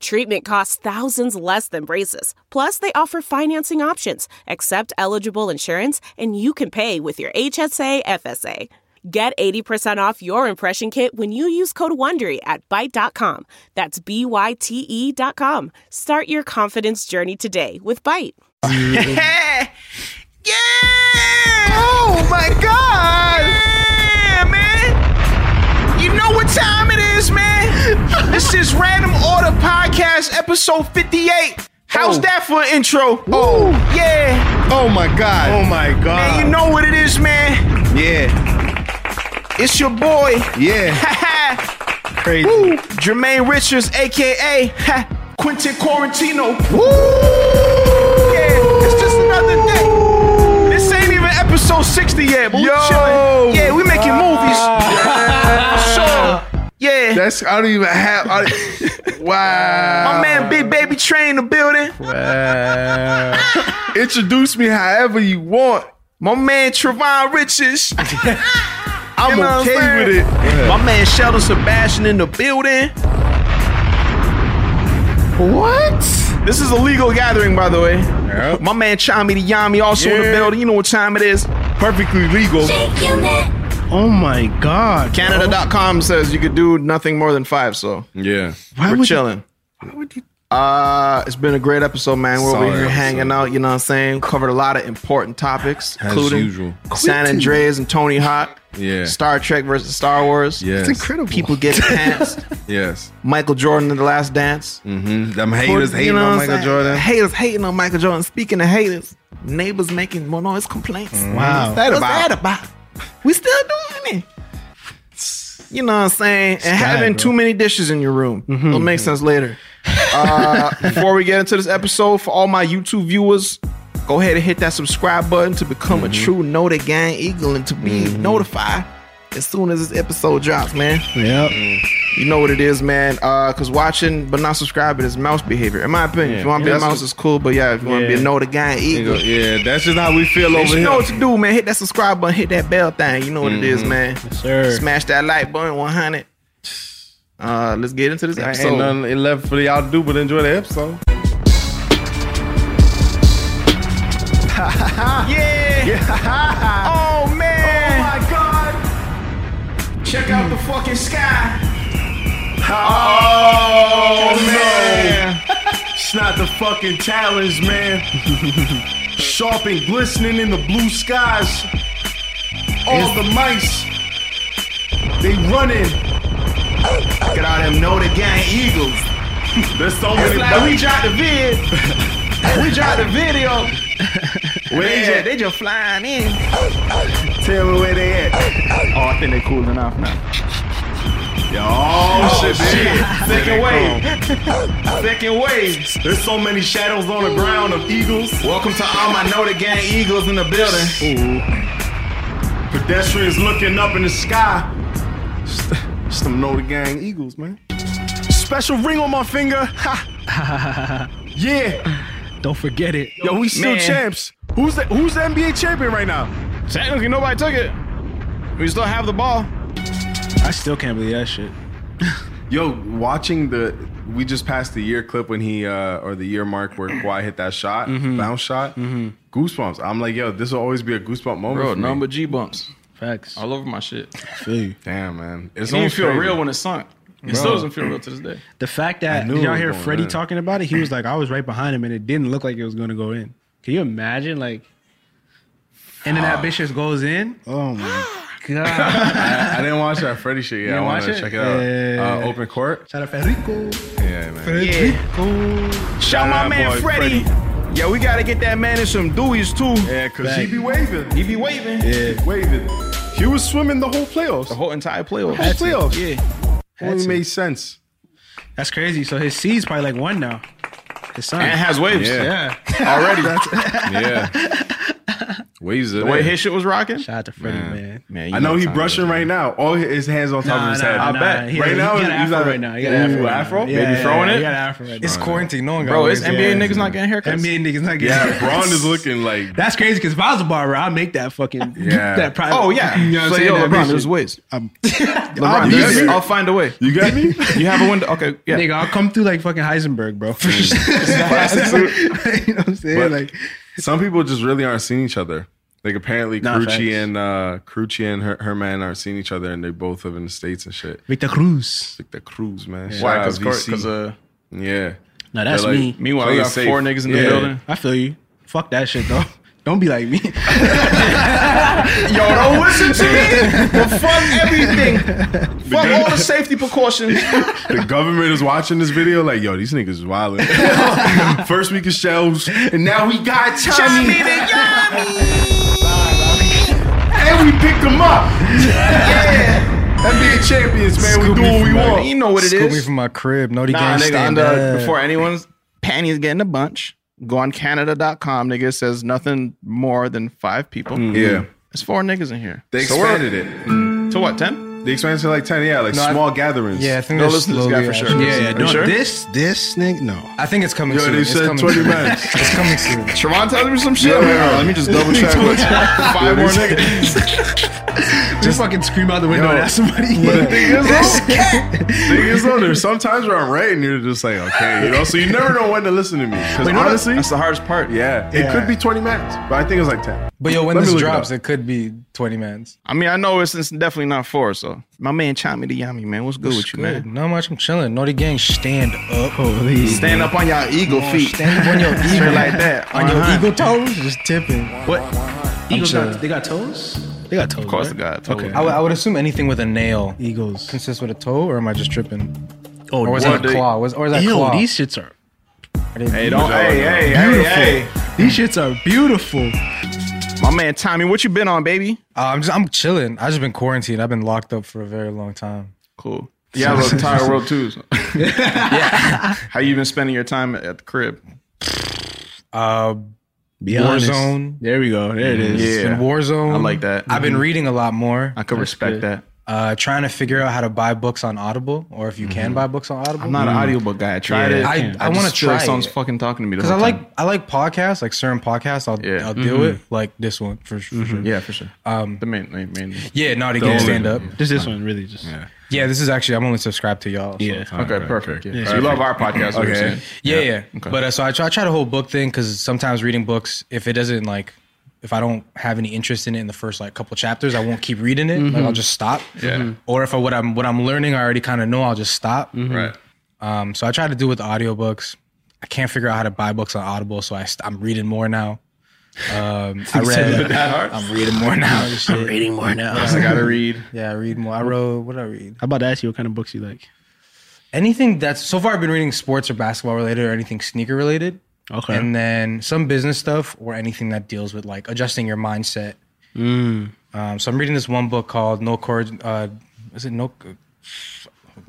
Treatment costs thousands less than braces. Plus, they offer financing options, accept eligible insurance, and you can pay with your HSA FSA. Get 80% off your impression kit when you use code WONDERY at Byte.com. That's B-Y-T-E E dot com. Start your confidence journey today with Byte. yeah! Oh my god! Yeah, man! You know what time it is, man! this is Random Order Podcast, episode 58. How's Oh. that for an intro? Oh. yeah! Oh my god. Oh my god. And you know what it is, man. Yeah. It's your boy. Yeah. Crazy. Woo. Jermaine Richards, aka ha, Quentin Quarantino. Yeah, it's just another day. This ain't even episode 60 yet, but we Yo. Ah. chilling. Yeah, we making movies. Sure. Yeah. That's I don't even have I, Wow. my man Big Baby Train in the building. Introduce me however you want. My man Trevon Richards. I'm You know what okay I'm with it. My man Sheldon Sebastian in the building. What? This is a legal gathering, by the way. Yep. My man Chami the Yami also in the Yeah. building. You know what time it is. Perfectly legal. Oh my God! Canada.com says you could do nothing more than five, so Yeah. Why we're would chilling. Uh, it's been a great episode, man. We're over Solid here episode. hanging out, you know what I'm saying? Covered a lot of important topics, including usual. San Andreas and Tony Hawk, Yeah. Star Trek versus Star Wars, It's Yes. incredible. People Get Pants, Yes. Michael Jordan in The Last Dance. Mm-hmm. Them You know what I'm saying? Haters hating on Michael Jordan. Speaking of haters, neighbors making more noise complaints. Wow. What's that about? We still doing it. You know what I'm saying? And having bro. Mm-hmm. too many dishes in your room. It'll make sense later. Uh, before we get into this episode, for all my YouTube viewers, go ahead and hit that subscribe button to become Mm-hmm. mm-hmm. a true Know the Gang Eagle and to be notified as soon as this episode drops, man. Yep. You know what it is, man. Uh, cause watching but not subscribing is mouse behavior. In my opinion, if you want to be a That's mouse, what- it's cool. But yeah, if you want to be Yeah. a know the guy, and eagle. Yeah, that's just how we feel Man, over you here. Mm-hmm. know what to do, man. Hit that subscribe button. Hit that bell thing. You know what it is, man. Sir. Smash that like button, one hundred. Uh, let's get into this Ain't episode. nothing left for y'all to do but enjoy the episode. Yeah. Oh man. Oh my god. Check out the fucking sky. Oh, man. it's not the fucking challenge, man. Sharp and glistening in the blue skies. All the mice, they running. Get out them know the gang eagles. There's so It's many like we bugs. dropped the vid. we dropped the video. They just, Where they just flying in. Tell me where they at. Oh, I think they cooling off now. Yo, oh, shit, shit. Second wave. Second wave. There's so many shadows on the ground of eagles. Welcome to all my know the gang eagles in the building. Pedestrians looking up in the sky. Just them know the gang Eagles, man. Special ring on my finger. Ha. yeah. Don't forget it. Yo, we still Man. champs. Who's the Who's the NBA champion right now? Technically, nobody took it. We still have the ball. I still can't believe that shit. Yo, watching the we just passed the year clip when he uh or the year mark where Kawhi hit that shot, bounce shot, goosebumps. I'm like, yo, this will always be a goosebump moment. Bro, for me. number G bumps Facts. all over my shit. It damn man, it's didn't only even feel real when it sunk. It still doesn't feel real to this day. The fact that knew did it y'all was hear going Freddie in. talking about it, he was like, "I was right behind him, and it didn't look like it was going to go in." Can you imagine, like, and then that bitch just goes in? Oh my god! I, I didn't watch that Freddy shit yet. I didn't want watch to it? check it out. Yeah. Uh, open court. Shout out Federico. Yeah, man. Federico. Shout my out man boy, Freddie. Yeah, we gotta get that man in some Dewey's too. Yeah, cause he be waving. He be waving He waving. He was swimming the whole playoffs. The Whole entire playoff. whole playoffs. Yeah, only made sense. that's crazy. So his C's probably like one now. His son. and has waves. Yeah. yeah. Already. yeah. waves it. The way in. his shit was rocking. Shout out to Freddie, man. Man, I know he he brushing right now. All his hands on top of his Nah, head. nah, I nah. bet. He- right he now, got he's an afro like, right now. He got an ooh, afro. afro? Yeah, Baby yeah, throwing yeah, it. He got an afro right It's now. quarantine. No one got Bro, waves it's yet. NBA niggas not getting haircuts. NBA niggas not getting Yeah, Braun is looking like That's crazy because if I was a barber, I'd make that fucking Yeah. that private. Oh yeah. you know what I'm so saying? yo, That Um, LeBron, bitch- there's ways. LeBron, Obviously. there's- I'll find a way. you got me. You have a window. Okay, yeah. Mm. Nigga, I'll come through like fucking Heisenberg, bro. you know what I'm saying? But- like, Some people just really aren't seeing each other. Like apparently, Nah, Crucci facts. and uh, Crucci and her, her man aren't seeing each other, and they both live in the states and shit. Victor Cruz. Like the cruise, man. Shout Why? out VC. Because uh, yeah. No, that's They're like- me. meanwhile, we Play it got safe. four niggas in the Yeah. building. I feel you. Fuck that shit though. Don't be like me. Yo, don't listen to me. Well, fuck everything. Fuck all the safety precautions. The government is watching this video, like, yo, these niggas is wilding. First week of shelves, and now we got Tommy, and we picked them up. yeah, NBA champions, man. we do what we want. You know what it is. Scoop me from my crib. No, the Nah, gang nigga, stand and, uh, up. before anyone's panties get in a bunch, go on Canada.com, nigga. It says nothing more than five people. Yeah, It's four niggas in here. they So we're- expanded it. to what, 10? They expanded it to like ten. Yeah, like small gatherings. Yeah, I think Go they're listen to this guy slowly for sure. actually- don't sure? this this nigga. No, I think it's coming Yo, soon. they It's said coming 20 soon. minutes. It's coming soon. Siobhan tells me some shit. Wait, wait, wait, Let me just double check. five more niggas. just fucking scream out the window Yo, and ask somebody. But the thing is, though, thing is though, there's sometimes where I'm right and you're just like, okay, you know, so you never know when to listen to me. Because honestly, That's the hardest part. yeah, it could be 20 minutes, but I think it's like 10. But yo, when Let me this look it drops, up. it, could be 20 minutes. I mean, I know it's, it's definitely not four, so. My man Chami the Yami, man. What's good with you, Good. man? Not much. I'm chilling. Naughty gang, stand up. Holy. Stand up on your eagle feet. Stand up on your eagle. Straight like that. On your Uh-huh. eagle toes, just tipping. Eagles got, they got toes. They got toes. Of course right? they got toes. Okay. I would- I would assume anything with a nail Eagles. consists with a toe, or am I just tripping? Oh, Or was what that a the- claw? Was, or is that Ew, claw? these shits are Are they- Hey, don't. Hey, hey, hey, beautiful. hey. These shits are beautiful. My man Tommy, what you been on, baby? Uh, I'm just, I'm chilling. I just been quarantined. I've been locked up for a very long time. Cool. Yeah, I love entire world too. so. How you been spending your time at the crib? Uh, Be honest. There we go. Oh, There it is. it's been Warzone. I like that. Mm-hmm. I've been reading a lot more. I could respect that. Uh, trying to figure out how to buy books on Audible, or if you can buy books on Audible. Mm-hmm. I'm not an Mm. audiobook guy. I tried Yeah, it. I- I just wanna feel like try Someone's it. fucking talking to me. because I like I like podcasts, like certain podcasts. I'll Yeah. Mm-hmm. I'll do it, Mm-hmm. like this one for, for sure. Um, Yeah, for sure. the main, main, main. yeah. Naughty Gang stand up. Just this one, really. Just Yeah, this is actually I'm only subscribed to y'all. so Yeah. it's all Okay, right. perfect. Yeah. So you love our podcast. okay. Okay. Yeah, yeah. But uh, so I try, I try the whole book thing because sometimes reading books, if it doesn't like, if I don't have any interest in it in the first like couple chapters, I won't keep reading it. Like I'll just stop. Mm-hmm. Mm-hmm. Yeah. Or if I, what I'm what I'm learning, I already kind of know, I'll just stop. Right. Um. So I try to do with the audiobooks. I can't figure out how to buy books on Audible, so I st- I'm reading more now. Um, I read. I'm reading more now. I'm reading more now. I gotta read. Yeah, I read more. I wrote what did I read. I'm about to ask you what kind of books you like. Anything that's so far I've been reading sports or basketball related or anything sneaker related. Okay. and then some business stuff or anything that deals with like adjusting your mindset. Mm. Um, so I'm reading this one book called No Cord. Uh, is it no?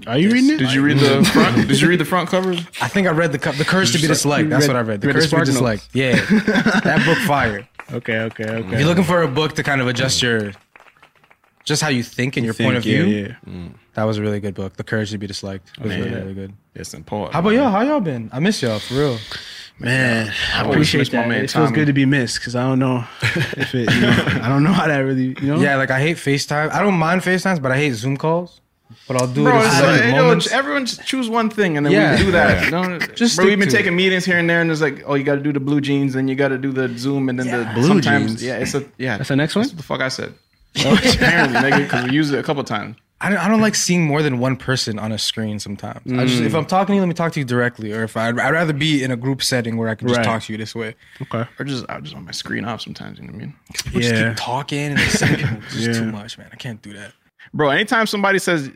are you reading it? Did you read the front? Did you read the front covers? I think I read the co- the courage to be disliked. That's read- what I read. The read the courage to be Spark disliked. Yeah, that book fire. Okay, okay, okay. If you're looking for a book to kind of adjust your, just how you think and your point of view, Yeah, Mm. that was a really good book. The courage to be disliked was really, yeah. really good. It's important. How about y'all? How y'all been? I miss y'all for real. Man, I miss appreciate my that. man it feels Tommy. good to be missed because I don't know if it. You know, I don't know how that really. You know. Yeah, like I hate FaceTime. I don't mind FaceTimes, but I hate Zoom calls. But I'll do Bro, it. in it's certain like, you know, moments. everyone just choose one thing and then Yeah. we do that. No, Just stick bro, we've been to taking meetings here and there, and it's like, oh, you got to do the blue jeans, then you got to do the Zoom, and then the Blue sometimes, jeans? Yeah, it's a yeah. That's the next one. That's what the fuck I said. Apparently, nigga, because we used it a couple times. I don't, I don't like seeing more than one person on a screen sometimes. I just, Mm. if I'm talking to you, let me talk to you directly. Or if I'd, I'd rather be in a group setting where I can just Right. talk to you this way. Okay. Or just I just want my screen off sometimes. You know what I mean, People just Yeah. keep talking and like, some people it's just Yeah. too much, man. I can't do that. bro? Anytime somebody says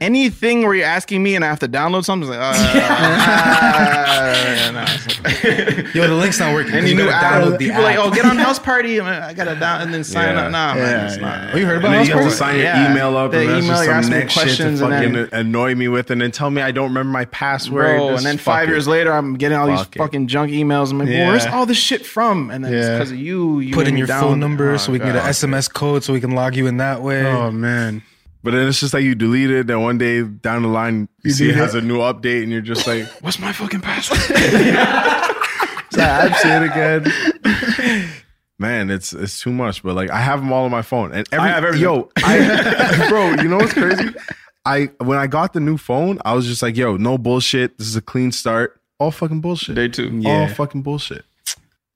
anything where you're asking me and I have to download something, it's like, uh, Ah, Yo, the link's not working. any You new gotta app. download the People like, app. oh, get on house party. I'm like, I gotta down and then sign Yeah. up. Nah, man, it's not. Oh, you heard about And then House you have to Party? sign your Yeah. email up They and that's email just you, ask some me next shit to questions and fucking then- annoy me with and then tell me I don't remember my password. Bro, Just and then fuck five it. years later, I'm getting all Fuck it. these fucking junk emails. I'm like, well, where's Yeah. all this shit from? And then it's Yeah. because of you. you Put made in me your download- phone number so we can get God. an SMS code so we can log you in that way. Oh man, But then it's just like you delete it, then one day down the line you, see it delete has a new update and you're just like, What's my fucking password? I've seen it again. Man, it's it's too much, but like I have them all on my phone, and every I have everything. yo, I, bro, you know what's crazy? I when I got the new phone, I was just like, yo, no bullshit. This is a clean start. All fucking bullshit. Day two. All fucking bullshit.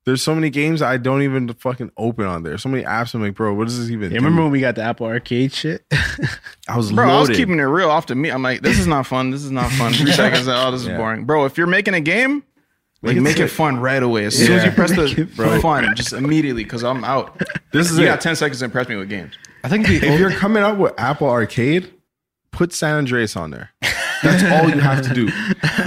There's so many games I don't even fucking open on there. So many apps. I'm like, bro, what does this even? yeah, do? remember when we got the Apple Arcade shit? I was Bro, I was loaded. keeping it real off to me. I'm like, this is not fun. This is not fun. Three seconds. Oh, this is boring. Bro, if you're making a game, Make like, it make, it, sick. fun right away. As soon as you Yeah. press the fun, just immediately, because I'm out. This is you it. got 10 seconds to impress me with games. I think the if you're coming up with Apple Arcade, put San Andreas on there. That's all you have to do.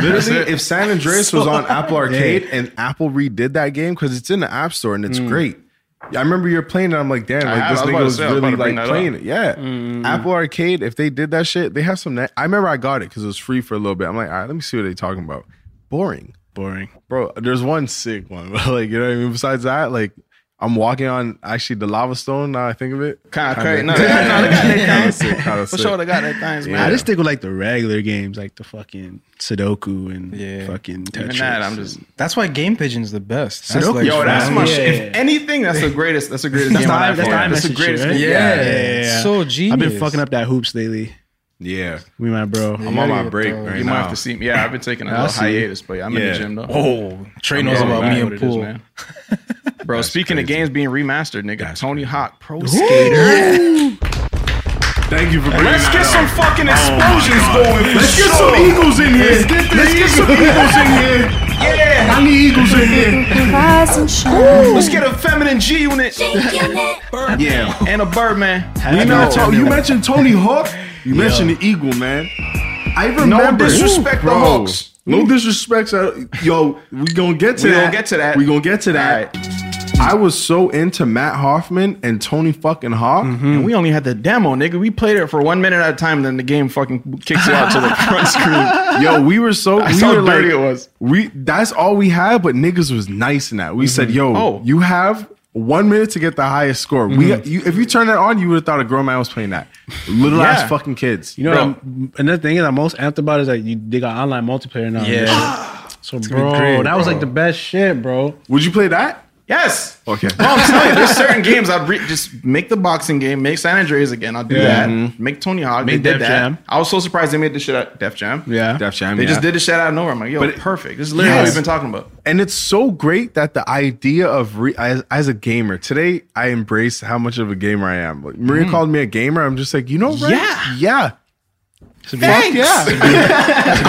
Literally, if San Andreas was on Apple Arcade and Apple redid that game because it's in the App Store and it's great. I remember you're playing it. I'm like, damn, Mm. I like have- this I nigga was about to was say, I was about really to bring like that playing up. Mm. it. Yeah, Apple Arcade. If they did that shit, they have some. Net- I remember I got it because it was free for a little bit. I'm like, all right, let me see what they talking about. Boring Boring. bro there's one sick one but like you know what i mean besides that like i'm walking on actually the lava stone now i think of it Kind of crazy. No, they got- no, they got their Kinda things. sick, kinda For sick. sure, they got their things, man. I just think of like the regular games, like the fucking Sudoku and Yeah. fucking Tetris. Even that, I'm just. that's why Game Pigeon's the best. That's Sudoku- like Yo, that's fun. my Yeah. shit. If anything, that's the greatest. That's the greatest That's game the- on that's that's, the that's the iMessage greatest shit, right? game. Yeah, Yeah, yeah, yeah. so genius. I've been fucking up that hoops lately. yeah We my bro. i'm on my break You right You now might have to see me. Yeah, I've been taking a little see you. hiatus, but I'm in Yeah. the gym, though. Oh, Trey knows Yeah, about man, me what and it pool. is, man. Bro, speaking of crazy. games being remastered, nigga, Tony Hawk Pro Skater. thank you for bringing that Let's get up. some fucking explosions Oh God. going. for let's get sure. some eagles in here let's get, some eagles in here yeah i need eagles in here Rise and shine. Let's get a feminine G unit. yeah and a Birdman. we You not know, talk- you mentioned tony hawk you mentioned the eagle man i remember disrespect to Bro, Hawks. no disrespect to- yo we gonna get to We that gonna get to that. we gonna get to that Alright. I was so into Matt Hoffman and Tony fucking Hawk. And we only had the demo, nigga. We played it for one minute at a time, then the game fucking kicks you out to the front screen. Yo, we were so we That's how were like, dirty it was. We that's all we had, but niggas was nice in that. We said, "Yo, Oh. Mm-hmm. you have one minute to get the highest score." We you, if you turn that on, you would have thought a grown man was playing that. Little Yeah. ass fucking kids. You know, Bro. what I'm- another thing that I'm most amped about is like you they got online multiplayer now. Yeah, So bro, great, that was bro. like the best shit, bro. Would you play that? Yes. Okay. Well, I'm telling you, there's certain games I'd re- just make the boxing game, make San Andreas again. I'll do that. Mm-hmm. Make Tony Hawk. Make they Def did that. Jam. I was so surprised they made this shit out Def Jam. Yeah. Def Jam. They just yeah. did this shit out of nowhere. I'm like, yo, But it- perfect. This is literally what Yes. we've been talking about. and it's so great that the idea of re- as, as a gamer today i embrace how much of a gamer i am like maria Mm. called me a gamer i'm just like you know right? Yeah. yeah Thanks. yeah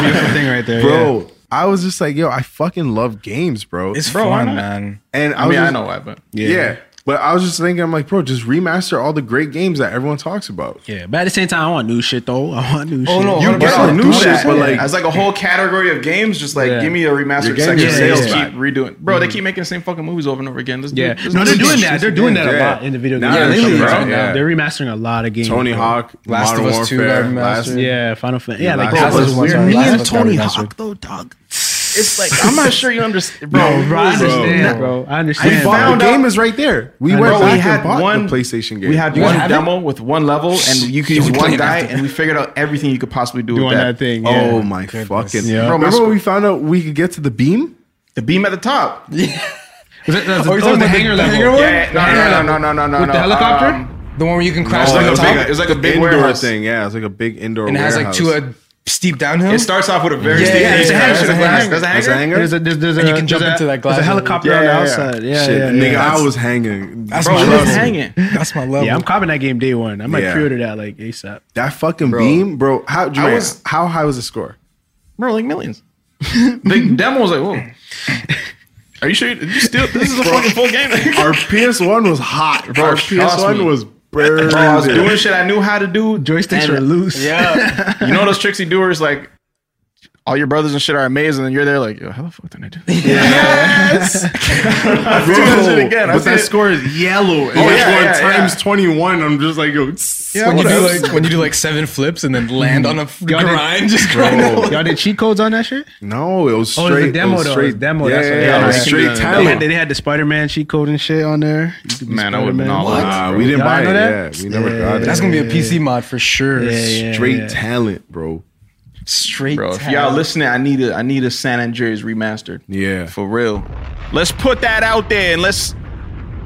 Beautiful thing right there, yeah. bro i was just like yo i fucking love games bro it's Bro, why fun, not? man. and i, I was mean, I just- know why, but yeah. but i was just thinking i'm like bro just remaster all the great games that everyone talks about Yeah, but at the same time, I want new shit though. I want Oh, new shit. You get Bro, all new do shit, that. but like- as like a whole category of games, just like Yeah. give me a remastered Your section. game is Sales back. keep redoing, bro. They keep making the same fucking movies over and over again. Let's do- yeah, let's no, they're do this. doing that. They're doing that a Yeah. lot in the video Now games. they're lately, doing it's that, like, yeah. They're remastering a lot of games. tony bro. hawk Last of Modern Us 2 Warfare, got Last- remastered. Yeah, Final Fantasy. Yeah, like Last that of was Us weird. was- Me Last and of Us got Tony remastered. Hawk though, dog. It's like I'm not sure you understand, bro. Bro, bro, I understand, bro. I we understand. found found the out- game is right there we know. went Bro, we back had and bought one- the playstation game We had You guys one have it? demo with one level, and you could Yo, use we one playing guy, after. and we figured out everything you could possibly do with Doing that. that thing, yeah. oh my fucking Yeah. bro Remember remember when we found out we could get to the beam The beam at the top. Yeah, Oh, Was it- that was- you're that was talking the about the- hanger the level. hanger one? yeah, no, no, no, no, no, no, no. With the helicopter? The one where you can crash It's Oh, like like the a top, big, it's like a big indoor warehouse thing. Yeah, it's like a big indoor. and it has like warehouse. two uh, steep downhill. It starts off with a very Yeah, steep yeah, hill. there's a hanger, There's a there's a hanger. There's hanger. There's a a hanger. hanger? There's a there's, there's And a, you can there's jump a- into that There's glass. a helicopter Yeah, on the yeah, yeah. outside. Yeah, Shit, yeah, nigga, yeah. I was hanging. That's Bro, my it level. was hanging. That's my level. Yeah, I'm copping that game day one. I might Yeah. pre-order that like ASAP. that fucking beam, bro. How Jermaine, was- how high was the score? Bro, like millions. the demo was like, whoa. Are you sure? You, you still? This is a fucking full game. Our PS One was hot. Bro, Our trust PS One me. was Burned I was it. doing shit I knew how to do. Joysticks and- are loose. Yeah. you know those tricksy doers like all your brothers and shit are amazing, and you're there like, yo, how the fuck did I do that? Yes. Bro, doing shit again. I But that said- score is yellow. And oh, yeah, yeah, times 21. I'm just like, yo, When you, what do up? like, when you do like seven flips and then land on a f- Y'all did- grind, just grind. Bro. out. Y'all did cheat codes on that shit? No, it was Oh, straight. it was a demo it was though. It was straight a demo. Yeah, that's yeah, what yeah, it was I straight seen. They had, talent. they had the Spider Man cheat code and shit on there. You could be Man, I would've been Spider-Man. all over Nah, we didn't Y'all buy it. know Yeah, that? we never got it. That's gonna be a PC mod for sure. Yeah, yeah, straight yeah. talent, bro. Straight. Bro, if tap. y'all listening, I need a I need a San Andreas remastered. Yeah. For real. Let's put that out there and let's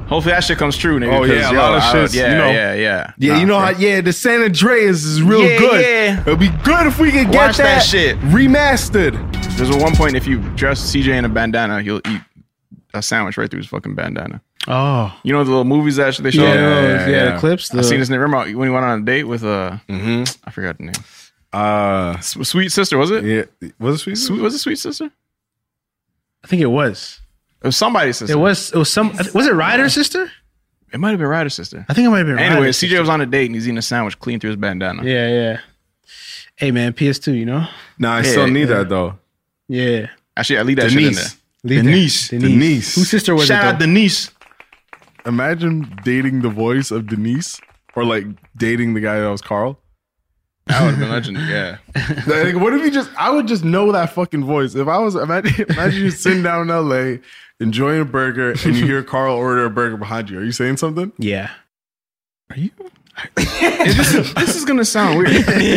hopefully that shit comes true, nigga. Oh, yeah, 'cause, a yo, lot of I don't- shits, Yeah, you know. yeah, yeah. Yeah, Nah, you know for- how? Yeah, the San Andreas is real Yeah, good. yeah. It'd be good if we could get Watch that that shit. remastered. There's a one point if you dress CJ in a bandana, he'll eat a sandwich right through his fucking bandana. Oh, You know the little movies that they show. yeah, yeah, yeah, yeah. Mm-hmm. The clips. The, I seen this name. Remember when he went on a date with uh, I forgot the name. Uh, S- Sweet sister was it? yeah. Was it sweet? Sweet, was it sweet sister? I think it was. It was somebody's sister. It was. It was some. Was it Ryder's sister? It might have been Ryder's sister. I think it might have been. Anyway, Ryder's CJ was on a date and he's eating a sandwich clean through his bandana. sister. Yeah, yeah. Hey man, PS2. You know. Nah, I still Yeah, need that though. Yeah. Actually, I leave that shit in there. Denise. Leave Denise. that. Denise. Whose sister was Shout it? out Denise. Imagine dating the voice of Denise, or like dating the guy that was Carl. That would have been legendary. Yeah. Like, what if you just? I would just know that fucking voice. If I was imagine, imagine you sitting down in L.A. enjoying a burger and you hear Carl order a burger behind you. Are you saying something? yeah. this is gonna sound weird.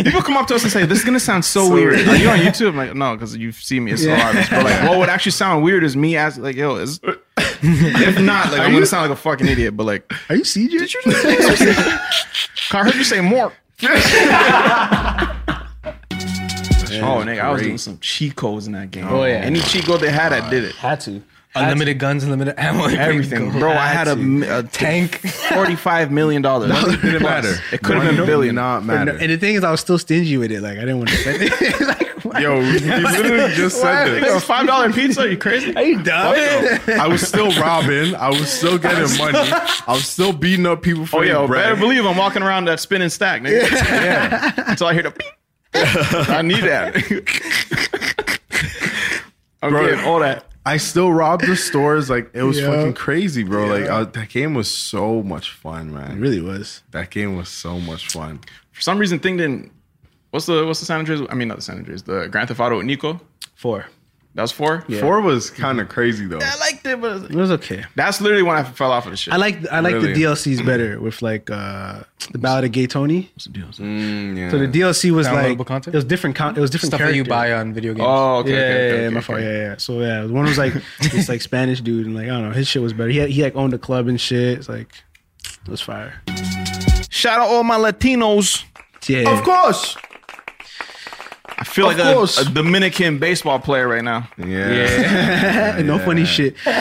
People come up to us and say, "This is gonna sound so, weird." Are you on YouTube? I'm like, no, because you've seen me. It's so obvious. But like, what would actually sound weird is me asking, like, "Yo, is, if not, like, I'm gonna sound like a fucking idiot." But like, Are you CJ? I heard you say more. Oh, nigga, I was doing some cheat codes in that game. Oh, yeah. Any cheat code they had, I did it. Had to. unlimited guns, unlimited ammo, Everything, bro. I had a, a tank. forty-five million dollars. It Didn't matter. It could have Money did been billion. Not And, matter. and the thing is, I was still stingy with it. Like I didn't want to spend it. like, what? Yo, you literally just said This is this. five dollar pizza. you crazy? are you dumb? I was still robbing. I was still getting money. I was still beating up people for Oh yeah, their bread. better believe I'm walking around that spinning stack, nigga. Until I hear the. beep. I need that. I'm Bro. getting all that. I still robbed the stores. Like it was Yeah. fucking crazy, bro. Like I, that game was so much fun, man. It really was. That game was so much fun. For some reason, thing didn't. What's the what's the San Andreas? I mean, not the San Andreas. The Grand Theft Auto with Nico. Four. That was four. Four was kind of crazy though. I liked it, but it was- It was okay. that's literally when I fell off of the shit. I like I like Really? the DLCs better with like uh the Ballad of Gay Tony. So the DLC was Downloadable like content? it was different. Con- it was different Stuff that character. you buy on video games. oh, okay, yeah, okay, okay, yeah, okay, yeah, my okay. fault. Yeah, yeah. So yeah, one was like this like Spanish dude, and like I don't know, his shit was better. He had, he like owned a club and shit. It's like it was fire. Shout out all my Latinos. Yeah, Of course. I feel Of like a, course. a Dominican baseball player right now. Yeah. no funny shit. Bro,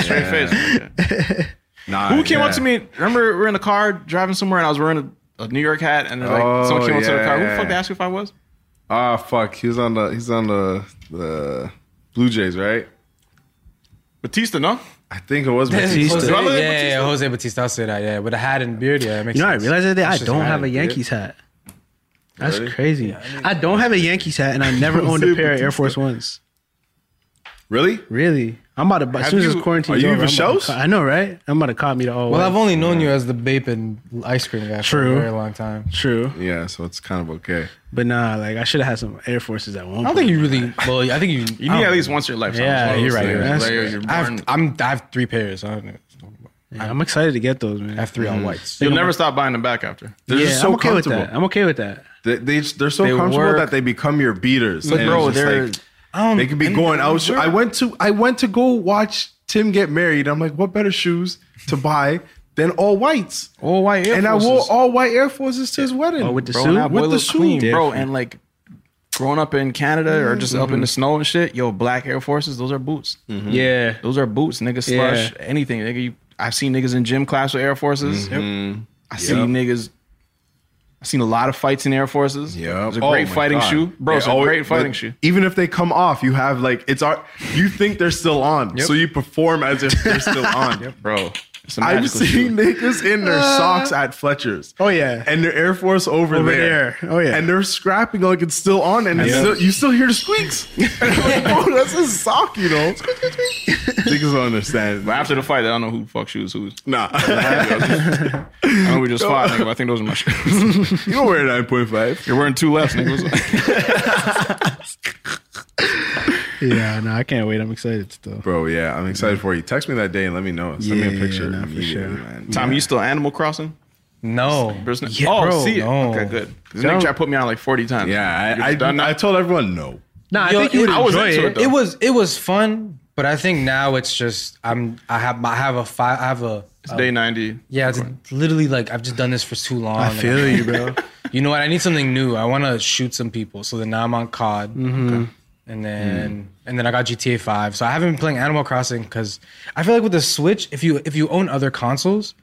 straight face. Nah, Who came up yeah. to me? Remember, we were in the car driving somewhere, and I was wearing a, a New York hat, and like Oh, someone came up to the car. Who the yeah. fuck they asked you if I was? Ah, fuck. He was on the. He's on the the Blue Jays, right? Batista, no. I think it was Jose, Batista. yeah, Batista. yeah, yeah, Jose Batista. I'll say that. Yeah, with a hat and beard. Yeah, it makes You know, I sense. realized that day I It's just don't like, have a yeah. Yankees hat. That's crazy. I don't have a Yankees hat, and I never owned a pair of Air Force Ones. Really? Really, I'm about to. buy- As soon as you- this quarantine, are you even shows? I know, right? I'm about to cop me to all. Well, white. I've only known you as the Bape and ice cream guy for True. a very long time. True, Yeah. So it's kind of okay. but nah, like I should have had some Air Forces at one. I don't think you really. Well, I think you. You need at least once in your lifetime. It's one Yeah, of you're those right. things. You're right. Like, you're I born- have, I'm, I have three pairs. I, don't know. I'm excited to get those, man. Mm-hmm. I have three all whites. You'll never stop buying them back after. They're yeah, just so I'm okay with comfortable. that. I'm okay with that. They, they they're so They comfortable work. that they become your beaters. And bro, it's just they're- I don't, they could be and- going out. I went to I went to go watch Tim get married. I'm like, what better shoes to buy than all whites? All white Air and I wore Forces. all white Air Forces to his wedding. Oh, with the bro, suit, and that boy With the look clean, suit. bro, and like. Growing up in Canada or just up in the snow and shit, yo, black Air Forces, those are boots. yeah, Those are boots, nigga. Yeah. Slush, anything, nigga. You, I've seen niggas in gym class with Air Forces. I seen niggas. I've seen a lot of fights in Air Forces. Yeah, it's a great fighting shoe, bro. it's a great fighting shoe. Even if they come off, you have like it's our. You think they're still on, so you perform as if they're still on, Bro, a I've magical Uh, seen niggas in their socks at Fletcher's. Oh, yeah. and their Air Force over, Over there. there. Oh, yeah. and they're scrapping like it's still on, and it's Yeah. still, you still hear the squeaks. oh, that's his sock, you know. niggas don't understand. But after the fight, I don't know who the fuck shoes who's. Nah, I know we just fought, nigga. But I think those are my shoes. you don't wear nine point five. You're wearing two left, nigga. What's- Yeah, no, I can't wait. I'm excited still. Bro, yeah, I'm excited for you. Text me that day and let me know. Send me Yeah, a picture. nah, for immediately, sure. man. Tommy, you still Animal Crossing? No. Business? Yeah, oh, bro, see it. no. Okay, good. 'Cause This nigga tried to put me on like 40 times. Yeah, You I, done I, I that? told everyone no. No, I Yo, think you would it- I was enjoy it. into it, though. it was it was fun, but I think now it's just I'm I have I have a fi- I have a It's day 90. yeah it's literally like I've just done this for too long. I feel you, bro. You know what? I need something new. I want to shoot some people. So then now I'm on COD, Okay. and then and then I got GTA Five. So I haven't been playing Animal Crossing because I feel like with the Switch, if you if you own other consoles,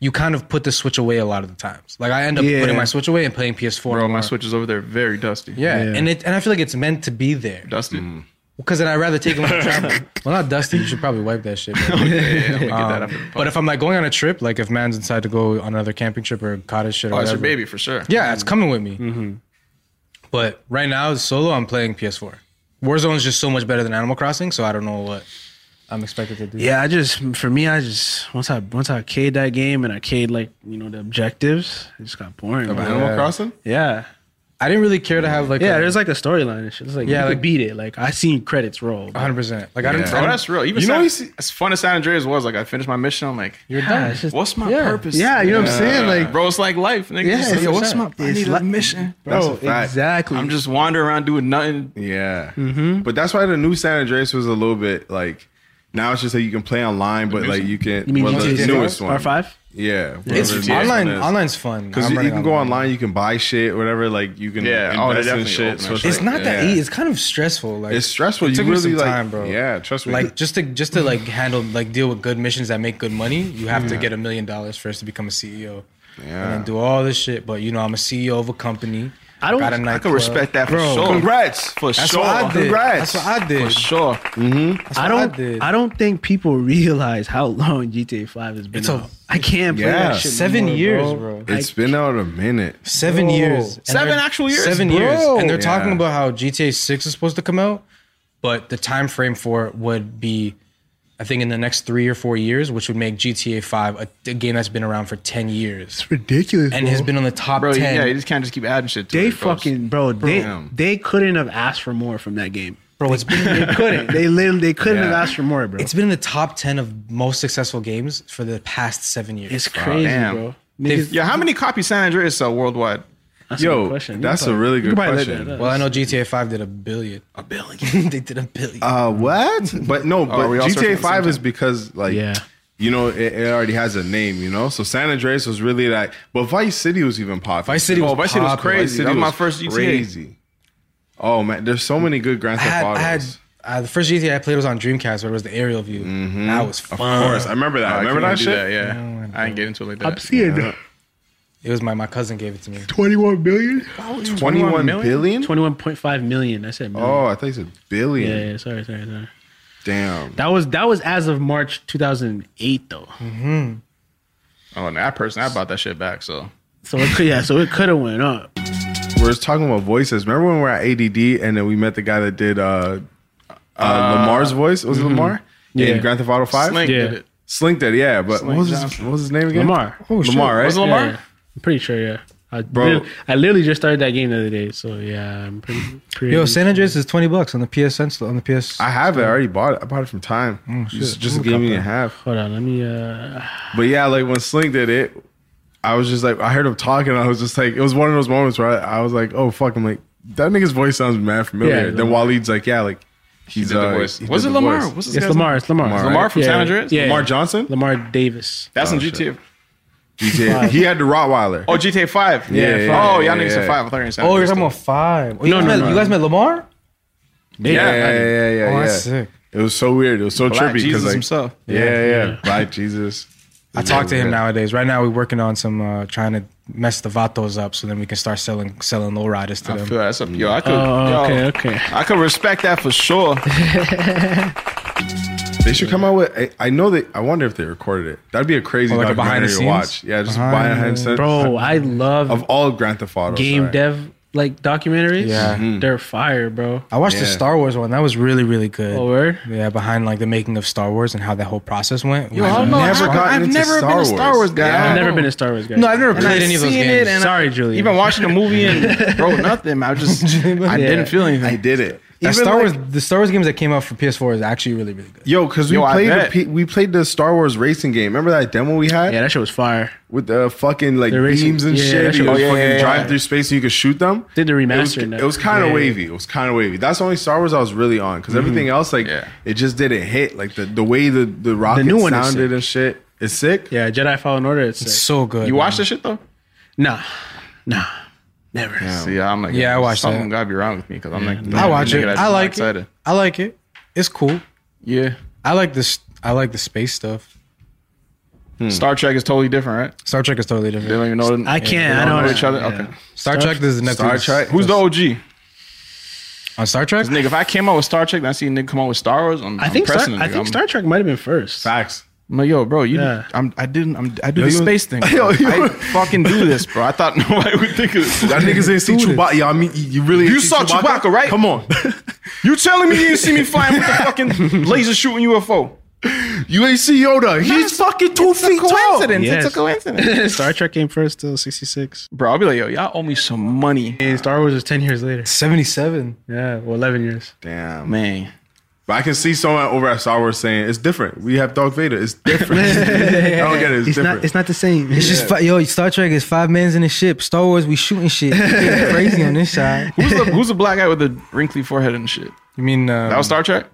you kind of put the Switch away a lot of the times. Like I end up Yeah. putting my Switch away and playing PS4. Bro, more. my switch is over there very dusty. Yeah, Yeah. Mm. and it and I feel like it's meant to be there Dusty. Oh, because then I'd rather take them on a travel. well, not dusty. You should probably wipe that shit. bro. Yeah, I'm gonna get that up. in the but if I'm like going on a trip, like if man's inside to go on another camping trip or cottage shit or Oh, it's whatever, your baby for sure. Mm-hmm. yeah, it's coming with me. But right now, solo, I'm playing PS4. Warzone is just so much better than Animal Crossing, so I don't know what I'm expected to do. Yeah, I just for me, I just once I once I K'd that game and I K'd like you know the objectives, it just got boring. bro. Animal Crossing? Yeah, I didn't really care to have like yeah. a- There's like a storyline and shit. It's like Yeah, yeah, you like- could beat it. Like I seen credits roll. but- 100. percent Like I didn't. Bro, Oh, that's real. Even You know San- you see- as fun as San Andreas was, like I finished my mission, I'm like, You're done. it's just- what's my Yeah. purpose? yeah, you know what I'm saying? Like, bro, it's like life, nigga. yeah, It's like, it's- yo, what's my it's I need like- a mission? bro, That's a fact. exactly. Mm-hmm. I'm just wandering around doing nothing. Yeah. But that's why the new San Andreas was a little bit like now it's just that you can play online, but like you can you mean well, GTA the six? newest one. R five? Yeah. It's whatever the next online. one is. Online's fun. Because I'm you, running can go online, you can buy shit, whatever. Like you can Yeah, oh, invest they in definitely shit. open So that it's, shit. It's like, not that yeah. easy. It's kind of stressful. Like It's stressful. It You took me really some like time, bro. yeah. Trust me. like just to just to like handle like deal with good missions that make good money, you have to get a million dollars first to become a CEO. And yeah. then do all this shit, but you know I'm a CEO of a company. I don't- got a I can nightclub. respect that for sure. Congrats. For That's sure. what I did. Congrats. That's what I did. For sure. Mm-hmm. I what I don't. did. I, don't think people realize how long GTA Five has been. It's It's a- I can't play Yeah. that shit. no Seven more, years, bro. It's been out a minute. Seven Bro. years. And Seven they're- actual years? Seven Bro. years. And they're talking Yeah. about how GTA six is supposed to come out, but the time frame for it would be I think in the next three or four years, which would make GTA five a, a game that's been around for ten years. ridiculous. And has been on the top Bro, you- ten. yeah, you just can't just keep adding shit to They it. bro. fucking bro. They Damn. they couldn't have asked for more from that game. bro, it's been They couldn't. they literally they couldn't have Yeah. asked for more, bro. It's been in the top 10 of most successful games for the past seven years. It's crazy, damn. bro. They've- Niggas- Yeah, how many copies San Andreas sell worldwide? that's a good Yo, question. You that's probably- a really you could good probably let question. that uh, up. well, I know GTA 5 did a billion. A billion? they did a billion. Uh, what? But no, but we all searching at GTA the Five same is because like Yeah. you know it, it already has a name, you know. So San Andreas was really like, but Vice City was even popular. Vice City oh, was Vice City was popular. crazy. Vice City that was was my first GTA. crazy. Oh man, there's so many good Grand I had, Theft I had Autos. uh, the first GTA I played was on Dreamcast, where it was the aerial view. That was fun. Mm-hmm. Of course, I remember that. Oh, I remember that couldn't do shit? That, yeah. I didn't get into it like that. It was my my cousin gave it to me. Twenty-one billion. Twenty-one billion. Twenty-one point five million. I said million. Oh, I think it's a billion. Yeah, yeah, sorry, sorry, sorry. Damn. That was that was as of March 2008 though. Mm-hmm. Oh, no, I personally, I bought that shit back, so. So it could yeah, so it could have went up. We We're talking about voices. Remember when we were at ADD and then we met the guy that did uh, uh, Lamar's voice? Was it Lamar? Yeah. Yeah. In Grand Theft Auto Five. Slink Yeah. did it. Slink did, yeah. But what was, his, Johnson. what was his name again? Oh, Lamar. Lamar, right? Was it Lamar? Yeah, I'm pretty sure, yeah. I Bro. Bro. I literally just started that game the other day, so yeah, I'm pretty pretty Yo, San Andreas is 20 bucks on the PSN store, on the PS. I have it. I already bought it. I bought it from Time. Oh, just just gave me a half. Hold on, let me uh But yeah, like when Slink did it, I was just like, I heard him talking. I was just like, it was one of those moments where I, I was like, oh fuck. I'm like, that nigga's voice sounds mad familiar. Yeah, then Lamar. Waleed's like, yeah, like he's Did the uh, voice. he Was did it the Lamar? voice. What's this it's guy's Lamar, it's Lamar. Lamar, Lamar, Lamar right? from yeah. San Andreas? Yeah. Lamar Johnson? Lamar Davis. That's in Oh, shit. GTA. He did. He had the Rottweiler. Oh, GTA 5. Yeah, yeah, oh, yeah, y'all yeah. niggas said 5. I thought you were saying oh, you're talking Andreas still. about five. Oh, you, No, guys no, met, no. you guys met Lamar? yeah, Yeah. yeah, yeah, yeah. Oh, yeah. that's sick. It was so weird. It was so Black trippy Jesus because like, himself. yeah, yeah, Black Jesus. I talk to him Yeah. nowadays. Right now, we're working on some uh, trying to mess the vatos up so then we can start selling selling low riders to I them. Mm-hmm. feel that's up. Yo, I could. Oh, yo, okay, okay. I could respect that for sure. They should come out with. I, I know that. I wonder if they recorded it. That'd be a crazy Or Oh, like a behind the documentary to watch. scenes? Yeah, just behind the scenes. Bro, I love of all Grand Theft Auto game dev like documentaries. Yeah. They're fire, bro. I watched the Yeah. Star Wars one. That was really, really good. Oh, word? Yeah, behind like the making of Star Wars and how that whole process went. Yo, I've never gotten I've into never Star been a Wars. Star Wars guy. Yeah. I've never been a Star Wars guy. No, I've never played I've any of those seen it, games. and I- Sorry, Julian. Even watching the movie and bro, nothing. man. I just I didn't feel anything. I did it. That Even Star like- Wars, the Star Wars games that came out for PS4 is actually really, really good. Yo, because we Yo, I played the bet. P- we played the Star Wars racing game. Remember that demo we had yeah, that shit was fire. with the fucking like The racing- beams and yeah, that shit. shit You could was- fucking yeah, yeah, yeah. drive through space and you could shoot them. Did the It was, remaster. and that. it was kind Yeah. of Mm-hmm. wavy. It was kind of wavy. That's the only Star Wars I was really on because everything else, like, Yeah. it just didn't hit. Like the, the way the the rocket new one is sounded sick. and shit is sick. Yeah, Jedi Fallen Order. It's sick. So good. You man. watched that shit though? nah, nah, never. See, I'm like, Yeah, I watched something that. gotta be wrong with me because I'm like, I watch nigga, it. that's I not like excited. it. I like it. It's cool. Yeah, I like this. I like the space stuff. Hmm. Star Trek is totally different, right? Star Trek is totally They different. don't even know. I they can't. don't I don't know each other. Yeah. Okay. Star, Trek this is next. Star Trek. Who's the OG? on Star Trek? Nigga, if I came out with Star Trek, then I see a nigga come out with Star Wars. I'm, I think I'm Star, pressing a I nigga. think I'm- Star Trek might have been first. Facts. I'm like, yo, bro, you, Yeah. I'm, I didn't, I'm, I do Yo, the you- space thing. Yo, bro. you- I fucking do this, bro. I thought nobody would think of this. That niggas ain't see Chewbacca. Y'all, I mean, you really You ain't see saw Chewbacca, right? Come on, You telling me you didn't see me flying with the fucking laser shooting UFO? you ain't see Yoda. He's fucking two feet tall. Coincidence. Yes. It's a coincidence. Star Trek came first till '66, bro, I'll be like, yo, y'all owe me some money. and Star Wars was ten years later. Seventy-seven. Yeah, well, eleven years. Damn, Man. But I can see someone over at Star Wars saying it's different. We have Darth Vader. It's different. I don't get it. It's, different. not the same. It's just fi- yo. Star Trek is five men's in a ship. Star Wars, we shooting shit. Getting crazy on this side. Who's the, who's the black guy with the wrinkly forehead and shit? You mean um, That was Star Trek?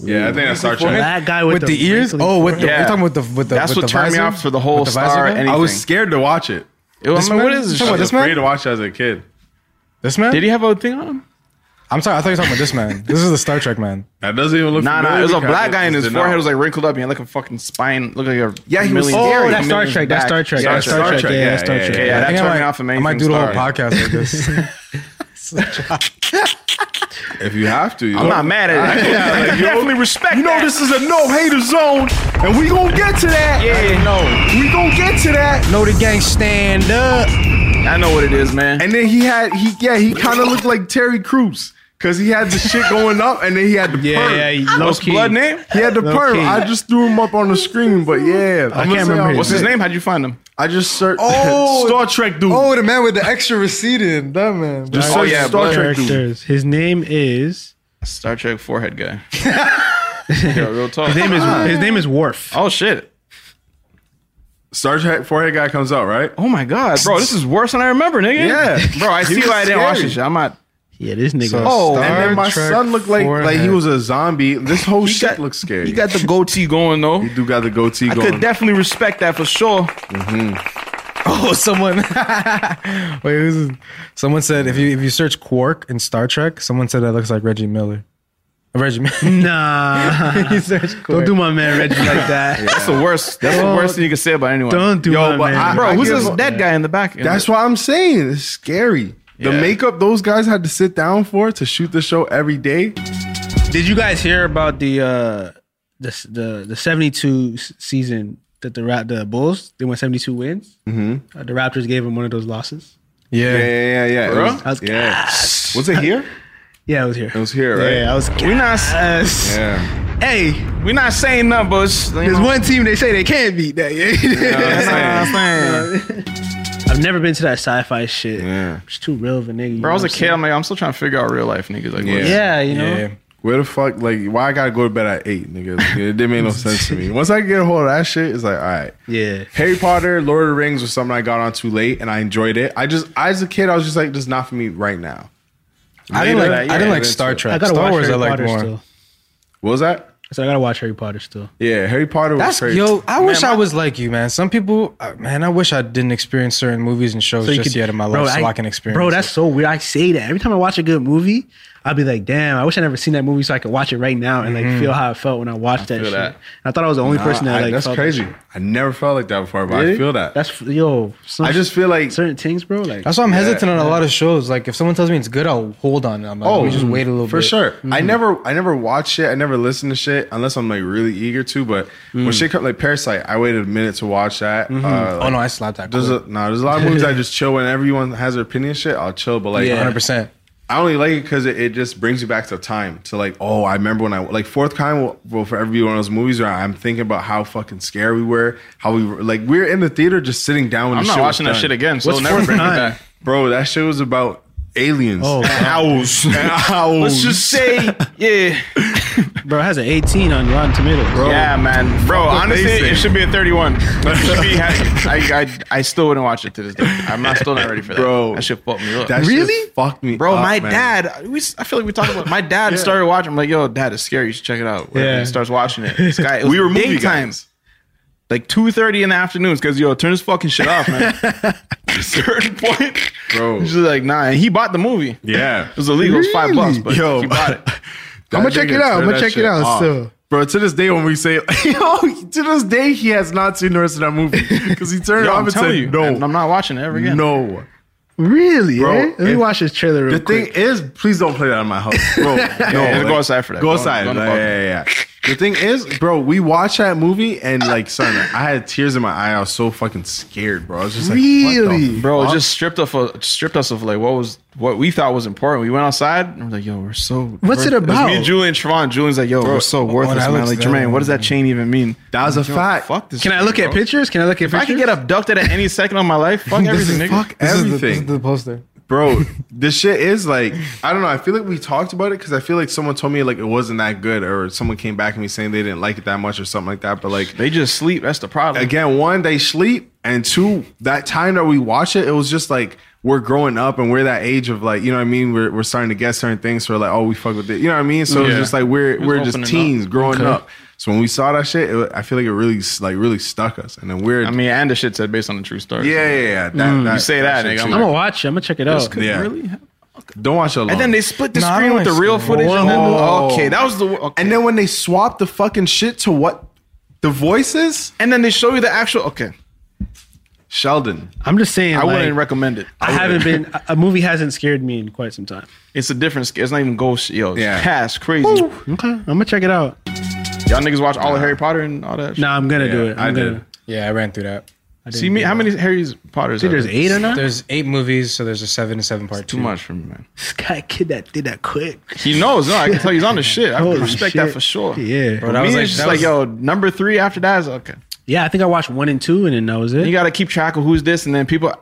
yeah, I think that's Star Trek. that guy with, with the ears? Oh, with the Yeah. you're talking with the with the That's with what the turned me visor? off for the whole With visor Star guy? and- I was anything. scared to watch it. It was, This I'm like, what man- is this Come I on, shit? was this afraid man? to watch it as a kid. this man. Did he have a thing on him? I'm sorry. I thought you were talking about this man. This is the Star Trek man. That doesn't even look. Nah, nah. familiar It was a because black guy and his did not- forehead was like wrinkled up. He had like a fucking spine. Looked like a Yeah, he was million- scary. Oh, that's Star million Trek. That's back. Star Trek. Yeah, That's Star Trek. Yeah, yeah, that's Star Trek. Yeah, yeah. that I think I turned me might- off from I might anything do the whole Star. podcast like this. If you have to, I'm not mad at it. I definitely respect You know that. this is a no hater zone, and we gonna get to that. Yeah, no. we gonna get to that. know the gang stand up. I know what it is, man. And then he had he yeah he kind of looked like Terry Crews because he had the shit going up, and then he had the perm. yeah, yeah. Low What's key. blood name? He had the Low perm. key. I just threw him up on the screen, but yeah, I can't remember What's his name? How'd you find him? I just searched Oh. Star Trek dude. the man with the extra receipt in that man. just Oh, search yeah, Star but- Trek dude. Characters. His name is. Star Trek forehead guy. Yo, real talk. His name is. His name is Worf. Oh shit. Star Trek forehead guy comes out right. Oh my god, bro, this is worse than I remember, nigga. Yeah. bro, I He see was why I didn't watch scary. this shit. I'm not. Yeah, this nigga. Oh, and then my Trek son looked like like he forehead. was a zombie. This whole He shit got- looks scary. He got the goatee going though. You do got the goatee I going. Mm-hmm. could definitely respect that for sure. Oh, someone. Wait, who's this? someone said if you if you search Quark in Star Trek, someone said that looks like Reggie Miller. Reggie Miller. nah. you search Don't Quark. do my man Reggie like that. That's the worst. That's the worst thing you can say about anyone. Don't do Yo, my but man. I- bro, who's give this up. dead guy in the back? That's what I'm saying. It's scary. The Yeah. makeup those guys had to sit down for to shoot the show every day. Did you guys hear about the uh the the the seventy two season that the Ra- the Bulls they won seventy two wins? Mm-hmm. Uh, the Raptors gave them one of those losses. Yeah. Yeah, yeah, yeah. yeah. It Bro? was- I was- yeah. Was it here? Yeah, I was here. It was here, right? Yeah, I was. we not. Yeah. Hey, We not saying nothing, but it's, you there's know, one team they say they can't beat that. Yeah. that's what I'm saying. I've never been to that sci-fi shit. Yeah. It's too real of a nigga. you Bro, I was know a what kid. I'm like, I'm still trying to figure out real life, niggas. Like, I'm yeah. saying? Yeah, you know. Yeah. Where the fuck, like, why I gotta go to bed at eight, nigga? Like, It didn't make no sense to me. Once I get a hold of that shit, it's like, all right. Yeah. Harry Potter, Lord of the Rings was something I got on too late and I enjoyed it. I just, as a kid, I was just like, this is not for me right now. I didn't Later like that I year, didn't like that's Star it. Trek. I gotta Star watch Wars Harry I liked Potter more. still. What was that? So I gotta watch Harry Potter still. Yeah, Harry Potter was That's crazy. yo. I wish my- I was like you, man. Some people, uh, man. I wish I didn't experience certain movies and shows So you just could- yet in my life, so I can experience. Bro, it. that's so weird. I say that every time I watch a good movie, I I'll be like, damn, I wish I never seen that movie so I could watch it right now and like feel how I felt when I watched that feel shit. And that. I thought I was the only person that Mm-hmm. I- like that's felt that crazy. shit. I never felt like that before, but I Really? feel that. That's yo. some I just sh- feel like certain things, bro. Like That's why I'm hesitant on a lot of shows. Like if someone tells me it's good, I'll hold on. I'm like, oh, just wait a little for bit. Mm-hmm. sure. I never, I never watch shit. I never listen to shit unless I'm like really eager to. But Mm. when shit comes like Parasite, I waited a minute to watch that. Mm-hmm. Uh, Oh no, I slapped that. there's a, no, there's a lot of movies I just chill when everyone has their opinion. Shit, I'll chill. But like, yeah, hundred percent. I only like it because it, it just brings you back to time. To like, oh, I remember when I like Fourth Kind will, will forever be one of those movies where I'm thinking about how fucking scared we were, how we were, like we were in the theater just sitting down. When I'm the not shit was watching that done. shit again, so What's never fourth bring it time? back. bro. That shit was about aliens. Oh, and owls, and owls. Let's just say, yeah, bro it has an 18 on Rotten Tomatoes, bro. yeah, man, bro. Fuck what Honestly, they say. it should be a 31. It should be- I, I, I still wouldn't watch it to this day. I'm not still not ready for that. Bro. that shit fucked me up. That shit Really? fucked me, Bro, up, my man. dad, we, I feel like we talked about my dad started watching. I'm like, yo, dad is scary. You should check it out. Whatever. Yeah. He starts watching it. This guy, it was We were movie daytime. guys. Like 2.30 in the afternoons because, yo, turn this fucking shit off, man. certain point, Bro. He's just like, nah. And he bought the movie. Yeah, It was illegal. It was five Really? bucks, but Yo. he bought it. I'm gonna check it out. I'm gonna check it out. So Bro, to this day, when we say, yo, to this day, he has not seen the rest of that movie because he turned Yo, it off I'm and telling said, you, no, and I'm not watching it ever again. no. really? Bro, eh? Let me if- watch this trailer real The quick. thing is, please don't play that in my house, bro. No, yeah, like, go outside for that. Go Go- outside. go in the Like, yeah, balcony. yeah, yeah. The thing is, bro, we watched that movie and like, son, I had tears in my eye. I was so fucking scared, bro. I was just like, Really? really, Bro, it just stripped us of stripped us of like what was what we thought was important. We went outside and we're like, "Yo, we're so What's it worth- was about? me, Julian, Siobhan. Julian's like, "Yo, we're so worthless, oh, I man." looked Like, at that Jermaine, one, what does that chain even mean? That was a fact. Fuck this. Can I shit, look at bro. pictures? Can I look at If pictures? I could get abducted at any second of my life, fuck everything, nigga. Fuck This is the- everything. this is the poster. bro this shit is like i don't know i feel like we talked about it because i feel like someone told me like it wasn't that good or someone came back to me saying they didn't like it that much or something like that but like They just sleep. That's the problem. again one they sleep and two that time that we watch it it was just like we're growing up and we're that age of like you know what i mean we're, we're starting to get certain things so we're like oh we fuck with it you know what i mean so it's Yeah. just like we're It was we're just opening up. teens growing up so when we saw that shit it, i feel like it really like really stuck us and then we're I mean, and the shit said based on the true story. yeah, yeah, yeah. That, Mm. that, You say that, shit nigga, too. I'm I'm gonna watch it. I'm gonna check it out. Could Yeah. really happen. don't watch it alone. And then they split the Nah, I screen don't with the like real screen. footage. And then, Whoa. okay, that was the. Okay. And then when they swap the fucking shit to what the voices, and then they show you the actual. Okay, Sheldon. I'm just saying. I wouldn't like, recommend it. I haven't been. a- A movie hasn't scared me in quite some time. It's a different. sca- It's not even ghost. Yo, it's Yeah. past crazy. Okay, I'm gonna check it out. Y'all niggas watch all of Harry Potter and all that. Shit? Nah, I'm gonna do it. I'm I gonna. did. Yeah, I ran through that. See me? How many Harry Potters? There's eight or not? There's eight movies, so there's a seven and seven part two. Too much for me, man. This guy kid that did that quick. He knows. No, I can tell he's on the shit. I Holy can respect that shit. for sure. Yeah, Bro, For that me, was like, it's just that like, was- yo, number three after that is okay. yeah. I think I watched one and two, and then that was You it. got to keep track of who's this, and then people.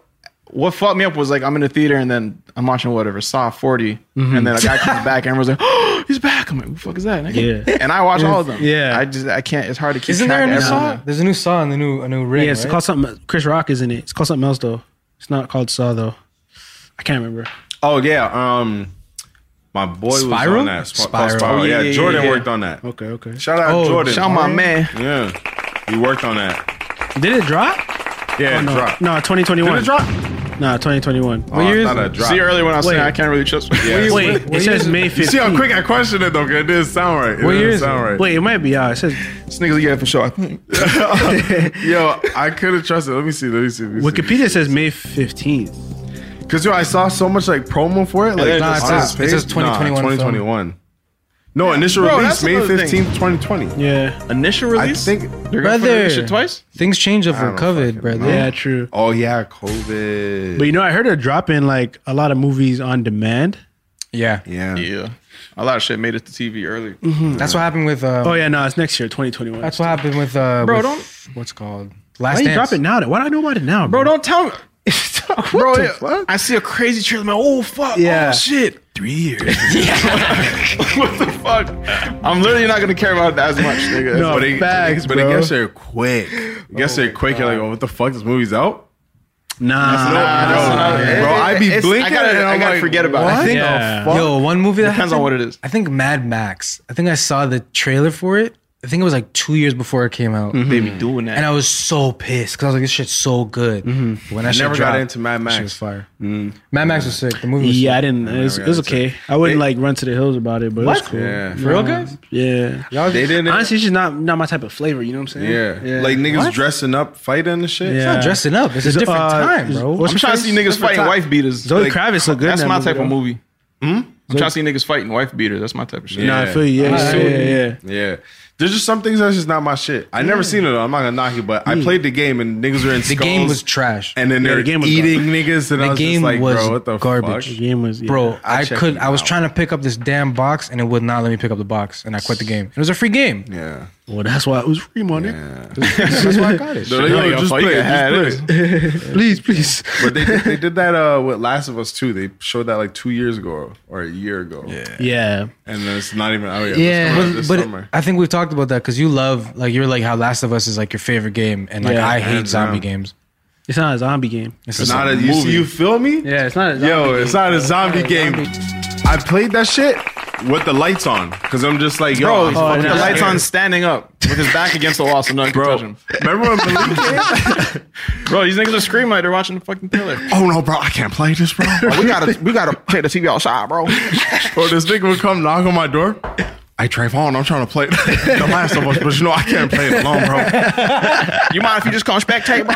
What fucked me up was like I'm in the theater and then I'm watching whatever Saw 40, Mm-hmm. and then a guy comes back and everyone's like, "Oh, he's back!" I'm like, "Who the fuck is that?" nigga?" Yeah. And I watch all of them. Yeah. I just I can't. It's hard to keep. Isn't track there a new of everyone. song? There's a new song and a new a new ring. Yeah, it's right? called something. Chris Rock is in it. It's called something else though. It's not called Saw though. I can't remember. Oh yeah, um, my boy was Spiral? on that. Sp- Spiral. oh, Spiral. Oh, yeah, yeah, yeah, Jordan yeah. worked on that. Okay, okay. Shout out Oh, Jordan. Shout my man. Yeah, he worked on that. Did it drop? Oh, Yeah, no, drop. no, 2021. Did it drop? Nah, 2021. Oh, I year is thought it? it dropped. See earlier when I was Wait. saying I can't really trust. Yeah. Wait, Wait, it what says year is May You 15th. see how quick I questioned it though, 'cause it didn't sound right. It What didn't year is sound it? right. Wait, it might be out. It says This nigga's yeah for sure. I think. Yo, I couldn't trust it. Let me see. Let me see. Let me see. Wikipedia says May 15th. Cause yo, I saw so much like promo for it. Like then it just on says- this it page. says 2021 Nah, film. 2021. No, initial Bro, release that's May another thing. fifteenth, twenty twenty. Yeah. Initial release. think- they're gonna put Brother. this shit twice. Things change over don't fucking COVID, brother. Yeah, true. Oh yeah, COVID. But you know, I heard they're dropping like a lot of movies on demand. Yeah. yeah. Yeah, a lot of shit made it to TV early. That's what happened with. Um, Oh yeah, no, it's next year, 2021. That's what happened with. Uh, Bro, with- don't- What's it called Why Last you Dance. drop it now? then? Why do I know about it now, Bro, bro? don't tell me. Bro, the yeah, fuck? I see a crazy trailer. Man, oh fuck! Yeah. Oh shit! Three years. what the fuck? I'm literally not gonna care about it as much, nigga. No, But it- facts, But bro. it gets there quick. It gets there quick. You're like, oh, what the fuck? This movie's out. nah, no, it- bro, I be it's- blinking. I gotta, and I I'm gotta like, forget about what? it. Yeah. Yo, one movie that Depends on happened- what it is. I think Mad Max. I think I saw the trailer for it, I think it was like two years before it came out. Mm-hmm. They Mm-hmm. be doing that. And I was so pissed because I was like, this shit's so good. Mm-hmm. When I Never got into Mad Max. Shit was fire. Mad Max was sick. The movie was Yeah, I sick. didn't. It was, never it was got into okay. I wouldn't like run to the hills about it, but it was cool. Yeah. For real, guys? Yeah. They didn't. Honestly, it's just not not my type of flavor. You know what I'm saying? yeah. Like niggas dressing up, fighting and shit. Yeah. It's not dressing up. It's a Is it, different uh, time, is- bro. what's I'm trying to see niggas fighting wife beaters. Zoe Kravitz look good in That's that my movie, type though. of movie. I'm trying to see niggas fighting wife beater. That's my type of shit. Hmm? Nah, I Yeah. feel you. Yeah, yeah, feel yeah, yeah. Yeah. There's just some things that's just not my shit. I never seen it. though. I'm not gonna knock you, but Hmm. I played the game and niggas were in The game was trash. and then Yeah, they're the game was eating niggas, and The I was game just like, was bro, what the garbage. The fuck? game was yeah. Bro, I, checked could. it I was out. trying to pick up this damn box, and it would not let me pick up the box, and I quit the game. It was a free game. Yeah. Well, that's why it was free money. That's why I got it. So they- yo, just fuck, you play, can have just play. Please, please. But they did, they did that uh, with Last of Us too. They showed that like two years ago or a year ago. Yeah. Yeah. And then it's not even out yet. It's coming out Yeah, this but, but summer. I think we've talked about that because you love like you're like how Last of Us is like your favorite game, and like Yeah. I hate Hands zombie down. games. It's not a zombie game. It's it's just not like- a you, see- you feel me? Yeah, it's not a zombie Yo, game. it's not a zombie game. I played that shit with the lights on because I'm just like, yo, Bro, I'm with fucking the nah. lights scared. on standing up with his back against the wall so nothing can touch him. Remember when Malik came? Bro, these niggas are screaming like they're watching the fucking pillar. Oh no, bro, I can't play this, bro. we gotta we gotta take the TV outside, bro. bro, this nigga would come knock on my door. I Trayvon, I'm trying to play the last of us, but you know I can't play it alone, bro. You mind if you just come spectate, bro?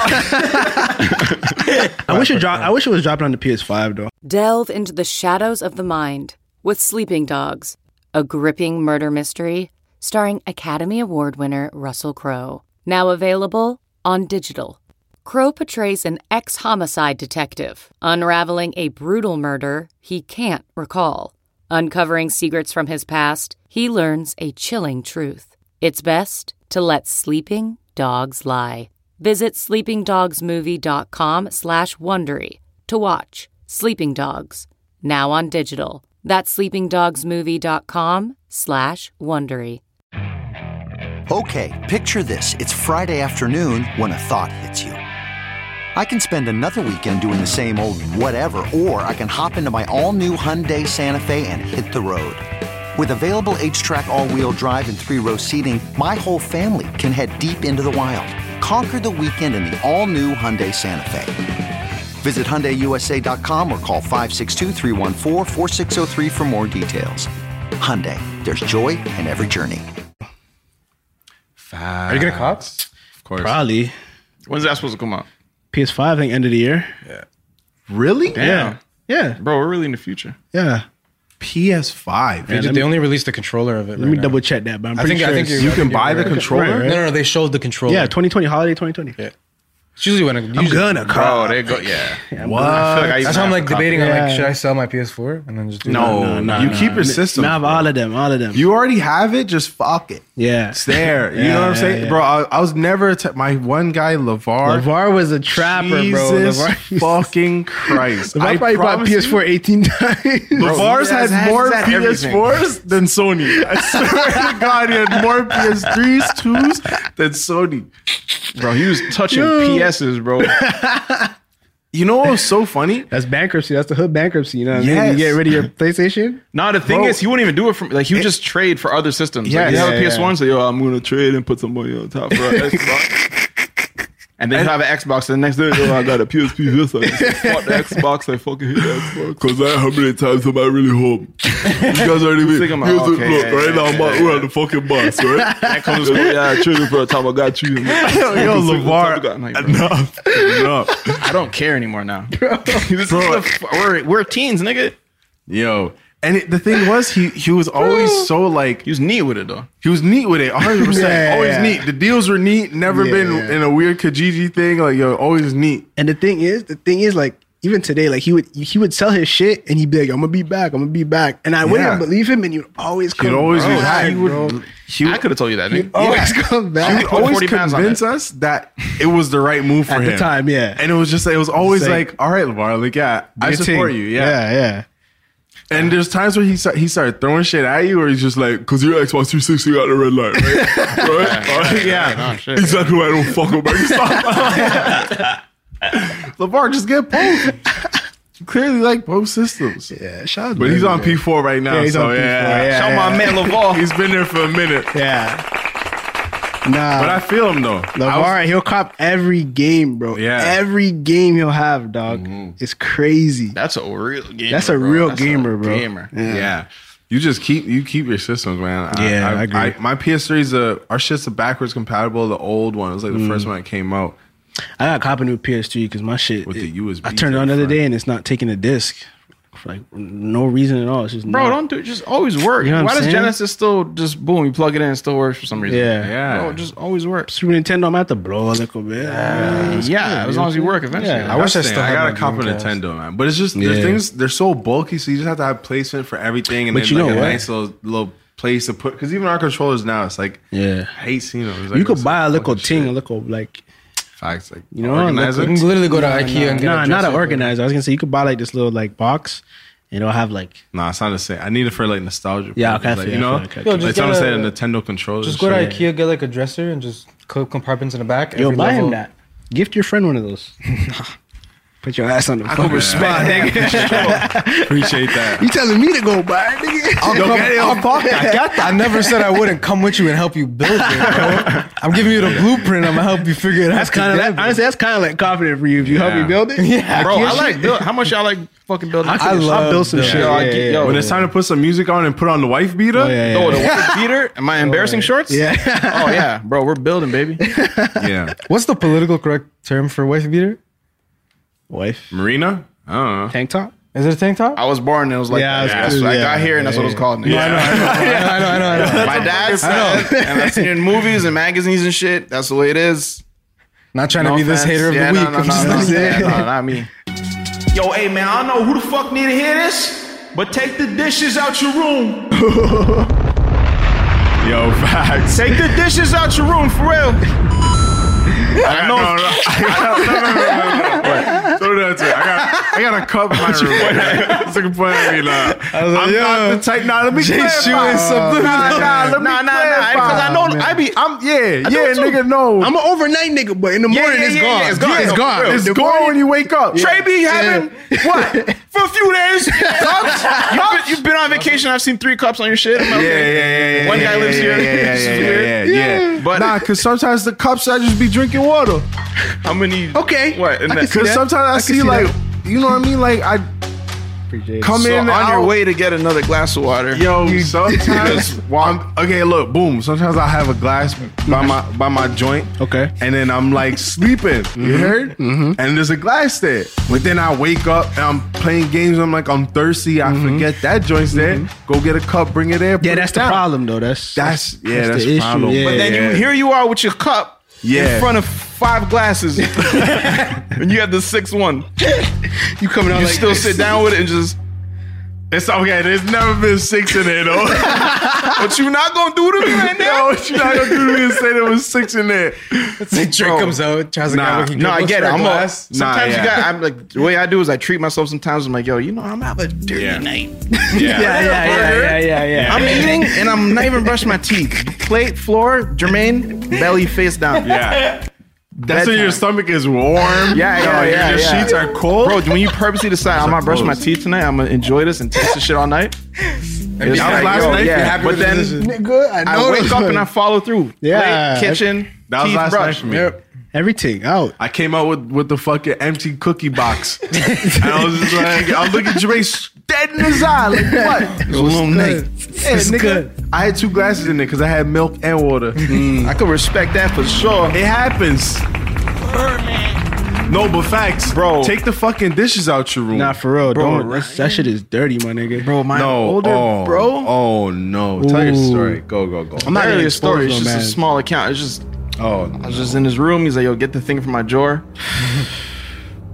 I wish it dropped. I wish it was dropping on the PS5 though. Delve into the shadows of the mind with Sleeping Dogs, a gripping murder mystery starring Academy Award winner Russell Crowe. Now available on digital. Crowe portrays an ex homicide detective unraveling a brutal murder he can't recall. Uncovering secrets from his past, he learns a chilling truth. It's best to let sleeping dogs lie. Visit sleepingdogsmovie.com slash Wondery to watch Sleeping Dogs, now on digital. That's sleepingdogsmovie.com slash Wondery. Okay, picture this. It's Friday afternoon when a thought hits you. I can spend another weekend doing the same old whatever, or I can hop into my all new Hyundai Santa Fe and hit the road. With available H track, all wheel drive, and three row seating, my whole family can head deep into the wild. Conquer the weekend in the all new Hyundai Santa Fe. Visit HyundaiUSA.com or call 562-314-4603 for more details. Hyundai, there's joy in every journey. Are you gonna cop? Of course. Probably When's that supposed to come out? PS5. I think end of the year. Really? Yeah. Yeah. Bro, we're really in the future. Yeah. PS5. They, let they only released the controller of it. Let me double check that, but I'm I pretty think- I sure think it's- You I can think buy you're the right. controller. Right, right. No, no, no, they showed the controller. Yeah, 2020 holiday 2020. Yeah. It's usually when it, I'm usually- gonna Bro, cop. they go yeah. What? That's why I'm like debating. I'm Yeah. like, should I sell my PS4 and then just do no, that? you keep your system. Now I have all of them. All of them. you already have it. Just fuck it. yeah. It's there. You Yeah, know what I'm yeah, saying, yeah. bro? I, I was never t- my one guy, Lavar. Levar was a trapper, bro. Jesus Levar, fucking Christ! Levar probably bought promise you, PS4 18 times. Lavar's he has- had has more that PS4s than Sony. I swear to God, he had more PS3s, 2s than Sony. Bro, he was touching PSs, bro. You know what was so funny? That's bankruptcy. That's the hood bankruptcy. You know what I mean? Yes. You get rid of your PlayStation. No, the thing Bro. is, he wouldn't even do it from like he would just trade for other systems. Yeah, Yes. like, you have Yeah, a PS One, so yo, I'm gonna trade and put some money on top for an Xbox. And then you have an Xbox, and the next day, yo, I got a PSP. This I just bought the Xbox. I fucking hate the Xbox. Cause that how many times am I really home? You guys already been. Think I'm like, Here's the- okay, look, yeah, right yeah, now I'm yeah, out- we're at the fucking bus, right? That comes with yeah, I traded for a time. I got you. Yo, yo Lavar, enough, enough. I don't care anymore now. This is the f- we're we're teens, nigga. yo. And it, the thing was, he he was always so like He was neat with it though. He was neat with it, 100. percent Yeah. Always neat. The deals were neat. Never Yeah. been in a weird Kijiji thing. Like yo, always neat. And the thing is, the thing is, like even today, like he would he would sell his shit and he'd be like, "I'm gonna be back. I'm gonna be back," and I Yeah. wouldn't believe him, and you'd always come. He'd always back, be high. He bro. would, he I would could have told you that, nigga. always Yeah. come back. He would put always 40 pounds on convince it. us that it was the right move for At him the time, yeah. And it was just like it was always It's like, like- all right, Lavar, like yeah, I Your team. support you, yeah. yeah, yeah. And there's times where he start, he started throwing shit at you, or he's just like, Cause your Xbox 360 got the red light, right? right? Alright? Oh, shit. Exactly why I don't fuck with Microsoft. Lavar, just get both. You Clearly, like both systems, yeah. Shout out but to he's him, on bro. P4 right now. Yeah, he's so on P4, yeah, yeah, Shout yeah. my man Lavar. he's been there for a minute. Yeah, Uh, Nah. But I feel him though. Lamar, he'll cop every game, bro. Yeah. Every game he'll have, dog. It's crazy. That's a real gamer. That's a bro. real That's gamer, bro. Gamer. Yeah. You just keep you keep your systems, man. Yeah, I agree. my PS3's a our shit's a backwards compatible. The old one it was like the Mm. first one that came out. I got cop a new PS3 because my shit With the it- USB I turned it on the thing, other right? day and it's not taking a disc for like no reason at all. It's just Bro, not- don't do it. Just always work. You know what Why I'm does saying? Genesis still just boom? You plug it in, it still works for some reason. Yeah. Yeah. Bro, it just always works. Super Nintendo. I'm at the blow a little bit. Yeah, as long as you work eventually. Yeah. I wish I still I had got my a cop of Dreamcast. Nintendo, man. But it's just there's Yeah. things they're so bulky, so you just have to have placement for everything, and But then you like know a what? nice little little place to put. Because even our controllers now, it's like Yeah. I hate seeing them. It's like, You could what's buy a the little fucking ting, a shit? little like Facts, like You know, organizer. like- You can literally go to IKEA no, and get a not an dresser. organizer. I was gonna say you could buy like this little like box, and it'll have like Nah, it's not the same. I need it for like nostalgia. Yeah, purposes, okay, I like, feel you, you I know, feel you, okay, like Yo, okay. just someone get said a a- Nintendo controller. Just go to IKEA, get like a dresser, and just clip compartments in the back. yo every buy level. him that. Gift your friend one of those. Put your ass on the fucking spot, nigga. Appreciate that. You telling me to go buy it, nigga? Yo, get it on podcast. I never said I wouldn't come with you and help you build it. Bro. I'm giving you the blueprint. I'm gonna help you figure it out. That's kind of together. honestly. That's kind of like confident for you if you help Yeah. me build it. Yeah, Bro, I like build, how much y'all like fucking building. I, love I built some shit. Yo, I yeah, get- yeah, yo, When it's time to put some music on and put on the wife beater, Oh, yeah, Oh, the wicked beater? Am I embarrassing shorts? Yeah. oh yeah, bro, we're building, baby. yeah. What's the political correct term for wife beater? wife Marina, I don't know. tank top. Is it a tank top? I was born and it was like, Yeah, yeah, I was that's too, what yeah. I got here and that's what it's called. nigga. Yeah, I know, I know, I know. My dad said, and I've seen it in movies and magazines and shit. That's the way it is. Not trying No to be this offense. hater of the Yeah, no, week. no, I'm just no, no, like- yeah, no, not me. Yo, hey man, I don't know who the fuck need to hear this, but take the dishes out your room. Yo, facts. Take the dishes out your room for real. I know. No, no, no. I got- no, no, no, no, no, no. Wait, throw that to it. I got, I got a cup in my room. It's like a point at me now. I was like, I'm not the type. Nah, let me clarify. something. Nah, nah, let me Nah, nah, nah. clarify. Because I know I be, I'm, yeah, do yeah, too. nigga, no. I'm an overnight nigga, but in the morning yeah, it's yeah, gone. yeah, it's gone. it's Yeah, gone. for real. It's gone when you wake up. Trey B having what for a few days. Cups? You've, been, you've been on vacation. I've seen three cups on your shit. I'm like, Yeah, okay. yeah, yeah, yeah. One yeah, guy yeah, lives yeah, here. Yeah, This yeah, is yeah, weird. yeah, yeah. But- nah, because sometimes the cups I just be drinking water. How many? Okay. What? And I can that- see Because that. sometimes I I, can see, see like, that. you know what I mean? Like I Appreciate it. come so in on and your out. way to get another glass of water. Yo, sometimes I'm, okay. Look, boom. Sometimes I have a glass by my by my joint. Mm-hmm. Okay. Mm-hmm. and then I'm like sleeping. You heard? And there's a glass there. But then I wake up and I'm playing games. I'm like, I'm thirsty. I forget that joint's there. Go get a cup. Bring it in. Mm-hmm. put Yeah, it that's the down. problem though. That's That's yeah. That's, the problem. Yeah, But then you here you are with your cup Yeah. in front of five glasses, and you have the sixth one. you coming out You like still sit down with it and just. It's okay. There's never been six in there though. But you not gonna do to me right Yo, now. what you not gonna do to me and say there was six in there? Drake comes out, tries to Nah, get No, I get it. I'm a, glass. sometimes Nah, yeah. you got. I'm like the way I do is I treat myself. Sometimes I'm like, yo, you know, I'm have a dirty Yeah. night. Yeah. Yeah, yeah, yeah, yeah, yeah, yeah. I'm eating and I'm not even brushing my teeth. Plate, floor, Jermaine, belly face down. Yeah. That's when Bedtime. your stomach is warm. Yeah, Yo, yeah, yeah, Your yeah. sheets are cold. Bro, when you purposely decide I'm not brushing my close. teeth tonight, I'm gonna enjoy this and taste this shit all night. It's That was like, last yo, night. yeah. Happy But with the then- decision. Nigga, I I wake up and I follow through. Yeah. Plate, kitchen. That was teeth, last brush. night for me. everything out. I came out with with the fucking empty cookie box. and I was just like, I'm looking at Jermaine dead in his eye. Like, what? It was a long night. Hey, nigga, I had two glasses in there because I had milk and water. I could respect that for sure. It happens. No, but facts, Bro. Take the fucking dishes out your room. Nah, for real. Bro, don't that's- that shit is dirty, my nigga. Bro, my no, oh, Oh no! Tell your story. Go, go, go. I'm not gonna really a expose story. It's no just a man. small account. It's just oh, I was just in his room. He's like, "Yo, get the thing from my drawer."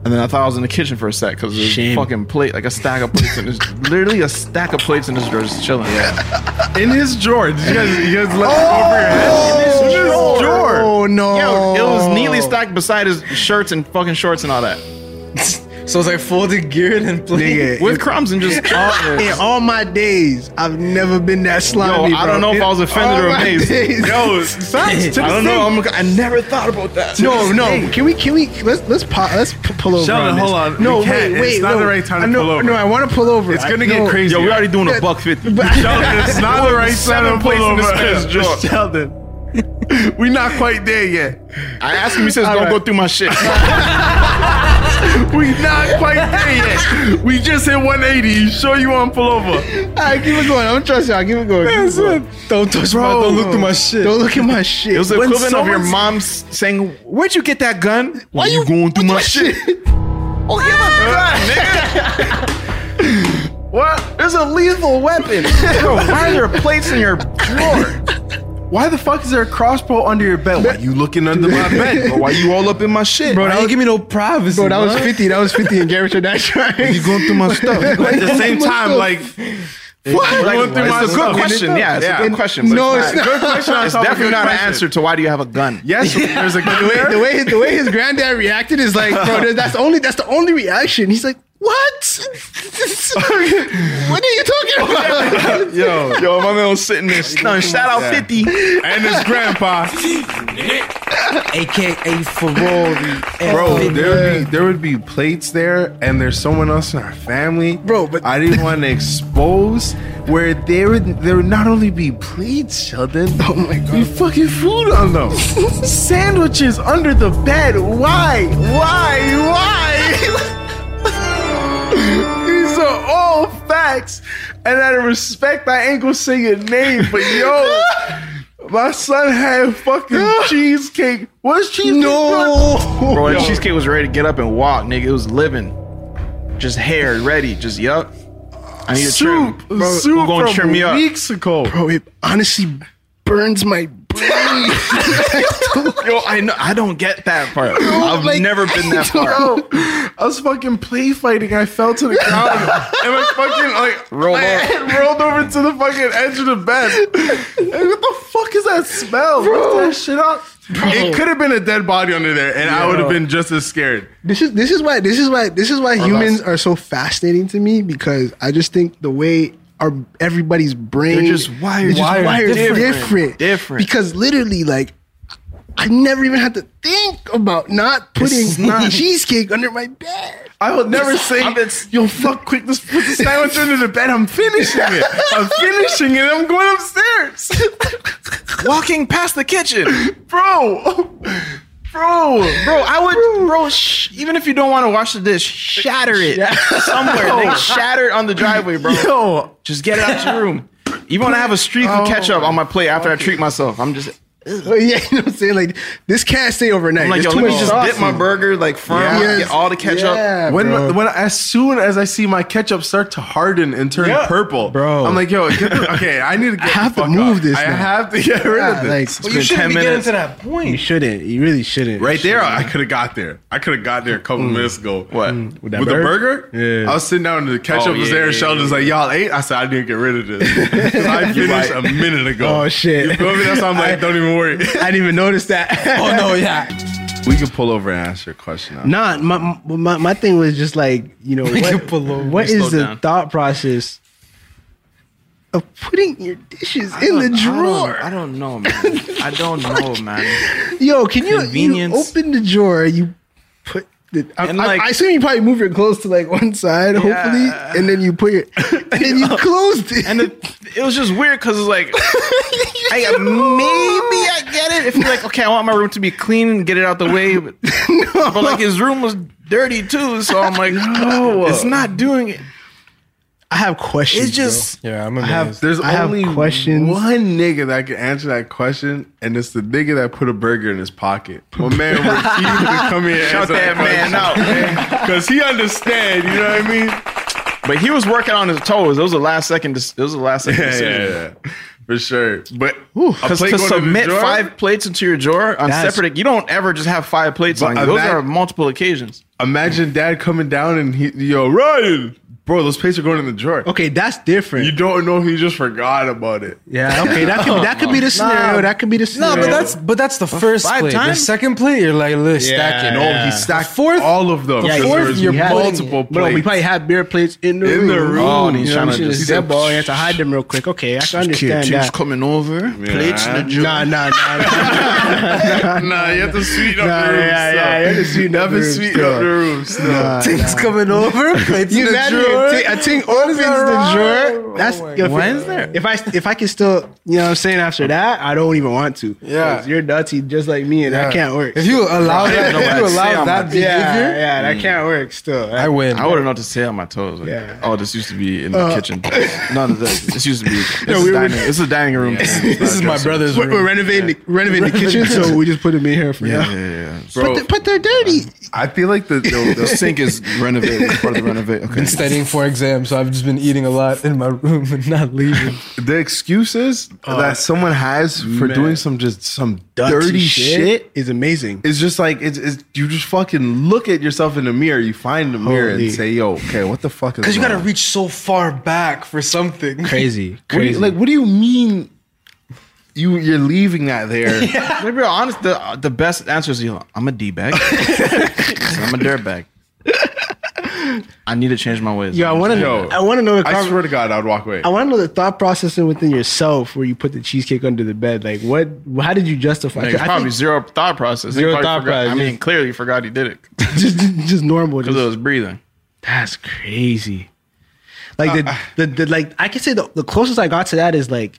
And then I thought I was in the kitchen for a sec because there's a Shame. fucking plate, like a stack of plates, and there's literally a stack of plates in his drawer, just chilling. Oh, in his drawer. Did you guys, you guys let it go over your head? In his drawer. Oh no. Yo, it was neatly Oh. stacked beside his shirts and fucking shorts and all that, So it's like folded, geared, and played. Nigga, with crumbs and just. in all my days, I've never been that slimy. Yo, I bro. don't know if I was In offended or all my amazed. days. Yo, facts. to I the don't know. thing. I'm, I never thought about that. No, no. Can we? Can we? Let's let's pop, let's p- pull over. Sheldon, on this. hold on. No, We can't. wait, wait. It's not no. the right time to I know- pull over. No, I want to pull over. It's I gonna get know- crazy. Yo, we already doing a buck fifty. Sheldon, it's not the right Seven time to pull plates in over. this man's Just drawer. Sheldon. we not quite there yet. I asked him. He says, "Don't go through my shit." We not quite there yet. We just hit 180. You sure you want to pull over? All right, keep it going. I'm trust y'all. Keep it going. Keep it going. Don't touch my. Don't look through my shit. Don't look at my shit. It was the When equivalent of your someone's- mom s- saying, "Where'd you get that gun?" Why you going through my shit? Oh, give a gun, nigga. What? There's a lethal weapon. Yo, why are there plates in your drawer? Why the fuck is there a crossbow under your bed? Why you looking under my bed? Why you all up in my shit? Bro, that ain't give me no privacy. Bro, that was 50. That was 50 in Garrett That's trying. You going through my stuff? At the same time, like What? Like, Going through it's my a good stuff. question. Yeah, it's Yeah. a good question. but No, it's not. Good question. on It's top of definitely good not an question. answer to why do you have a gun. yes, there's a clear. the way the way his granddad reacted is like, bro, that's the only that's the only reaction. He's like, what? what are you talking about? yo, Yo, my man was sitting there stunned. Shout out 50. and his grandpa, AKA Ferrari. bro. There would be there would be plates there, and there's someone else in our family, Bro, but- I didn't want to expose where there would there would not only be plates, Sheldon. Oh my god, be fucking food on them, sandwiches under the bed. Why? Why? Why? These are all facts, and out of respect, I ain't gonna say your name, but yo, my son had fucking cheesecake. What's cheesecake? No, Bro, that cheesecake was ready to get up and walk, nigga. It was living. Just hair ready. Just, yup. I need a soup, trim. Bro, soup who gonna from trim me up? Mexico. bro, it honestly burns my brain. Yo, I know. I don't get that part. I've like, never been that far. Bro, I was fucking play fighting. I fell to the ground and my fucking like Roll my up. head rolled over to the fucking edge of the bed. And what the fuck is that smell? What's that shit up? It could have been a dead body under there, and I would have been just as scared. This is this is why this is why this is why humans are so fascinating to me because I just think the way our everybody's brain They're just wired- they're just wired wired different. different, Different. Because literally, like I never even had to think about not putting not- cheesecake under my bed. I will never say, "Yo, fuck, quick, let's put the sandwich under the bed." I'm finishing it. I'm finishing it. I'm going upstairs, Walking past the kitchen. bro. Bro, Bro, I would, bro, sh- even if you don't want to wash the dish, shatter it somewhere. They shatter it on the driveway, bro. yo, Just get it out your room. Even when I have a streak of ketchup on my plate after I treat myself, I'm just, Oh, yeah, you know what I'm saying? Like this can't stay overnight. I'm like, yo, There's let too me much just sauce dip my in it. burger like firm, Yes. get all the ketchup. Yeah, when bro. when as soon as I see my ketchup start to harden and turn purple, Bro. I'm like, yo, get the, okay, I need to get I have the to fuck move up. this I now. have to get rid Yeah, of like, this. you shouldn't 10 be getting minutes. to that point. You shouldn't. You really shouldn't. Right there, I could have got there. I could have got there a couple minutes ago. What With with, that the burger? burger? Yeah. I was sitting down and the ketchup Oh, was yeah, there. yeah, and Sheldon's like, y'all ate. I said, I need to get rid of this. 'Cause I finished a minute ago. Oh, shit. You feel me? That's why I'm like, don't even worry. I didn't even notice that. Oh no, yeah. we can pull over and answer your question. Now. Nah, my, my my- my thing was just like you know what, what is the thought process? of putting your dishes in the drawer. I don't know, man. I don't know, man. Yo, can you, you Convenience. open the drawer? You put the. I, And, I- like- I assume you probably move your clothes to like one side, hopefully, and then you put your and then you closed it. And it, it was just weird because it's like, I, maybe I get it if you're like, okay, I want my room to be clean and get it out the way, but, but like his room was dirty too, so I'm like, no, it's not doing it. I have questions. It's just Yeah, I'm I have, amazed. there's I have only questions. one nigga that can answer that question, and it's the nigga that put a burger in his pocket. My man refused to come here. and shout answer that man out, man. because he understand. You know what I mean? But he was working on his toes. It was the last second. It was the last second Yeah, decision. yeah, yeah, for sure. But a Because plate to going the submit drawer? five plates into your drawer on That's- separate, you don't ever just have five plates on But you. Those imag- are multiple occasions. Imagine dad coming down and he, yo, Ryan, bro, those plates are going in the drawer. Okay, that's different. You don't know if he just forgot about it. yeah, okay, that could that could be the scenario. that could be the Oh, No, scenario. but that's but that's the first five plate. The times? second plate, you're like, look, stack it. No, No, he stacked Fourth- all of them. Yeah, because fourth there was you're multiple plates. Bro, we probably had beer plates in the In room. the room. Oh, Oh, you he's know what tryna I'm saying? just- It's dead ball. You have to hide them real quick. Okay, I can understand Kids that. coming over, plates in the drawer. Nah, nah, nah. nah. nah, you have to sweeten up Nah, the room. yeah, so. yeah, you have to sweeten up You have the room, to sweeten so. up the room. so. things coming over. Plates in you the imagine drawer. I think, I think opens the drawer. That's if, there? if I if I can still, you know, what I'm saying after that, I don't even want to. 'Cause Yeah. you're dirty just like me, and Yeah. that can't work. If you allow that, know what if I'd you say allow on that my- yeah, behavior, yeah, Mm. that can't work. Still, I win. I wouldn't know what to say on my toes. Like, Yeah. Oh, this used to be in the Uh, kitchen. No, no, this, this used to be. This, is, we were- dining, this is a dining room. this is my brother's we're, room. we're renovating the, renovating the kitchen, so we just put them in here for Yeah, now. yeah, yeah. But, they, but they're dirty. I feel like the, the, The sink is renovated. It's Part of the renovate. Okay. Been studying for exams, so I've just been eating a lot in my room and not leaving. Oh, the excuses that someone has for doing some just some dirty, shit. is amazing. It's just like it's, it's you just fucking look at yourself in the mirror. You find the mirror Holy. and say, "Yo, okay, what the fuck is?" Because you got to wrong? reach so far back for something. Crazy, What do you- crazy. like, what do you mean? You you're leaving that there? To be real honest, the, the best answer is you know, I'm a D bag. I'm a dirt bag. I need to change my ways. Yo, I want to know. I want to know the. I conver- swear to God, I'd walk away. I want to know the thought process within yourself where you put the cheesecake under the bed. Like, what? How did you justify? Like, it's I probably think zero thought process. He Zero probably thought forgot- process. I mean, clearly he forgot he did it just, just normal. because Just, it was breathing. that's crazy. Like Uh, the, the, the like I could say the, the closest I got to that is like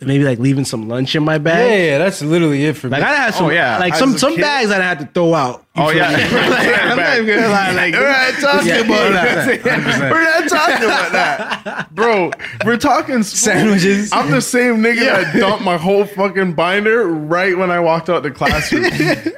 maybe like leaving some lunch in my Yeah, bag. yeah, that's literally it for me. Like I had some, Oh, yeah. like As some a some kid- bags that I had to throw out. You Oh feel yeah, me? Like, I'm not even gonna lie. Like, talking Yeah. about that. We're not talking about that, bro. We're talking spoon. Sandwiches. I'm the same nigga that dumped my whole fucking binder right when I walked out the classroom.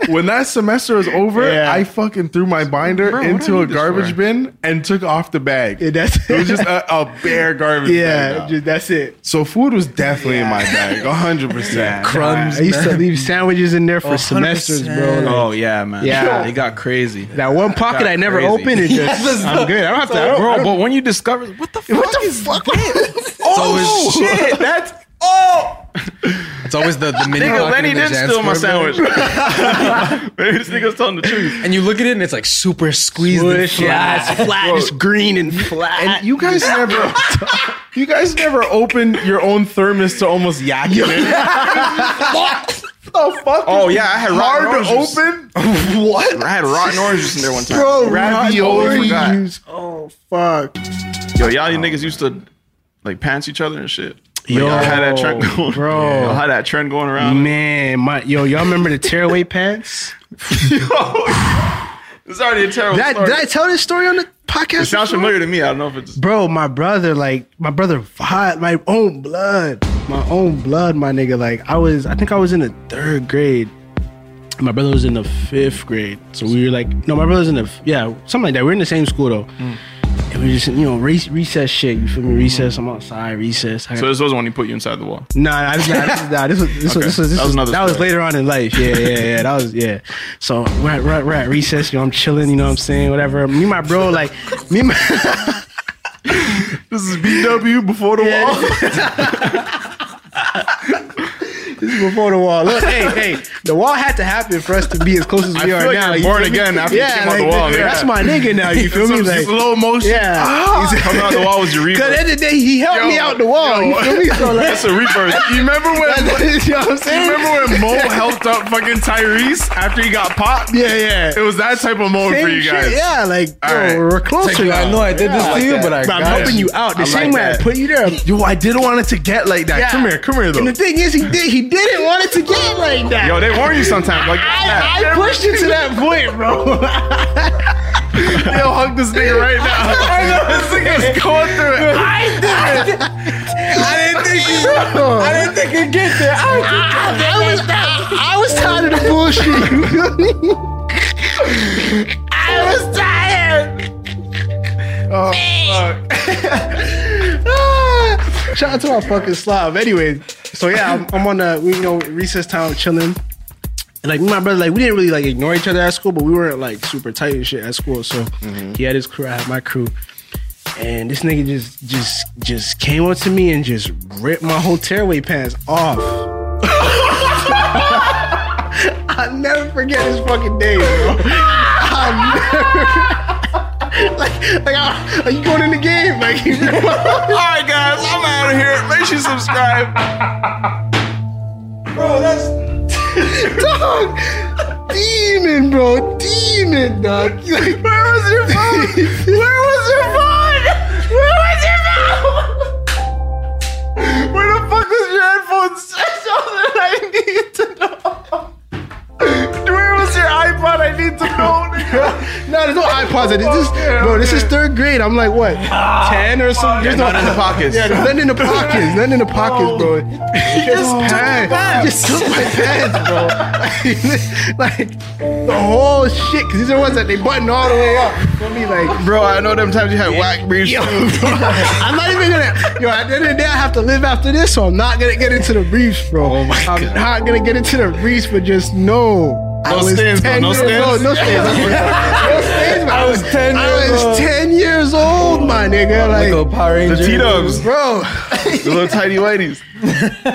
when that semester was over, Yeah. I fucking threw my binder Bro, what do I into a need this garbage for? bin and took off the bag. Yeah, It, that's was just a, a bare garbage. yeah, bag now. just, that's it. so food was definitely in my bag, 100. percent Crumbs. I used to leave sandwiches in there for 100%. semesters, bro. Like, Oh yeah, man. Yeah. it got crazy. That one pocket I never crazy. opened, it just I'm good. I don't have to. I don't- Bro, but when you discover what the fuck is that? oh shit, that's oh It's always the, the mini nigga pocket Lenny in the did jazz steal my quarterback. sandwich. Maybe this nigga's telling the truth. And you look at it and it's like super squeezed. and Squish, yeah, flat. it's flat, it's green and flat. And you guys never, you guys never opened your own thermos to almost yak it. in? the fuck? Oh yeah, I had rotten hard orange to juice. open. I had rotten orange juice in there one time. Bro, Ravioli ravioli forgot. juice. Oh fuck. Yo, y'all you niggas used to like pants each other and shit. Like, Yo, y'all had that trend Mm. going. bro. y'all had that trend going around. Man, my yo, y'all remember the tearaway pants? It's already a terrible Did I, story. did I tell this story on the it podcast? sounds before? familiar to me. I don't know if it's Bro, my brother, like my brother, fought my own blood, my own blood, my nigga. Like I was, I think I was in the third grade. My brother was in the fifth grade, so we were like, no, my brother's in the f- yeah, something like that. We're in the same school though, and we just you know re- recess shit. You feel me? Recess. I'm outside. Recess. I so this was when he put you inside the wall. Nah, nah, this, nah, this, nah, this was this Okay. was this was, this That was was, another that was story. later on in life. Yeah, yeah, yeah. That was yeah. So we're at, we're at, we're at recess. You know, I'm chilling. You know, what I'm saying whatever. Me, and my bro, like me, and my. This is BW before the wall. This is before the wall. Look, hey, hey, the wall had to happen for us to be as close as we I are feel like now. you're you born feel me? again after you came out the wall, nigga. that's my nigga now. You feel me? Some Like, slow motion. yeah. Coming out the wall was your Cause at the end rebirth. of the day, he helped me out the wall. You feel me? So like, That's a rebirth. You remember when? you know what I'm saying? You remember when Mo helped up fucking Tyrese after he got popped? Yeah, yeah. It was that type of moment Same for you shit, guys. Yeah, like yo, right. we're closer. Like, I now. know I did this to you, but I But I'm got helping you. you out. The I same like way that. I put you there. Yo, I didn't want it to get like that. Yeah. Come here, come here And the though. thing is, he did. He didn't want it to get like that. Yo, they warn you sometimes. Like, I, I pushed it to that point, bro. yo, hug this nigga right now. I know this nigga's going through it. I didn't think it'd get there. I, I- I was, I, I was tired of the bullshit. You feel me? I was tired. Oh, fuck. Shout out to our fucking slob. Anyways, so yeah, I'm, I'm on the, we, you know, recess time, chilling. And like me and my brother, like we didn't really like ignore each other at school, but we weren't like super tight and shit at school. So Mm-hmm. he had his crew, I had my crew, and this nigga just just just came up to me and just ripped my whole tearaway pants off. I'll never forget this fucking day, bro. I'll never. like, like, I- are you going in the game? Like, you All right, guys, I'm out of here. Make sure you subscribe. dog, demon, bro, demon, dog. Like, where was your phone? Where was your phone? was that I need to know. Where was your iPod? I need to know. nigga. No, there's no iPods. in this. This is- Okay, bro, this is okay. third grade. I'm like what, ten or something? There's no None in the pockets. Oh. Yeah, there's nothing in the pockets. Nothing in the pockets, bro. You just took my pants. You just took my pants, bro. like the whole shit. Cause these are ones that they button all the way up. Don't be like, Bro, I know them times you had whack briefs. yo, bro, I'm not even gonna. Yo, at the end of the day, I have to live after this, so I'm not gonna get into the briefs, bro. Oh my I'm God. not gonna get into the briefs, but just know. I No was stains, bro, 10 no years stains. old. No stains. No stains, man. I was 10 I years was old. 10 years old, my nigga. Like, Go Power The Rangers. T Dubs. bro. The little tiny whities. Yo,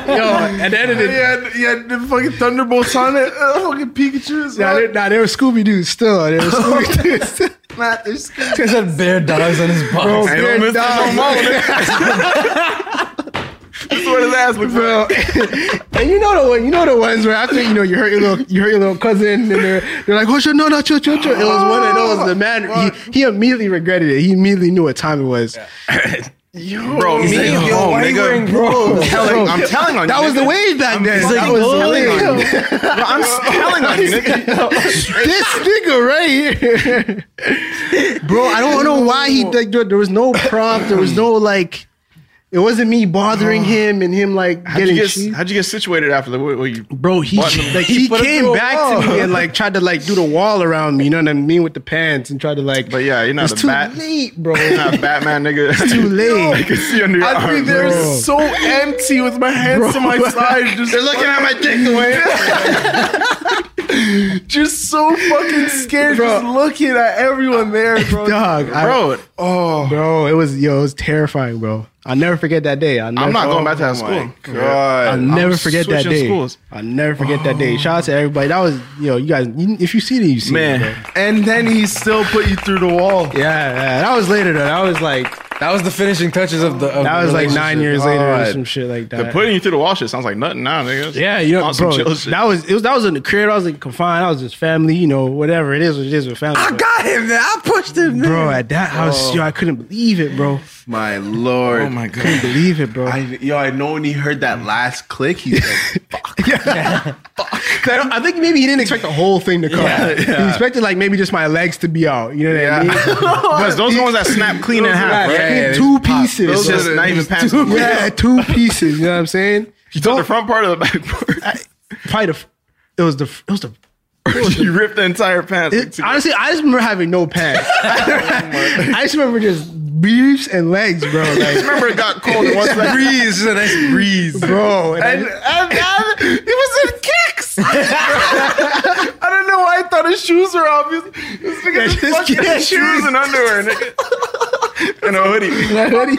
at the end of the day, Yeah, yeah, the fucking Thunderbolts on it. Uh, fucking Pikachu's. nah, they, on nah, they were Scooby Doo's still. They were Scooby Doo's. it. He had bear dogs on his box. Bro, I don't miss this no more, That's what his ass looks Bro, like. and you know the one, you know the ones where after you know you hurt your little you hurt your little cousin and they're they're like oh sure no no cho cho cho it was one of those the man he, he immediately regretted it he immediately knew what time it was Bro, me and yo, home, why you wearing nigga. bro? I'm telling- I'm telling on you. that was the nigga. wave back then He's that like, was the "Oh, wave Bro, I'm telling on you, nigga. this nigga right here bro I don't know why he like there, there was no prompt there was no like it wasn't me bothering him and him like How'd you, getting get, cheap. how'd you get situated after the what, what you Bro, he Button. like he, put it came through a back to me and like tried to like do the wall around me. You know what I mean with the pants and tried to like. But yeah, you're not it's a too bat. late, bro. You're not a Batman, nigga. It's too late. I can see under your I'd be arm, there bro. so empty with my hands to my side, Just They're looking at my dick just so fucking scared. Bro. just looking at everyone there, bro. Dog, I- bro, oh, bro, it was yo, it was terrifying, bro. I'll never forget that day. I'll never, Oh I'm not going back to that my school. God. I'll never forget that switching day. schools. I'll never forget that day. Shout out to everybody. That was yo, you guys. you- If you see it, you see it. bro. Man, and then he still put you through the wall. Yeah, yeah, that was later though. That was like That was the finishing touches of the. Of that the was like relationship. nine years later or God. some shit like that. They're putting you through the wall shit sounds like nothing now, nigga. Yeah, you know, On some bro, chill shit. that was it was that was in the crib. I was like confined. I was just family, you know, whatever it is, what it is with family. I got him. Man. I pushed him. Man. bro, at that house, yo, I couldn't believe it, bro. My lord. Oh my Couldn't believe it, bro. I, yo, I know when he heard that last click, he said, I, don't, I think maybe he didn't expect the whole thing to come. out. He expected like maybe just my legs to be out. You know what I mean? Because those are the ones that snap clean in half, Like, right? in two pieces. It's just bro. not even pants. on. yeah, two pieces. You know what I'm saying? You took the front part or the back part. Probably the. f- It was the. f- It was the. you ripped the entire pants. It, honestly, I just remember having no pants. I just remember just briefs and legs, bro. Like, remember it got cold and once like breeze. Just a nice breeze. bro. And, I and, and, and it was in kicks. I don't know why I thought his shoes were off. He's- This nigga just just fucking can't shoes and underwear, nigga. and a hoodie. that hoodie-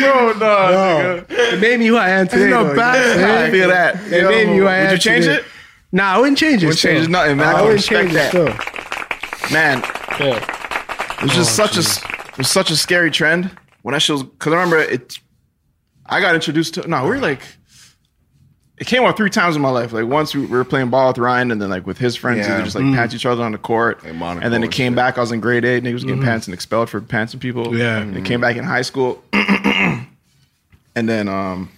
Bro, no, Bro, nigga. it made me who I am today. though, you know what I'm I saying? feel that. It made me who I am. Would you change today. it? Nah, I wouldn't change it. Wouldn't still. change nothing, man. I I can wouldn't respect change it. that. Still. Man, it was just Oh, such a it was such a scary trend when that shit was because I remember it. I got introduced to no, we were like. It came out three times in my life. Like once we we were playing ball with Ryan, and then like with his friends, Yeah. we would just like Mm. pants each other on the court. Monaco and then it and came shit. back. I was in grade eight. Niggas was getting pants and expelled for pantsing people. Mm-hmm. Yeah. And it came back in high school. and then, um,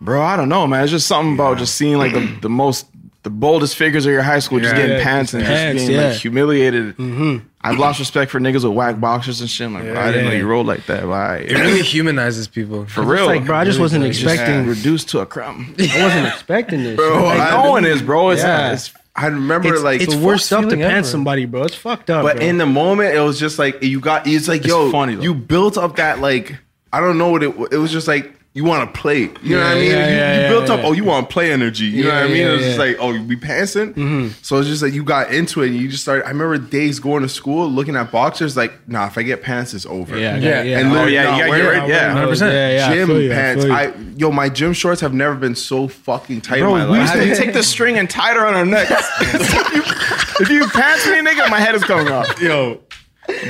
bro, I don't know, man. It's just something about just seeing like the, the most, the boldest figures of your high school just Yeah. getting Yeah, pants and pants, just being yeah. like humiliated. I've lost respect for niggas with whack boxers and shit. I'm like, bro, I didn't know you rolled like that. But It I, really humanizes people. for real, Like, bro, I just wasn't being expecting. reduced to a crumb. I wasn't expecting this. Bro, Like, I- no one is, bro. It's, Yeah. it's I remember it's, like, it's but worse stuff to feeling pants ever. somebody, bro. It's fucked up. bro. in the moment, it was just like, you got, it's like, yo, funny, though. you built up that, like, I don't know what it was. It was just like, you want to play. You know what I yeah, mean? you yeah, you yeah, built up, yeah. oh, you want to play energy. You know Yeah, what I mean? yeah, it was just yeah. like, oh, you be pantsing? So it's just like, you got into it and you just started. I remember days going to school looking at boxers, like, nah, if I get pants, it's over. yeah, Yeah. yeah, yeah. And oh literally, yeah, nah, you gotta wearing- get right. Yeah, 100%. Yeah, yeah. I gym feel you, I pants. feel you. I, yo, my gym shorts have never been so fucking tight in my Bro, we life. used to take the string and tie it around our necks. if, you, if you pass me, nigga, my head is coming off. yo,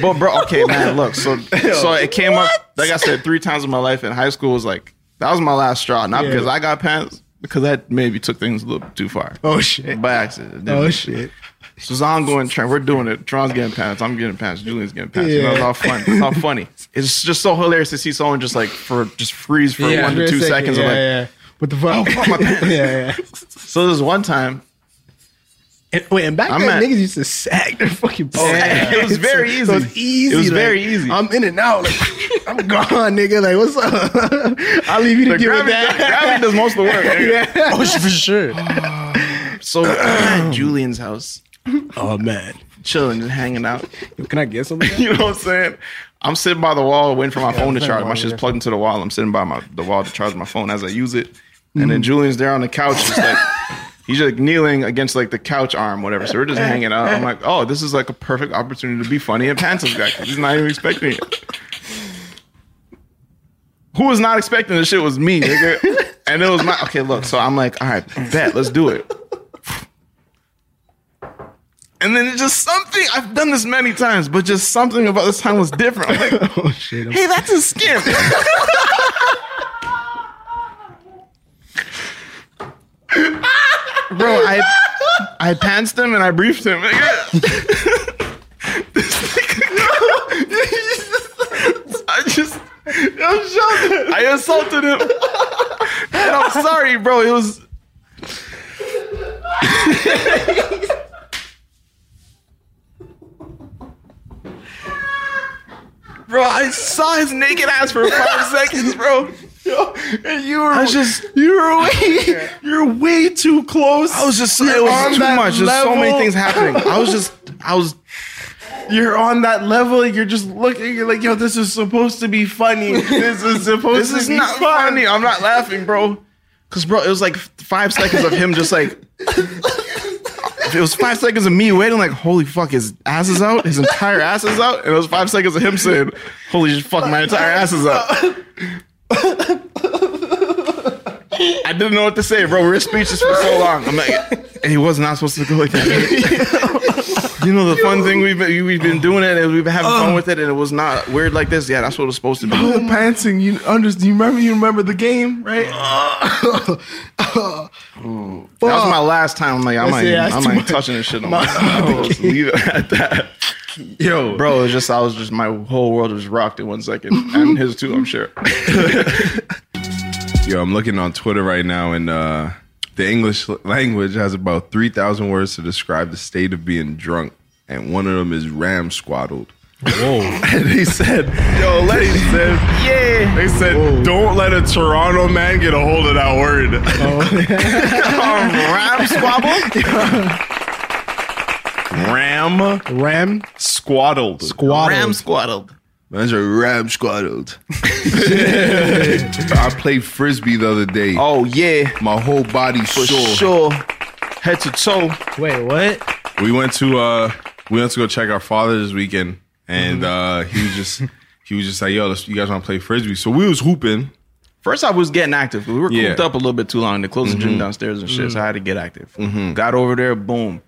But bro, okay, man, look. So so it came up, like I said, three times in my life in high school was like that was my last straw. Not because I got pants, because I maybe took things a little too far. Oh shit. By accident. Oh shit. So it's an ongoing trend. We're doing it. Tron's getting pants. I'm getting pants. Julian's getting pants. You know, it's all fun. It's all funny. It's just so hilarious to see someone just like for just freeze for Yeah. one to two For a second, seconds. yeah, of like, yeah. What the Oh, fuck? my pants. yeah, yeah. So this one time, And, wait, and back I'm then, at- niggas used to sag their fucking pants. it was very Oh, So it was easy. easy. It was like, very easy. I'm in and out. Like, I'm gone, nigga. Like, what's up? I'll leave you to the deal gravity, with that. gravity does most of the work. nigga. Oh, for sure. So I'm at Julian's house, Oh man. chilling and hanging out. Can I get something? You know what I'm saying? I'm sitting by the wall waiting for my phone to charge. My shit's plugged into the wall. I'm sitting by my the wall to charge my phone as I use it. And Mm. then Julian's there on the couch, just like he's like kneeling against like the couch arm, whatever. So we're just hanging out. I'm like, oh, this is like a perfect opportunity to be funny and handsome guy. 'cause He's not even expecting it. Who was not expecting this shit was me, nigga. And it was my okay, look, so I'm like, all right, bet, let's do it. And then it's just something I've done this many times, but just something about this time was different. I'm like, Oh shit. I'm- hey, that's a skin. Bro, I I pantsed him and I briefed him. This nigga- I just I shot him. I assaulted him. And I'm sorry, bro. It was Bro, I saw his naked ass for five seconds, bro. Yo, and you were I just you were way you're way too close. I was just it was too much. There's so many things happening. I was just I was You're on that level. You're just looking. You're like, yo, this is supposed to be funny. This is supposed This to is be not funny. I'm not laughing, bro. Cause bro, it was like five seconds of him just like it was five seconds of me waiting, like, holy fuck, his ass is out, his entire ass is out, and it was five seconds of him saying, Holy shit, fuck, my entire ass is out. I didn't know what to say, bro. We were speechless for so long. I'm like, he was not supposed to go like that. you know the fun thing we've been, we've been doing it and we've been having fun with it and it was not weird like this. Yeah, that's what it was supposed to be. Oh, pantsing. You understand? You remember? You remember the game, right? Uh. That was my last time. I'm like, I'm not, it, even, that's too I'm not even much. Oh, touching this shit no more. I'll just leave it at that. Yo, Bro, it was just, I was just, my whole world was rocked in one second. And his too, I'm sure. Yo, I'm looking on Twitter right now, and uh, the English language has about 3,000 words to describe the state of being drunk, and one of them is ram squaddled. Whoa. and they said, Yo, lady said, Yeah. They said, Don't let a Toronto man get a hold of that word. Oh. um, Ram squabble? ram Ram squaddled. Guado. Ram squaddled. Man's are ram squaddled. I played frisbee the other day. Oh, yeah. My whole body For sore. sure. Head to toe. Wait, what? we went to uh we went to go check our father this weekend and uh Mm-hmm. he was just he was just like yo let's, you guys want to play frisbee so we was hooping First, I was getting active. We were cooped Yeah. Mm-hmm. up a little bit too long. They closed the Mm-hmm. gym downstairs and shit, so I had to get active. Got over there, boom.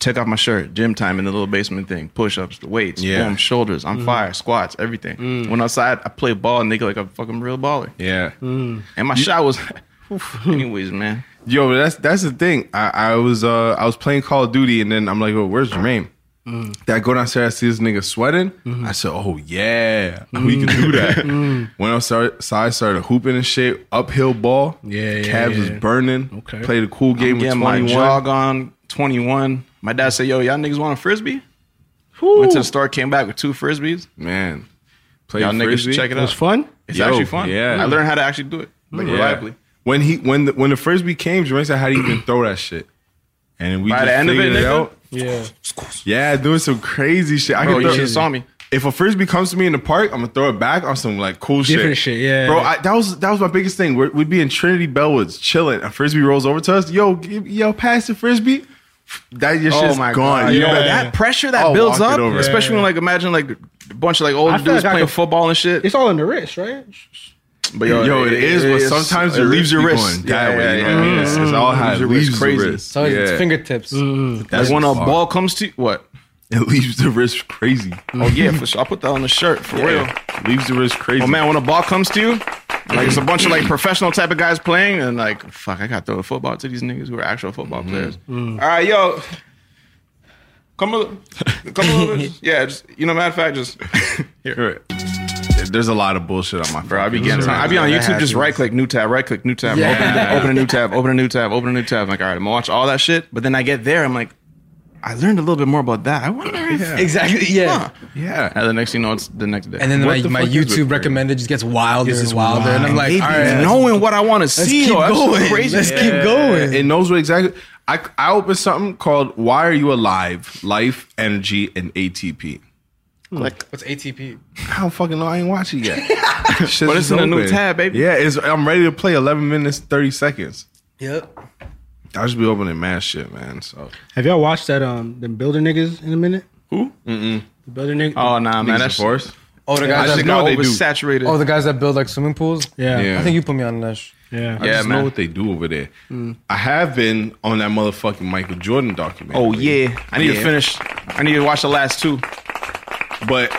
Take off my shirt, gym time in the little basement thing, push ups, the weights, Yeah. boom, shoulders, I'm Mm-hmm. fire, squats, everything. Mm. Went outside, I played ball, nigga, like a fucking real baller. yeah Mm. And my shot was, anyways, man. yo that's that's the thing I, I was uh i was playing call of duty and then i'm like oh where's jermaine Mm. That I go downstairs, I see this nigga sweating. I said, "Oh yeah, we can do Mm. that." When I started, so I started hooping and shit, uphill ball. Yeah, yeah, calves yeah. is burning. Okay. played a cool game with Getting twenty my one. jog on, 21. My dad said, yo, y'all niggas want a frisbee? Went to the store, came back with two frisbees. Man, played Y'all niggas frisbee. should check it It was out. fun. It's Yo, actually fun. Mm. yeah. I learned how to actually do it, like Yeah. reliably. When he when the when the frisbee came, Jermaine said, "How do you even throw that shit?" And then we By just the end of it, figured it, nigga? out. Yeah. Yeah, doing some crazy shit. I Bro, can you throw- should saw me. If a frisbee comes to me in the park, I'm gonna throw it back on some like cool Different shit, yeah. Bro, I, that was that was my biggest thing. We're, we'd be in Trinity Bellwoods chilling. A frisbee rolls over to us. Yo, give, yo, pass the frisbee. That your shit's gone. Oh Yo, You know that pressure that I'll builds walk it up, over. especially when like imagine like a bunch of like old I feel dudes like I playing could- football and shit. It's all in the wrist, right? But Yo, it is, but sometimes it leaves your wrist. Yeah, that way, yeah, you know what I mean? yeah. It's, it's all how it your wrist leaves crazy. the wrist. So it's Yeah. fingertips. That's Mm-hmm. Like when a fucked. ball comes to you, what? it leaves the wrist crazy. Oh yeah, for sure. I'll put that on the shirt for real. Yeah. Leaves the wrist crazy. But man, when a ball comes to you, like it's a bunch of like professional type of guys playing, and like fuck, I gotta throw a football to these niggas who are actual football Mm-hmm. players. All right, yo. Come a, come a little bit. Yeah, just you know, matter of fact, just Here. There's a lot of bullshit on my Bro, I be getting. I be on YouTube. Just right click, new tab, right click, new tab, Yeah. open, a- open a new tab, open a new tab, open a new tab. I'm like, all right, I'm gonna watch all that shit. But then I get there, I'm like, I learned a little bit more about that. I wonder if, Exactly. Yeah. huh. yeah. And the next thing you know, it's the next day. And then What my, the my fuck is with YouTube Brit? recommended just gets wilder This and is wilder, and I'm wild. like, Maybe all right, knowing what I want to see. keep though, that's going. Crazy. Let's keep going. It knows what exactly. I I opened something called "Why Are You Alive?" Life, energy, and ATP. what's ATP? I don't fucking know. I ain't watch it yet. but it's in a new tab, baby. Yeah, it's, I'm ready to play 11 minutes 30 seconds. Yep. I just be opening mad shit, man. So Have y'all watched that um them builder niggas in a minute? Who? The builder niggas. Oh nah, man, that's that's force. Oh, the I guys just that know got what they do. oversaturated. oh the guys that build like swimming pools. yeah. Yeah. I think you put me on that. sh- Yeah. I Yeah, just man. know what they do over there. I have been on that motherfucking Michael Jordan documentary. Oh yeah, I need to Yeah. finish. I need to watch the last two. but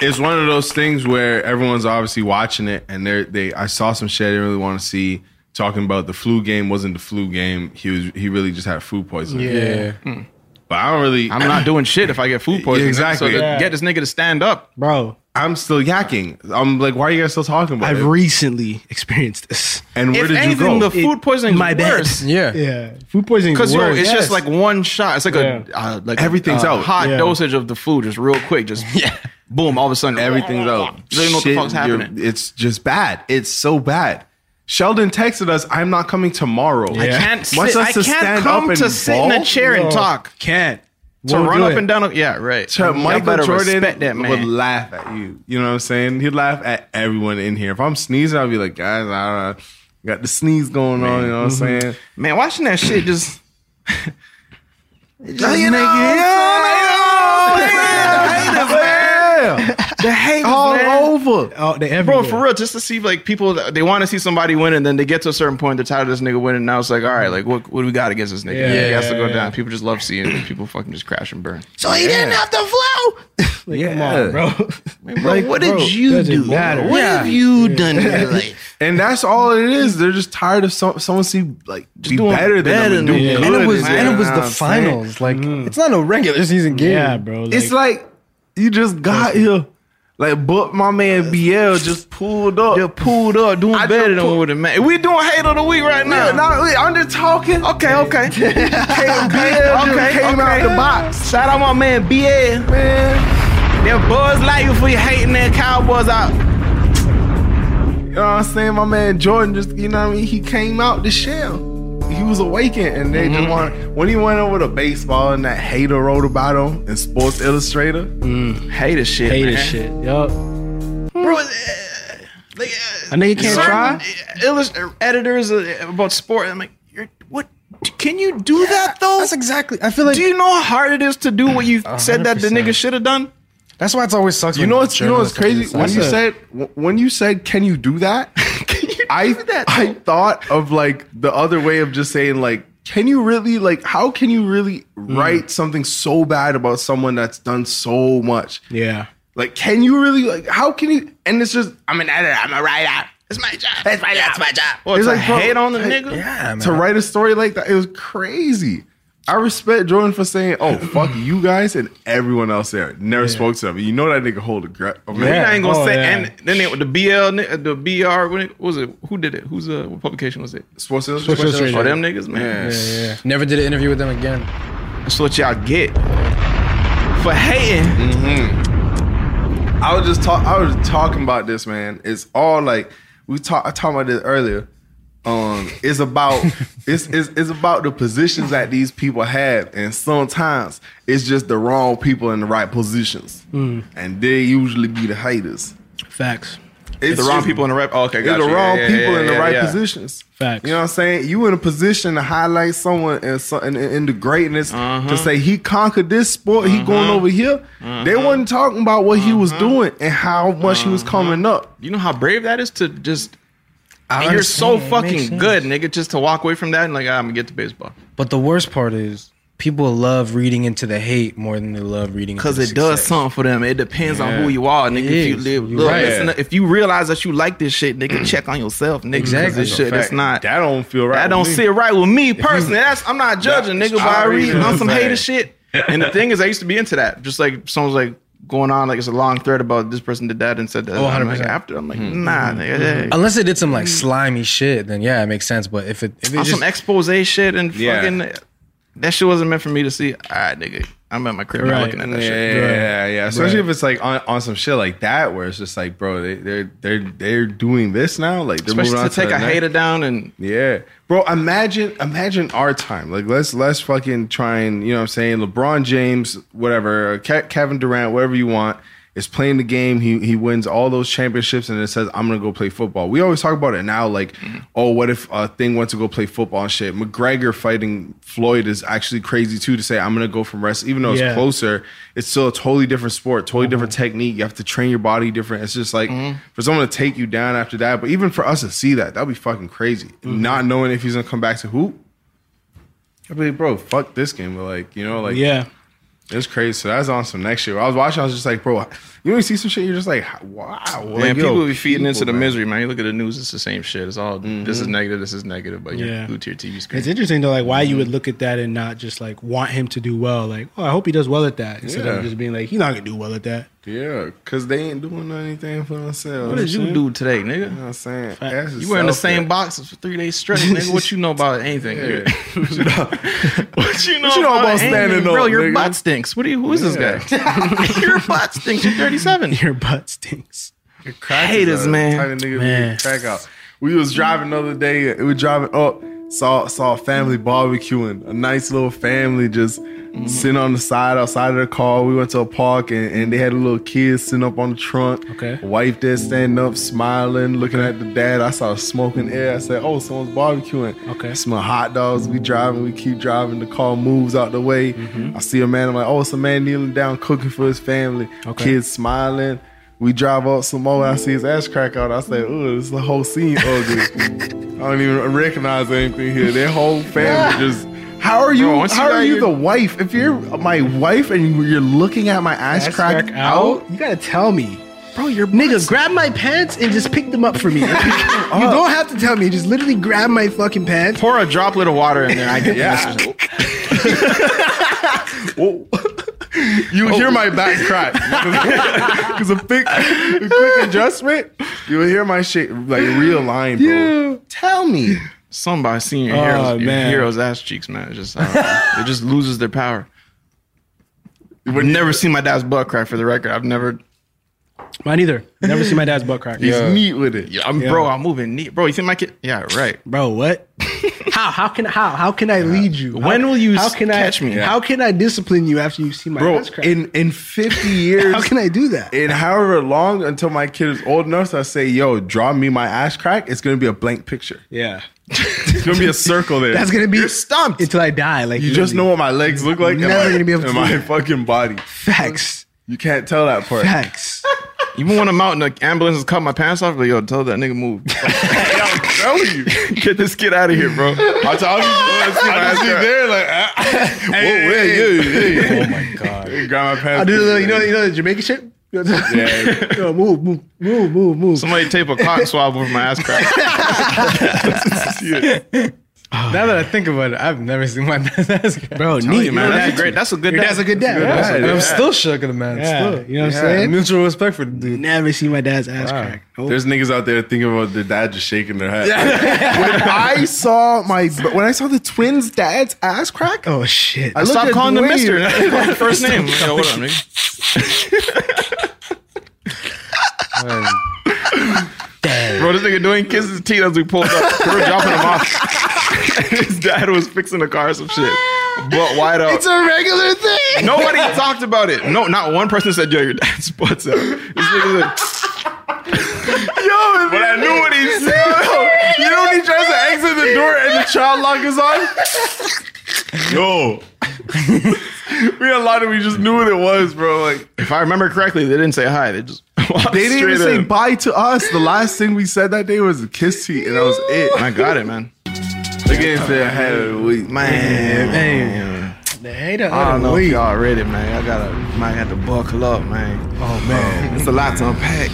it's one of those things where everyone's obviously watching it and they're they I saw some shit I didn't really want to see talking about the flu game wasn't the flu game. He was he really just had food poisoning. Yeah. Hmm. But I don't really I'm not doing shit if I get food poisoning. Exactly. So to Yeah. get this nigga to stand up. Bro, I'm still yakking. I'm like, why are you guys still talking about I've it? recently experienced this. and where if did anything, you go? the food poisoning my is bad. worse. Yeah. Yeah. Food poisoning Because is yo, worse. it's just like one shot. It's like a uh, like a, Everything's uh, out. Hot Yeah. dosage of the food, just real quick. Just yeah. Boom! All of a sudden, Everything's out. Don't even know what the "Oh, Shit, fuck's you're- happening. It's just bad. It's so bad. Sheldon texted us, I'm not coming tomorrow. I can't. Sit, Wants us I to can't stand come up and to sit in a ball? chair and talk. can't. To Won't run do up it. and down. Yeah, right. Chuck, Y'all Michael better Jordan respect that man. would laugh at you. You know what I'm saying? He'd laugh at everyone in here. If I'm sneezing, I'll be like, guys, I don't know. Got the sneeze going on, you know what I'm saying? Mm-hmm. Man, watching that shit just. Just make it. The hate all over. Oh, they everywhere. Bro, for real, just to see like people that- they want to see somebody win, and then they get to a certain point, they're tired of this nigga winning. Now it's like, all right, like what, what do we got against this nigga? Yeah, he has to yeah, go yeah. down. People just love seeing people fucking just crash and burn. So he didn't have the flow. like, Yeah. Come on, bro. Like, what did you do? What have you done in your life? And that's all it is. They're just tired of some, someone see like be doing better better than them. than and do you. good, And it was man. and it was You know the what I'm saying? finals. Like it's not a regular season game. Yeah, bro. Like, It's like you just got here. Like, but my man BL just pulled up. They're pulled up, doing I better just than pull- with a man. We doing hate of the week right now. Yeah, nah, wait, I'm just talking. Okay, okay, okay, okay. came out the box. Shout out my man BL. Man, them boys like you for you hating their Cowboys out. You know what I'm saying? My man Jordan just, you know what I mean? He came out the shell. He was awakened, and they Mm-hmm. Mm-hmm. just want when he went over to baseball and that hater wrote about him in Sports Illustrator. Hate this shit. hate man. this shit. Yup. bro. uh, Like, A nigga can't certain try. illust- uh, editors uh, about sport. I'm like, you're what? Can you do that though? That's exactly. I feel like do you know how hard it is to do what you said that the 100%. nigga should have done? that's why it's always sucks. You know what's you know what's crazy? When you said when you said, "Can you do that?" Can you I do that? I thought of like the other way of just saying like, can you really like how can you really Hmm. write something so bad about someone that's done so much? Yeah. Like, can you really like how can you? And it's just I'm an editor. I'm a writer. It's my job. It's my job. It's my job. Well, It's to like, bro, hate on the like, nigga. yeah, man. to write a story like that. It was crazy. I respect Jordan for saying, "Oh fuck you guys and everyone else there." Never spoke to them. You know that nigga hold a grudge. Man, I ain't gonna Oh, say. yeah. And then it, the BL, ni- uh, the BR. When it, what was it? Who did it? Who's uh, what publication was it? Sports Illustrated. Illustrated. Oh, them niggas, man. Yeah. Never did an interview with them again. That's what y'all get for hating. Mm-hmm. I was just talk. I was talking about this, man. It's all like we talk. I talked about this earlier. Um, it's about it's, it's it's about the positions that these people have, and sometimes it's just the wrong people in the right positions, Hmm. and they usually be the haters. Facts. It's The wrong just- people in the rep. Oh, okay, It's got the you. Yeah, wrong yeah, people yeah, in the yeah, right yeah. positions. Facts. You know what I'm saying? You in a position to highlight someone and so, and, and in the greatness Uh-huh. to say he conquered this sport. He going over here. They wasn't talking about what he was Uh-huh. doing and how much he was coming up. You know how brave that is to just. I and you're so understand. It makes fucking sense. good, nigga, just to walk away from that and like, ah, I'm gonna get to baseball But the worst part is people love reading into the hate more than they love reading because into the it does success. something for them. It depends on who you are, nigga. It If you is. live, You're look, right. listen, if you realize that you like this shit, nigga, check on yourself, nigga. 'cause Exactly. this shit, it's not. That don't feel right. That with don't me. sit right with me personally. That's I'm not judging, That- nigga, by I read reading on it. some hater Right. shit. And the thing is, I used to be into that. Just like someone's like, going on like it's a long thread about this person did that and said that. Oh, I'm like, 100%. after I'm like, nah, nigga, hey. Hmm. Unless it did some like slimy shit, then yeah, it makes sense. But if it, if it on just, some expose shit and Yeah. fucking that shit wasn't meant for me to see. All right, nigga, I'm at my crib not looking at that yeah, shit. yeah, yeah. Especially if it's like on, on some shit like that, where it's just like, bro, they, they're they're they're doing this now. Like they're Especially moving on to take the a next- hater down and Yeah. Bro, imagine imagine our time. Like let's let's fucking try and, you know what I'm saying, LeBron James, whatever, Ke- Kevin Durant, whatever you want, is playing the game. He he wins all those championships and then says I'm going to go play football. We always talk about it now like, oh, what if a thing went to go play football and shit. McGregor fighting Floyd is actually crazy too to say I'm going to go from rest even though it's Yeah. closer, it's still a totally different sport, Mm-hmm. totally different technique. You have to train your body different. It's just like for someone to take you down after that, but even for us to see that, that'd be fucking crazy. Mm-hmm. Not knowing if he's gonna come back to hoop, I'd be like, bro, fuck this game. But like, you know, like yeah. it's crazy. So that's on some next year. I was watching, I was just like, bro, you only see some shit, you're just like, wow. man, Like, yo, people be feeding into the man. misery, man. You look at the news, it's the same shit. It's all this is negative, this is negative, but Yeah. you're glued to your TV screen. It's interesting though, like why you would look at that and not just like want him to do well. Like, oh, I hope he does well at that instead Yeah. of just being like, he's not gonna do well at that. Yeah, because they ain't doing anything for themselves. What did you know you do today, what nigga? I'm saying? You were in the same boxes for three days straight, nigga. What you know about anything? nigga? What you know, What you know about standing bro, up, your nigga? butt stinks. What are you? Who is this guy? your butt stinks. You're 37. Your butt stinks. Haters, man. Type of nigga man. Crack out. We was driving the other day. We were driving up. Saw saw a family barbecuing. A nice little family just Mm-hmm. sitting on the side outside of the car. We went to a park and, and they had a little kid sitting up on the trunk. Okay. Wife there standing up, smiling, looking at the dad. I saw smoke in the air. I said, "Oh, someone's barbecuing." Okay. Smell hot dogs. We driving. We keep driving. The car moves out the way. Mm-hmm. I see a man. I'm like, "Oh, it's a man kneeling down, cooking for his family." Okay. Kids smiling. We drive up some more. I see his ass crack out. I say, "Ooh, this is the whole scene ugly." I don't even recognize anything here. Their whole family just. How are you? Bro, once you how are got you your- the wife? If you're my wife and you're looking at my ass, Ass crack, crack out, out? You gotta tell me. bro, you're Nigga, grab my pants and just pick them up for me. you don't have to tell me. Just literally grab my fucking pants. Pour a droplet of water in there. I get Yeah. this. You hear my back crack because a big, a quick adjustment. You will hear my shit like realign, bro. Oh, Tell me, Somebody seeing your, heroes, your hero's ass cheeks, man. It's just, I don't know. it just loses their power. You would never see my dad's butt crack for the record. I've never. Mine either. Never seen my dad's butt crack. he's neat with it. I'm bro. I'm moving neat, bro. You think my kid? Yeah, right. Bro, what? How? How can? How? How can I lead you? How- When will you How s- can catch I, me? How can I discipline you after you see my bro. ass crack? In in fifty years, how can I do that? in however long until my kid is old enough to say, yo, draw me my ass crack, it's gonna be a blank picture. Yeah. It's gonna be a circle there. That's gonna be You're stumped. until I die. Like you just know what my legs look like. and Never my- gonna be able to and do my that. fucking body. facts. You can't tell that part. Facts. Even when I'm out and the ambulance has cut my pants off, like yo, tell that nigga move. I'm telling you. get this kid out of here, bro. I just, I just, I just be there like, ah, whoa, hey, hey, oh my god, hey. Grab my pants. I do the, you know, you know the Jamaican shit. You know, Yeah. Yo, move, move, move, move, move. Somebody tape a cotton swab over my ass crack. now that I think about it, I've never seen my dad's ass crack. Bro, Tell neat. you, man, that's a great. That's a good. That's a good dad. Yeah. right? And I'm still shook at the man. Yeah, Still, you know what I'm Yeah. saying? Mutual respect for the dude. Never seen my dad's ass crack. Oh. Nope. There's niggas out there thinking about their dad just shaking their head. when I saw my, when I saw the twins' dad's ass crack, Oh shit. I Stop looked at calling him Dwayne. Mister. That's my first name. Yo, what up, nigga? Bro, this nigga doing kisses teeth as we pulled up. We were dropping him off. His dad was fixing the car or some shit. But wide up. It's a regular thing. Nobody talked about it. No, not one person said, yo, your dad's butt's out. This nigga like, yo, but I knew what he said. You know when he tries to exit the door and the child lock is on? Yo. we unlocked it. We just knew what it was, bro. Like If I remember correctly, they didn't say hi. They just walked they didn't even straight say in. bye to us. The last thing we said that day was a kiss to you, and that was it. I got it, man. They gave us their head of the week. Man, man. I don't know if y'all ready, man. I gotta might have to buckle up, man. Oh man, it's a lot to unpack.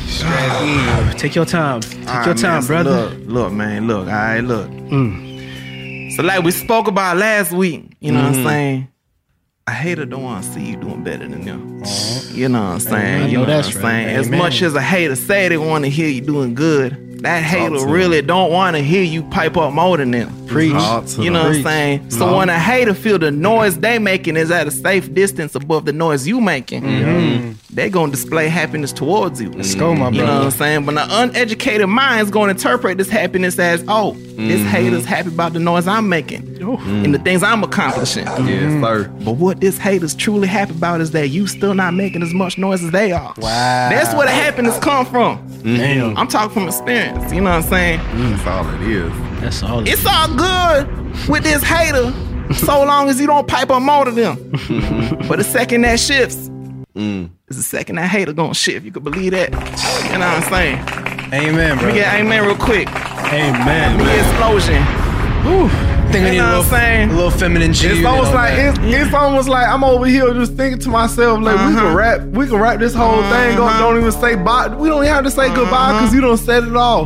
Take your time. Take All your right, man, time, so brother. Mm. Look, look, man, look. All right, Mm-hmm. look. So, like we spoke about last week, you know what I'm saying? a hater don't want to see you doing better than them. You know what I'm saying? you know, know what that's I'm right. saying? As much as a hater say they want to hear you doing good, that hater really don't want to hear you pipe up more than them. Preach. You know what I'm saying? So when a hater feel the noise they making is at a safe distance above the noise you making, Mm-hmm. they gonna display happiness towards you. Let's go, my You know brother. what I'm saying? But the uneducated mind's gonna interpret this happiness as, oh, this hater's happy about the noise I'm making Mm. and the things I'm accomplishing. Yes, sir. But what this hater's truly happy about is that you still not making as much noise as they are. Wow. That's where the happiness come from. I'm talking from experience. You know what I'm saying? That's all it is. That's all. It's all good with this hater, so long as you don't pipe up more to them. but the second that shifts, Mm. it's the second that hater gonna shift. You can believe that. You know what I'm saying? Amen, bro. We get amen real quick. Amen. We get explosion. I think we You need know a what little, I'm saying? a little feminine G. It's and almost all like that. it's, it's almost like I'm over here just thinking to myself like we can wrap we can wrap this whole thing. Go, don't even say bye. We don't even have to say goodbye because you don't said it all.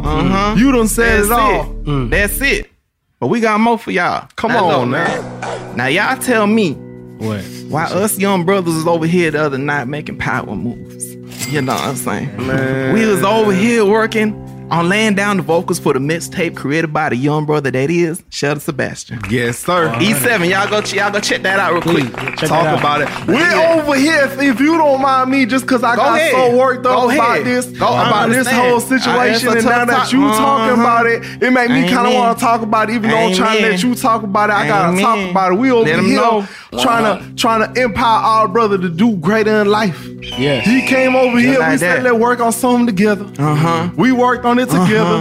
You don't said Mm-hmm. That's it all. it. That's it. But we got more for y'all. Come Now, on look, now. Now y'all tell me what? why us young brothers was over here the other night making power moves. You know what I'm saying? We was over here working on laying down the vocals for the mixtape created by the young brother that is Sheldon Sebastian. Yes, sir. E7, E y'all go ch- y'all go check that out real quick. Talk about it. We're over here. If, if you don't mind me, just because I Go got ahead. so worked up Go about ahead. this, Go- I about this understand. whole I- it's situation, a and tough now that talk. you talking Mhm. about it, it made me kind of Amen. want to talk about it. Even though I'm trying to Amen. let you talk about it, I gotta Amen. talk about it. We over Let 'em here know. Uh-huh. trying to trying to empower our brother to do greater in life. Yeah. He came over here. like we that. said let's work on something together. Uh-huh. We worked on it Uh-huh. together,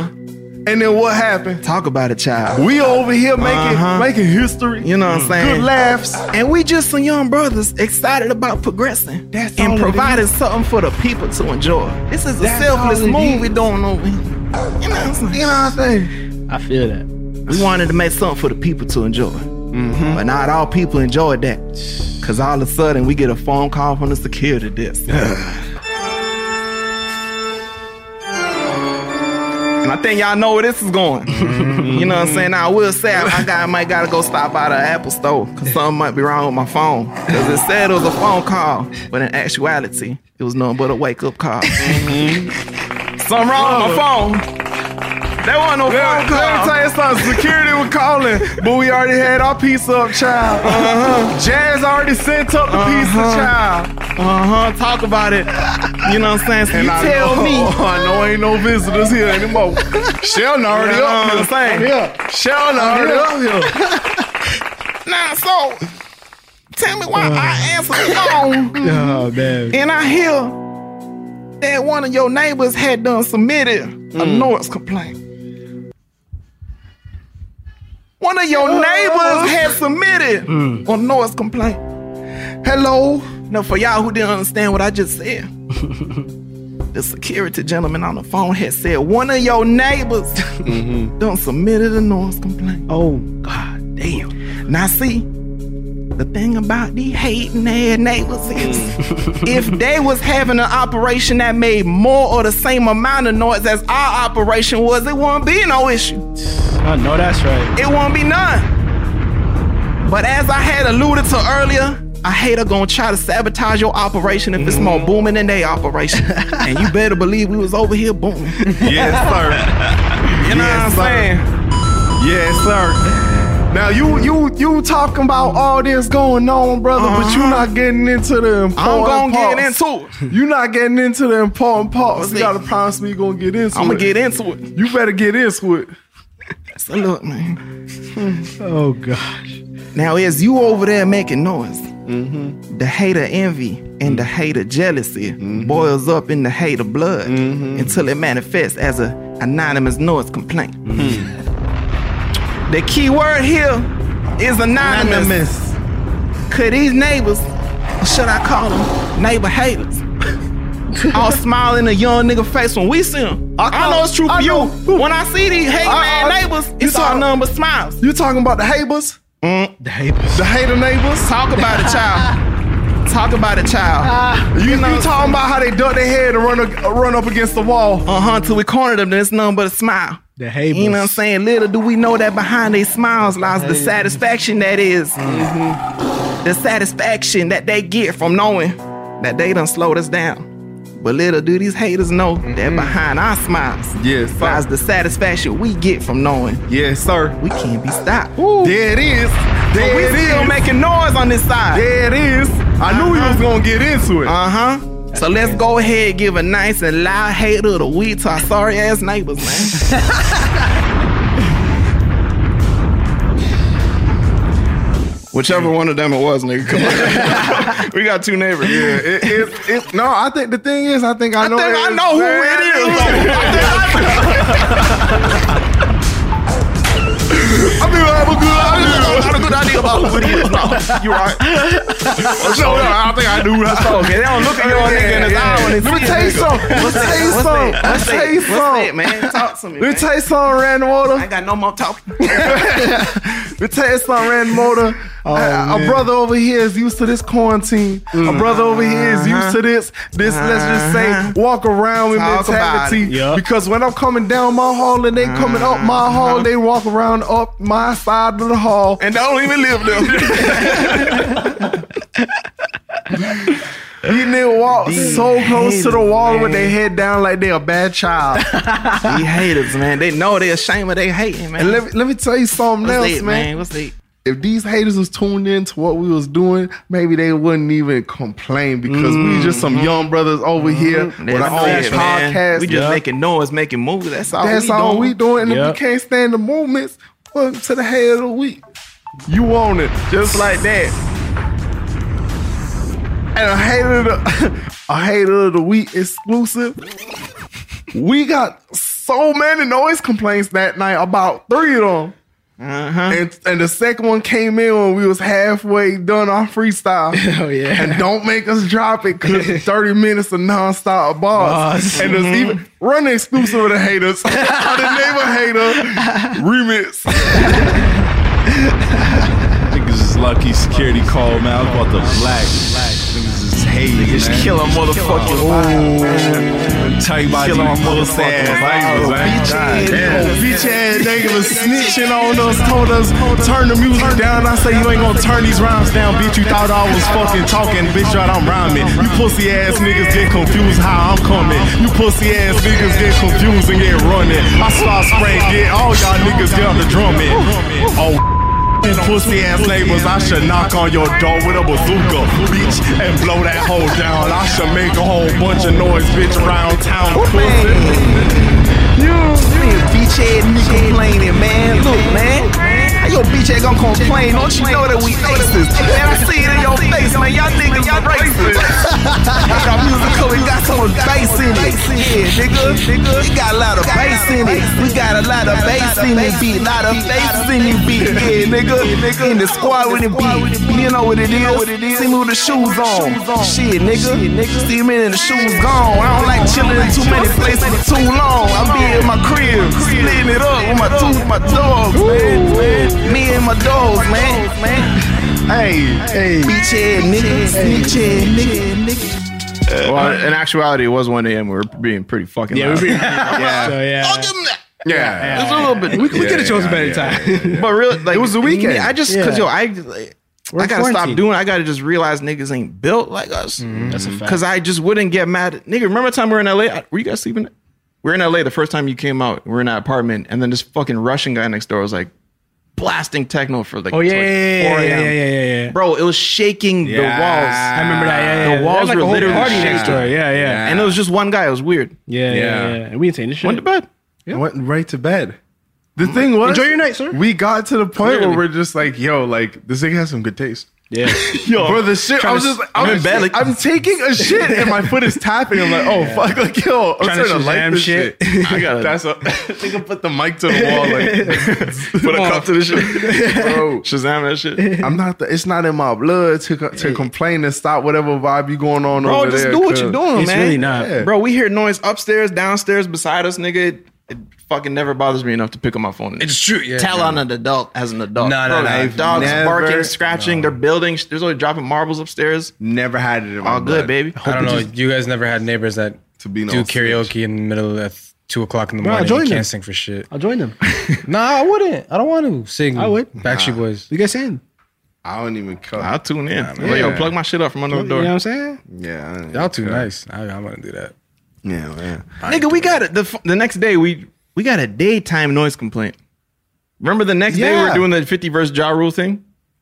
and then what happened? Talk about it, child. We over here making Uh-huh. making history. You know what I'm saying? Good laughs. And we just some young brothers excited about progressing That's all and it providing something for the people to enjoy. This is a That's selfless all it move is. we doing over here. You know what I'm saying? You know what I'm saying? I feel that. We wanted to make something for the people to enjoy. But not all people enjoyed that. Because all of a sudden we get a phone call from the security desk. and I think y'all know where this is going. you know what I'm saying? Now, I will say I, I got, I might got to go stop by the Apple store because something might be wrong with my phone. Because it said it was a phone call, but in actuality, it was nothing but a wake up call. Something wrong with my phone. There wasn't no phone call. Let me tell you something. Security was calling, but we already had our piece up, child. Uh-huh. Jazz already sent up the pizza, Uh-huh. child. Uh huh. Talk about it. You know what I'm saying? So you I tell know, me. I know ain't no visitors here anymore. Sheldon already You know up what here. I'm saying? Yeah. Sheldon already up here. Now, so tell me why I answer the phone Oh man. and I hear that one of your neighbors had done submitted a noise complaint. One of your neighbors had submitted a noise complaint. Hello. Now, for y'all who didn't understand what I just said, the security gentleman on the phone had said one of your neighbors done submitted a noise complaint. Oh. God damn. Now see, the thing about these hating ass neighbors is if they was having an operation that made more or the same amount of noise as our operation was, it wouldn't be no issue. I know that's right. It won't be none. But as I had alluded to earlier, a hater gonna try to sabotage your operation if it's more booming than they operation. and you better believe we was over here booming. Yes, sir. You know Yes, what I'm sir. saying? Yes, sir. Now you you you talking about all this going on, brother, but you not getting into the important Uh-huh. I'm gonna get parts. into it. You not getting into the important parts. You See. gotta promise me you gonna get into I'm it. gonna get into it. You better get into it. So look, man. Oh gosh. Now, as you over there making noise, Mm-hmm. the hater envy and the hater jealousy boils up in the hater blood Mm-hmm. until it manifests as a anonymous noise complaint. Mm-hmm. The key word here is anonymous. Could these neighbors, or should I call them neighbor haters? All smiling a young nigga face when we see them. I, know it's true for I you. know. When I see these hating I- I- ass neighbors, you it's all saw- none but smiles. Mm, You talking about the haters? The hater neighbors? Talk about it, child. Talk about it, child. You, you talking about how they duck their head and run a, run up against the wall? Uh huh. Till we cornered them, there's nothing but a smile. The Habers. You know what I'm Uh-huh. saying? Little do we know that behind their smiles lies the satisfaction that is Mm-hmm. The satisfaction that they get from knowing that they done slowed us down. But little do these haters know that behind our smiles Mm-hmm. Yes, sir. lies the satisfaction we get from knowing Yes, sir. we can't be stopped. There it is. But There we it still is. making noise on this side. There it is. I knew we was gonna get into it. Uh huh. So let's go ahead and give a nice and loud hater of the week to our sorry ass neighbors, man. Whichever one of them it was, nigga. Come on. we got two neighbors. yeah, it, it, it, no, I think the thing is, I think I I know. think Oh, it I is, know who man. it is. though. I mean, I have a good, I mean, I have a good idea about who it is. No, you're right. No, no, I think I do. That's okay. They don't look at your nigga in his eye when they Let me see tell you it, nigga. something. Let me tell you What's something. that? Let me What's tell you that? What's that, something. man? Talk to me. Let man. me tell you something, Rand I Water. ain't got no more talk. Let me tell you something, Rand Motor. Oh, Uh, a brother over here is used to this quarantine. A brother over here is used to this. This let's just Mm. Uh-huh. say walk around with Talk about mentality. it. Yup. Because when I'm coming down my hall and they coming up my Mm-hmm. hall, they walk around up my side of the hall. Uh-huh. And I don't even live there. These niggas walk so close to the wall with their head down like they a bad child. These haters, man. They know they ashamed of they hating, man. and let me, let me tell you something What's else, it, man. What's it? if these haters was tuned in to what we was doing, maybe they wouldn't even complain because we just some young brothers over here with Mm-hmm. That's our own it, man. podcast. We just making noise, making movies. That's all. That's we all doing. we doing. And Yep. if we can't stand the moments, welcome to the head of the week. You want it. Just like that. And a hater of the, a hater of the week exclusive. We got so many noise complaints that night, about three of them. Uh-huh. And, and the second one came in when we was halfway done our freestyle. Oh, yeah. And don't make us drop it because 30 minutes of nonstop bars. Bars. And there's Mm-hmm. even run the exclusive of the haters. the neighbor hater remix. Niggas is lucky security call, man. I was about to black. Niggas is hating, man. Kill a motherfucking Tell you about Kill our these puss ass motherfucking niggas, man. Oh, bitch ass nigga was snitching on us, told us, turn the music down. I say, you ain't gonna turn these rhymes down, bitch. You thought I was fucking talking, bitch. Right, I'm rhyming. You pussy ass niggas get confused how I'm coming. You pussy ass niggas get confused and get running. I start spraying, get all y'all niggas get on the drumming. Oh. You pussy ass neighbors, I should knock on your door with a bazooka, bitch, and blow that hole down. I should make a whole bunch of noise, bitch, around town. Pussy. Bitch head nigga complaining, man. Look, man. How your bitch head gonna complain? Don't you know that we aces? Man, I see it in your face, man. Y'all niggas, y'all racist. Y'all got musical, it got so much bass in it. Yeah, nigga, nigga. It got a lot of bass in it. We got a lot of bass in it, beat. Lot of bass in it, beat. Yeah, nigga. In the squad with it, beat. You know what it is? See me with the shoes on. Shit, nigga. See me in the shoes gone. I don't like chilling in too many places for too long. I be in my crib, splitting it up with my two, my dogs, man. man. Me and my dogs, man. man. Hey, Bitch head nigga, snitch head nigga, nigga. Uh, Well, in actuality, it was 1 a.m. We were being pretty fucking yeah, loud. we yeah. So yeah, yeah. It's a little bit. we, we could have chosen better time. But really, like it was the weekend. I just because yo, I like, I gotta stop quarantined. doing. I gotta just realize niggas ain't built like us. That's a fact. Because I just wouldn't get mad. At, nigga, remember the time we were in LA? I- Were you guys sleeping? We are in LA the first time you came out. We are in that apartment, and then this fucking Russian guy next door was like blasting techno for like oh yeah, till, like, yeah, 4 yeah, a.m. yeah, yeah, yeah, yeah. Bro, it was shaking the walls. I remember that. Yeah, yeah. The walls They had, like were a whole literally party shaking. next door. Yeah, yeah, And it was just one guy. It was weird. yeah, yeah, yeah. yeah. We ain't saying this shit. Went to bed. I went right to bed. The thing was, Enjoy your night, sir. We got to the point Clearly. where we're just like, yo, like this thing has some good taste. Yeah, Yo, bro, the shit. I was just, like, I'm, in bed, like- I'm taking a shit and my foot is tapping. I'm like, oh fuck, like yo, I'm Trying trying, to to, like Shazam this shit. shit. I got that's a nigga put the mic to the wall, like Put a cup to the shit. bro. Shazam that shit. I'm not. The, it's not in my blood to co- to complain and stop whatever vibe you going on Bro, over just there. do what you're cuz- doing, it's man. really not. Yeah. Bro, we hear noise upstairs, downstairs, beside us, nigga. It, it fucking never bothers me enough to pick up my phone. and It's true. Yeah. tell on an adult as an adult. No, no, no, Bro, the I've Dogs never- barking, scratching. They're building. sh- There's always dropping marbles upstairs. Never had it. In my All good, blood. baby. I don't know. You guys never had neighbors that To be no do snitch. karaoke in the middle of two o'clock in the I morning. joined you can't them. sing for shit. I'll join them. Nah, I wouldn't. I don't want to sing. I would. Backstreet Boys. You guys saying? I don't even cut. I'll tune in. Well, yo, plug my shit up from under the You know door. what I'm saying? yeah, I ain't Y'all too cut. nice. I, I'm gonna do that. Yeah, man. Nigga, we got it. The, f- the next day, we we got a daytime noise complaint. Remember the next day we Yeah. were doing the 50 verse Ja Rule thing?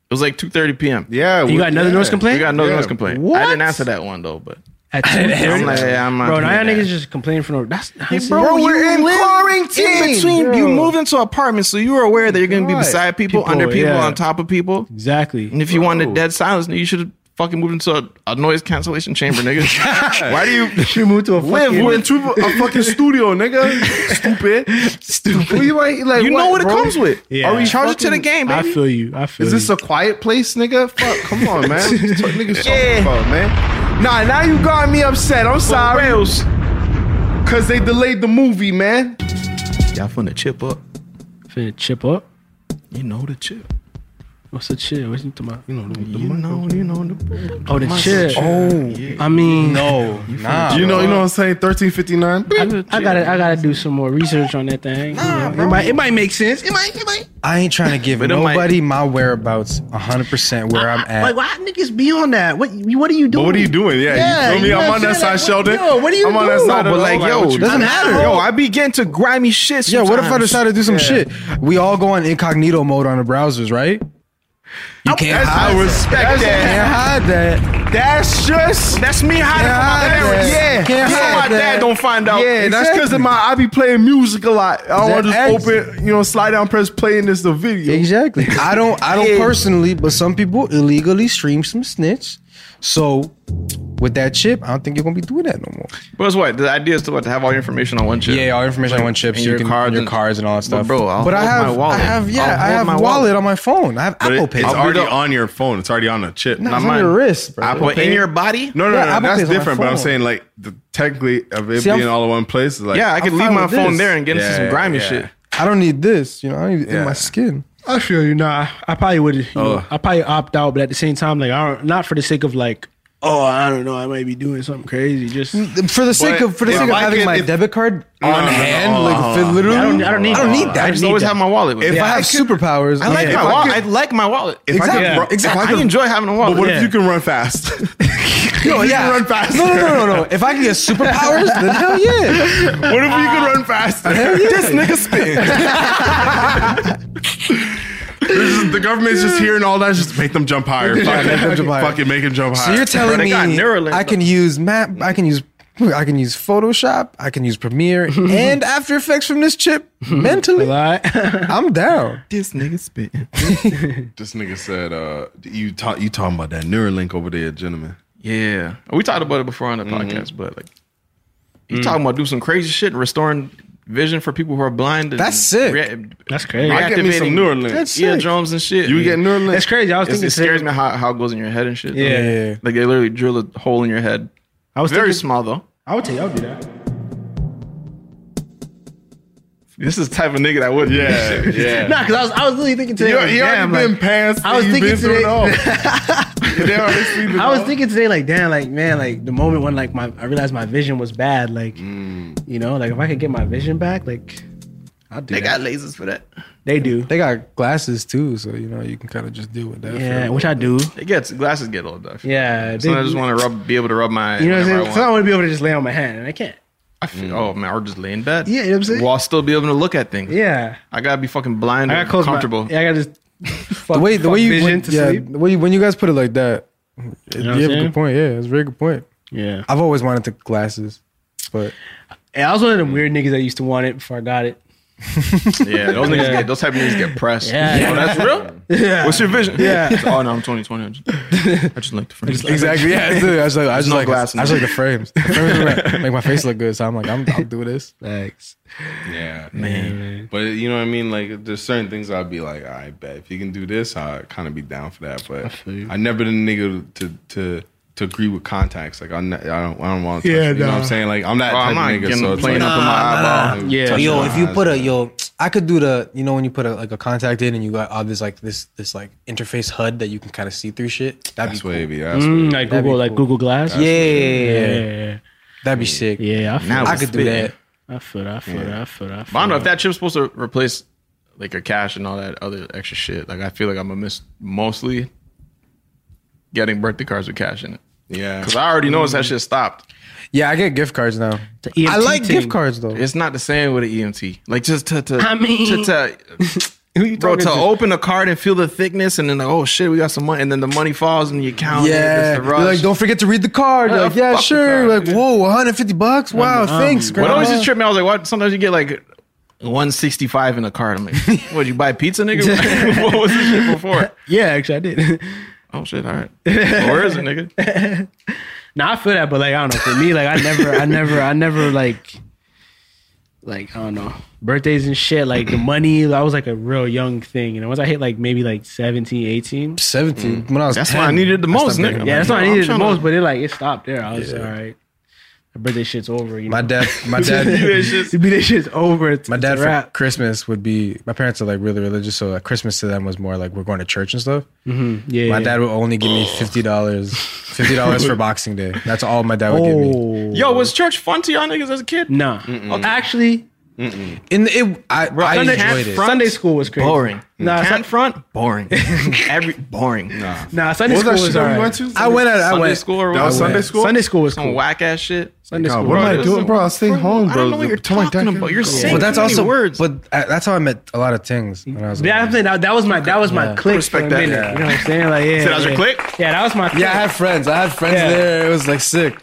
It was like 2.30 p.m. Yeah, You got another yeah. noise complaint? We got no Yeah. noise complaint. I didn't answer that one, though, but. At 2:30? I'm like, yeah, I'm not bro, now y'all doing that. niggas just complaining for no. That's Bro, you we're in live- quarantine. In between, you move into apartments, so you were aware that you're going to be Right. beside people, People, under people, yeah. on top of people. Exactly. And if you wanted dead silence, you should have fucking moved into a, a noise cancellation chamber, nigga. Why do you Should move to a Live fucking- with two, a fucking studio, nigga. Stupid. Stupid. What you want- like, You know what it comes with. Yeah. Are we charging to the game, I baby? feel you. I feel Is this you. a quiet place, nigga? Fuck, come on, man. What you talk- niggas talking about, man. Nah, now you got me upset. I'm sorry. Cause they delayed the movie, man. Y'all finna chip up. finna chip up? You know the chip. What's the chill? What you talking about? You know, the, You know, you know the. oh, the chill. Oh, I mean, No, nah. You know, you know what I'm saying? 1359. I, I gotta, I gotta do some more research on that thing. you know, it might, it might make sense. It might, it might. I ain't trying to give it might- nobody my whereabouts 100 percent where I'm at. Like, why niggas be on that? What, what are you doing? But what are you doing? Yeah, Yeah, you feel me? you know I'm what on I'm that saying? side, Like, what- Sheldon. yo, what are you I'm on that doing? side No, of but the like, whole yo, what you- doesn't matter. Yo, I be getting to grimy shit. Yeah, what if I sometimes. decide to do some shit? We all go on incognito mode on the browsers, right? You can't That's- I hide that. respect that. Can't hide that. That's just. That's me hiding Yeah, from my parents. yeah. Can't so my hide dad that. don't find out. Yeah, that's because of my. I be playing music a lot. I don't want to just Exactly. open, you know, slide down, press play, and it's the video. Exactly. I don't. I don't personally, but some people illegally stream some snitch. So with that chip, I don't think you're gonna be doing that no more. But it's what the idea is to what to have all your information on one chip. Yeah, all your information on one chip, so and you your can cards your and- cards and all that But stuff. bro, I'll but I hold my have, I wallet. have, yeah, I'll I hold have my wallet. wallet. on my phone. I have Apple Pay. It's I'll be already the- on your phone. It's already on the chip. Nah, Not it's mine. on your wrist, bro. Apple but in your body. No, no, Yeah, Apple no, that's Pay's on my different. But I'm phone. saying like the technically of it See, I'm- being all in one place. Is like, Yeah, I can I'm leave fine my with phone this. there and get into some Yeah, grimy yeah. shit. I don't need this. You know, I need it in Yeah. Oh. my skin. I feel you. Nah, I probably would. You know, I probably opt out, but at the same time, like, I don't, not for the sake of like, oh, I don't know, I might be doing something crazy. Just I For the sake But of for the if sake of I having could- my if- debit card on Uh-huh. no, no, hand, no, like no, fit literally, don't, I don't need. I don't need that. I just always have my wallet. With If me. I I have could- superpowers. I like yeah. my I wallet. could- I like my wallet. If I could, Exactly. ru- if I I could- enjoy having a But wallet. what Yeah. if you can run fast? Yo, you yeah. can run faster. No, no, no, no, no. If I can get superpowers, then hell yeah. what if you can run faster? this nigga spitting. This is- the government's just hearing all that. Just make them jump higher. Fuck, make them jump higher. Fucking make them jump higher. So you're telling they me got Neuralink, I can use map, I can use I can use Photoshop, I can use Premiere and After Effects from this chip mentally. I'm down. this nigga spitting. This nigga said, uh, "You talk, you talking about that Neuralink over there, Mm-hmm. gentleman." Yeah, we talked about it before on the podcast, but like, Mm. you Mm. talking about do some crazy shit, restoring vision for people who are blind. And That's sick. That's crazy. I get me some Neuralink. That's sick. eardrums and shit. You get Neuralink. That's crazy. I was It's- thinking. it scares me how, how it goes in your head and shit. Yeah. Yeah. like they literally drill a hole in your head. I was Very thinking, small though. I would tell you, I would do that. This is the type of nigga that would. Yeah, yeah. Nah, cause I was, I was literally thinking today. You, like, you already damn, been like, past. I was you thinking been through today- it all. They already seen it I was all. thinking today, like, damn, like, man, like the moment when like my I realized my vision was bad, like, Mm. you know, like if I could get my vision back, like, I'd do They that. got lasers for that. they do, They got glasses too, so you know you can kind of just deal with that. for yeah, a which little I do, It gets glasses get old though. yeah. So I they- just want to rub, be able to rub my. you know what I'm whenever saying? So I I want. want to be able to just lay on my hand, and I can't. I feel, oh man, or just lay in bed. Yeah, you know what I'm saying? While still be able to look at things. Yeah, I gotta be fucking blind I and got close comfortable. My, yeah, I got just the way the way you vision when, to yeah, sleep. the way you- when you guys put it like that, you, know what have I'm a saying? good point. Yeah, it's a very good point. Yeah, I've always wanted the glasses, but and I was one of them weird niggas that used to want it before I got it. Yeah, those niggas get those type of niggas get pressed. Yeah. Oh, that's real. Yeah, What's your vision? Yeah. oh no, I'm 2020. I just, I just like the frame. exactly. Yeah, I do. I just like I just no like glass in I just there. like the frames. The frames are like, make my face look good. So I'm like I'm I'll do this. Thanks. Yeah, man. But you know what I mean? Like, there's certain things I'd be like, I bet if you can do this, I'd kind of be down for that. But I never been a nigga to to to agree with contacts. Like, I'm not, I don't I don't want to. Yeah, you know what I'm saying? Like, I'm that Oh, type I'm not of nigga. getting So it's plain like, up in my eyeball. Yeah. Touch yo, if you put a yo, I could do the you know when you put a like a contact in and you got all this like this this like interface HUD that you can kind of see through shit. That'd That's be cool. wavy. That's Mm, wavy. like That'd be Google, like cool. Google Glass. Yeah, yeah, yeah, yeah. yeah, that'd be sick. yeah. I feel, Now I could do that. I feel, I feel, I feel, I feel. But I don't know if that chip's supposed to replace like your cash and all that other extra shit. Like I feel like I'm gonna miss mostly getting birthday cards with cash in it. Yeah. Because I already noticed that shit stopped. Yeah, I get gift cards now. EMT I like thing. gift cards though. It's not the same with an EMT. Like just to, to I mean- to, to Who you bro talking to to? open a card and feel the thickness and then like, oh shit, we got some money and then the money falls in your account. Yeah, and it's you're the rush. like don't forget to read the card. You're Yeah, like, yeah, fuck the sure. card. Like, whoa, 150 bucks. Wow, Um, thanks, girl. what always just tripped me? I was like, what? Sometimes you get like. 165 in a card. I'm like, what, you buy pizza, nigga? what was this shit before? Yeah, actually, I did. Oh, shit, all right. Where is it, nigga? now I feel that, but like I don't know. For me, like I never, I never, I never like, like I don't know, birthdays and shit. Like the money, that was like a real young thing. You know, once I hit like maybe like 17, 18. 17 when I was Mm. That's 10. what I needed the most, nigga. Yeah, that's what I I'm needed the tryna- most. But it like it stopped there. I was like, all right, the birthday shit's over. You know, My dad, my dad, to be this shit's over. It's, my it's a dad for wrap. Christmas would be. My parents are like really religious, so like Christmas to them was more like we're going to church and stuff. yeah, My yeah. dad would only give me fifty dollars, fifty dollars for Boxing Day. That's all my dad would give me. Oh, Yo, was church fun to y'all niggas as a kid? nah. Actually, And it, I, I Sunday- enjoyed it. Front- Sunday school was crazy. Boring. Nah, Can't Sun- front boring. Every boring. nah. Sunday What school was that was, shit all that we right. went to? I went out. I Sunday went. school or That was what? Sunday school. Sunday school was Some cool. whack ass shit. Sunday God, school. what was am I this doing, is- bro? I stayed home, I bro. don't know what you're Tell my dad talking to about. go. You're saying But that's too many also. words. But I, that's how I met a lot of things. When I was Yeah, I'm little. saying that, that was my that was my click Respect for a that. minute. Yeah. You know what I'm saying? Like, yeah, So that was your yeah. click? Yeah, that was my click. Yeah, I had friends. I had friends Yeah. there. It was like sick.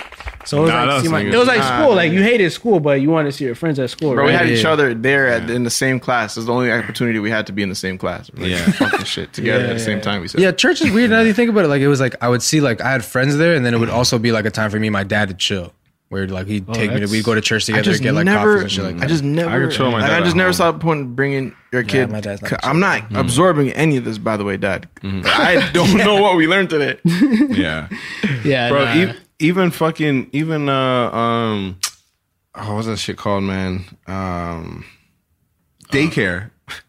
so it was Nah, that like, was see my- nigga. it was like Nah, school. Like you hated school, but you wanted to see your friends at school. Bro, right? we had each yeah. other there at, in the same class. It's the only opportunity we had to be in the same class. We're like, Yeah. fucking shit together at the same time. We said, Yeah, church is weird. Now that you think about it, like it was like I would see like I had friends there, and then it would also be like a time for me and my dad to chill. Where like he'd take me to, that's- we'd go to church Oh, I together, just get like never. coffees and shit like that. I just never. I control my like, dad I at just never home. saw the point in bringing your kid. my dad's not Mm-hmm. Hmm. i I'm not absorbing any of this, by the way, Dad. I don't know what we learned today. Yeah. yeah, bro. nah. e- even fucking even uh um, oh, what's that shit called, man? Um, daycare.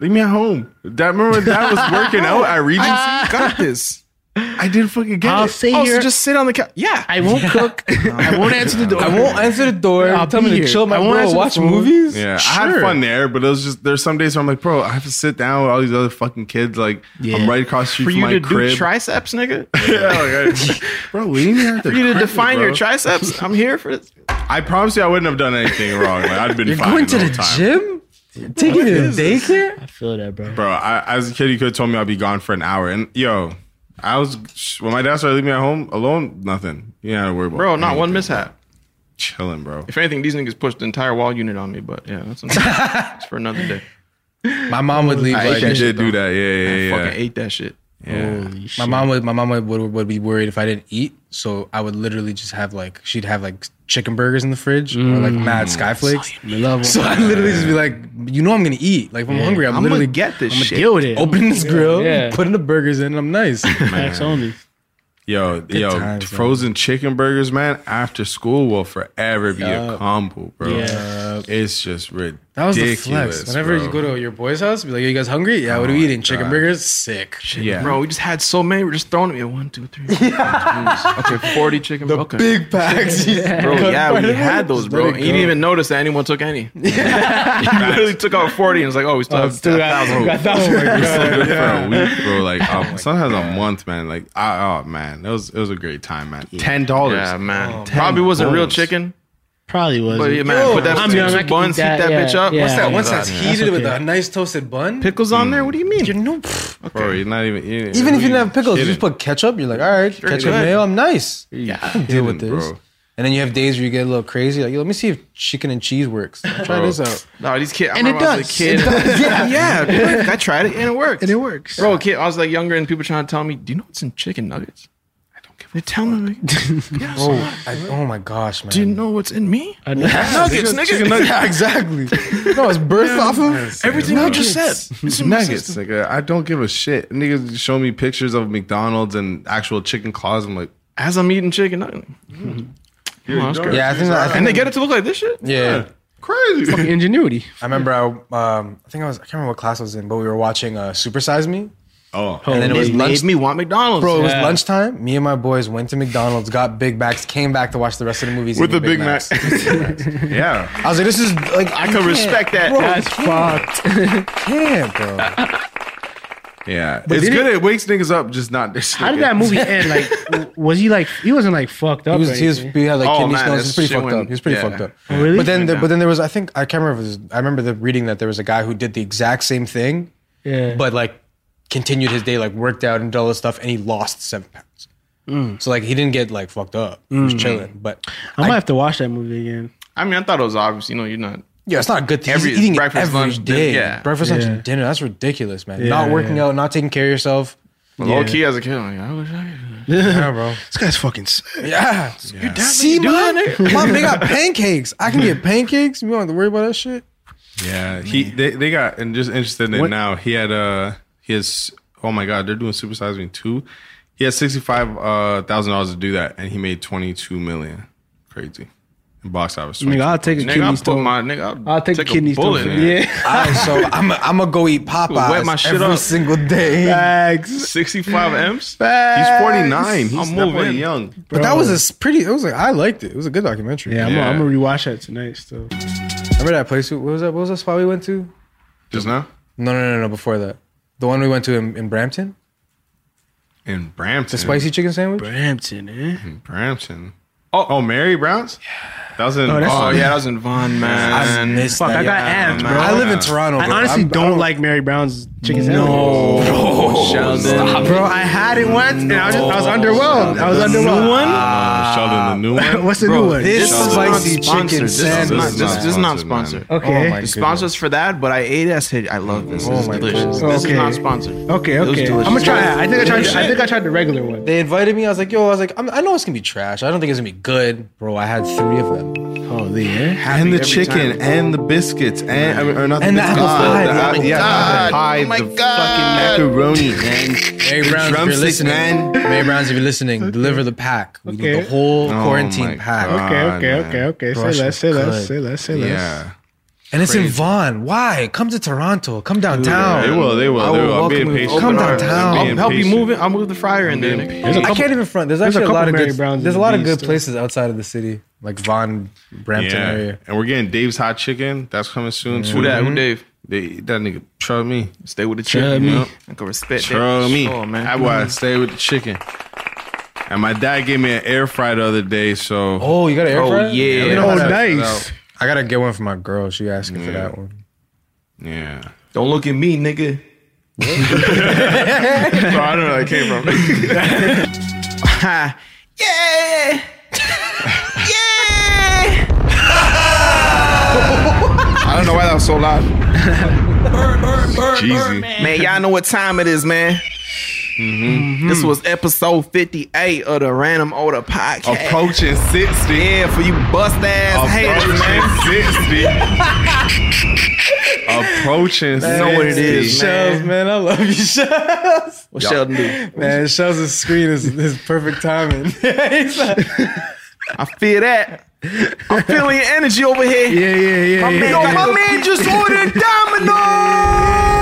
Leave me at home. That remember that was working out at Regency. Got this. I didn't fucking get Ah. I'll it. sit Oh, so here. just sit on the couch. Yeah, I won't cook. I won't answer the door. I won't answer the door. I'll tell be me to here. chill, my I won't bro. answer the Watch phone. movies. Yeah, I had fun there, but it was just there's some days where I'm like, bro, I have to sit down with all these other fucking kids. Like, I'm right across the street for from you my to crib. do triceps, nigga. yeah, like, I- bro, we didn't even have to. For you to crib, define your bro. triceps. I'm here for this. I promise you, I wouldn't have done anything wrong. Like, I'd been fine Going the to whole the time. gym? Taking it to daycare? I feel that, bro. Bro, I, as a kid, you could have told me I'd be gone for an hour. And yo, I was when my dad started leaving me at home alone. Nothing. You had to worry about. Bro, not one anything. mishap. Chilling, bro. If anything, these niggas pushed the entire wall unit on me, but yeah, that's, that's for another day. my mom would leave I Like, like that you shit, did do that. Yeah, yeah, Fucking yeah. ate that shit. my mom would my mom would, would would be worried if I didn't eat, so I would literally just have like she'd have like chicken burgers in the fridge or like mad skyflakes. So I literally just be like, you know, I'm gonna eat. Like if I'm hungry, I'm, I'm literally gonna get this shit. Deal with it. open this grill, Yeah. putting the burgers in, and I'm nice. Facts only. Yo, yo, times, man. frozen chicken burgers, man. After school will forever be a combo, bro. Yeah. It's just ridiculous. That was the flex. Whenever you go to your boy's house, be like, "Yo, you guys hungry? Yeah, what are we eating? Chicken burgers? Sick." Oh yeah, Bro, we just had so many. We're just throwing at me. One, two, three. four, five, six. Okay, 40 chicken. okay. Big packs. bro, yeah, we had those, bro. And you didn't even notice that anyone took any. you literally took out 40 and was like, oh, we still have Dude, I- 1,000. I thought- Oh Good for a week, bro. Like Oh um, sometimes a month, man. Like I, oh man, it was it was a great time, man. Ten dollars, Yeah, man. Probably wasn't real chicken, Oh, Probably was. but yeah, man. put that I'm two young, I can buns, eat heat that, that, bitch yeah, up. yeah. What's that? Once that's that's heated with a nice toasted bun. pickles on there? What do you mean? you know, bro. You're not even you even if you didn't have pickles, you just put ketchup. You're like, all right, ketchup good. mayo. I'm nice. Yeah, I can deal with kidding, this. bro. And then you have days where you get a little crazy. Like, yo, let me see if chicken and cheese works. Try this out. No, these kids. I And it remember I was a does. kid. It does. yeah, yeah. I tried it and it worked. and it works. Bro, kid, I was like younger and people trying to tell me, do you know what's in chicken nuggets? I don't give They tell me, like, yeah, so Oh, I- oh my gosh, man. do you know what's in me? nuggets, nigga. yeah, exactly. No, it's birthed off of Everything I just said. It's in my nuggets, system. nigga. I don't give a shit. Niggas show me pictures of McDonald's and actual chicken claws. I'm like, As I'm eating chicken nuggets. Oh, that's great. Yeah, I think that. I think And they get it to look like this shit? yeah. crazy. Ingenuity. I remember I, um, I think I was, I can't remember what class I was in, but we were watching uh, Super Size Me. Oh, And then it was It lunch. made me want McDonald's. Bro, it was Yeah. lunchtime. Me and my boys went to McDonald's, got Big Macs, came back to watch the rest of the movies With eating the Big Mac. Macs. yeah. I was like, this is like I can respect that. That's fucked. Can't, bro. Yeah, But it's did good. It, wakes niggas up, just not. This How did that movie end? Like, w- was he like he wasn't like fucked up? He or was, he, was, anything? he had like Oh, kidney man, stones. this He's pretty shit fucked went- up. He's pretty yeah. fucked up. Oh, really? But then, Went there, down. but then there was. I think I can't remember. If it was, I remember the reading that there was a guy who did the exact same thing, yeah. but like continued his day, like worked out and did all this stuff, and he lost seven pounds. So like he didn't get like fucked up. He was chilling. But I might have to watch that movie again. I mean, I thought it was obvious. You know, you're not. yeah, it's not a good thing. Every- He's eating breakfast, breakfast, every day. lunch, dinner, yeah. Breakfast, lunch, and dinner. That's ridiculous, man. not working out, not taking care of yourself. Low key as a kid, I'm like, I wish I could. Yeah, bro. This guy's fucking sick. Yeah. See, man, mom, they got pancakes. I can get pancakes. You don't have to worry about that shit. Yeah, he they, they got and just interested in it now. He had uh his oh my god, they're doing Super Size Me two. He had sixty five thousand dollars to do that, and he made twenty two million. Crazy. In box office. Nigga, I'll take a Nigga, kidney I'll put stone. my nigga. I'll, I'll take, take a kidney a bullet. stone. in there. Yeah. All right, so I'm I'm gonna go eat Popeyes Wet my shit every up. single day. Facts. 65 M's. He's forty nine. He's I'm that moving. boy young. But that was a s- pretty. It was like I liked it. It was a good documentary. Yeah, I'm Yeah. gonna I'm gonna rewatch that tonight. Still, remember that place? What was that? What was that spot we went to? Just now No, no, no, no. Before that, the one we went to in, in Brampton, in Brampton. the spicy chicken sandwich. Brampton, eh? Brampton. Oh, oh, Mary Brown's. That was in. that's oh Oh, yeah. yeah, that was in Vaughn, man. missed Fuck, that. I got amped, bro. I live in Toronto. I bro. honestly I'm- don't, like Mary Brown's chicken No. sandwich. Oh, Sheldon. bro, I had it once and I was just I was underwhelmed. I was underwhelmed. Uh, Sheldon, the new one. What's the new one? this This is not spicy sponsored. chicken This is sandwich. not- This is not sponsored. man. okay, Oh my Oh Sponsors for that, but I ate that shit. I love this. This is my delicious. This is Okay. not sponsored. okay, was okay. I'm delicious. gonna try that. I think I tried. I think I tried the regular one. They invited me. I was like, yo, I was like, I'm, I know it's gonna be trash. I don't think it's gonna be good, bro. I had three of them. Oh, the yeah. and the every chicken time. and the biscuits and I mean, or not And the biscuits, apple pie, but the the apple- apple yeah, the apple pie, Oh my the God. fucking macaroni, Mary man. The Browns, if you're drumstick, listening, man. Mary Browns, if you're listening, deliver the pack. We need Okay. the whole Oh my quarantine pack. God. Okay, Ah, okay, man. okay, okay. Brush Say less, say was less, good. say less, say less. Yeah, And it's in Vaughn. Why? Come to Toronto. Come downtown. they will, they will, I they will. I'm welcome being you. patient. Come Open arms. downtown. I'm I'll being help you patient. move it. I'll move the fryer in there. nigga. There's a I couple- can't even front. There's There's a actually a, lot couple of Mary good. Browns there's a in lot the of good East, too. places outside of the city, like Vaughn, Brampton Yeah, area. Mm-hmm. and we're getting Dave's hot chicken. That's coming soon too. Who that? Who Dave? They, that nigga, trust me, Stay with the Trust chicken. me. Yep. I can respect that. trust me. Oh, man. That's why I stay with the chicken. And my dad gave me an air fry the other day, so Oh, you got an air Oh, fryer? yeah. You know Oh, how to- nice. I gotta get one for my girl. She asking for that one. yeah. Don't look at me, nigga. Bro, I don't know where that came from. Ha. Yeah. yeah. I don't know why that was so loud. Jeezy. Man, y'all know what time it is, man. Mm-hmm. This was episode 58 of the Random Order Podcast. Approaching sixty. Yeah, for you bust ass haters, man. Approaching 60. Approaching 60. know what it is, Shells, man. man, I love you, Shells. What Sheldon do? Man, Shells' screen is, is perfect timing. He's like, I feel that. I'm feeling your energy over here. Yeah, yeah, yeah. My man, yo, my man just ordered Domino's.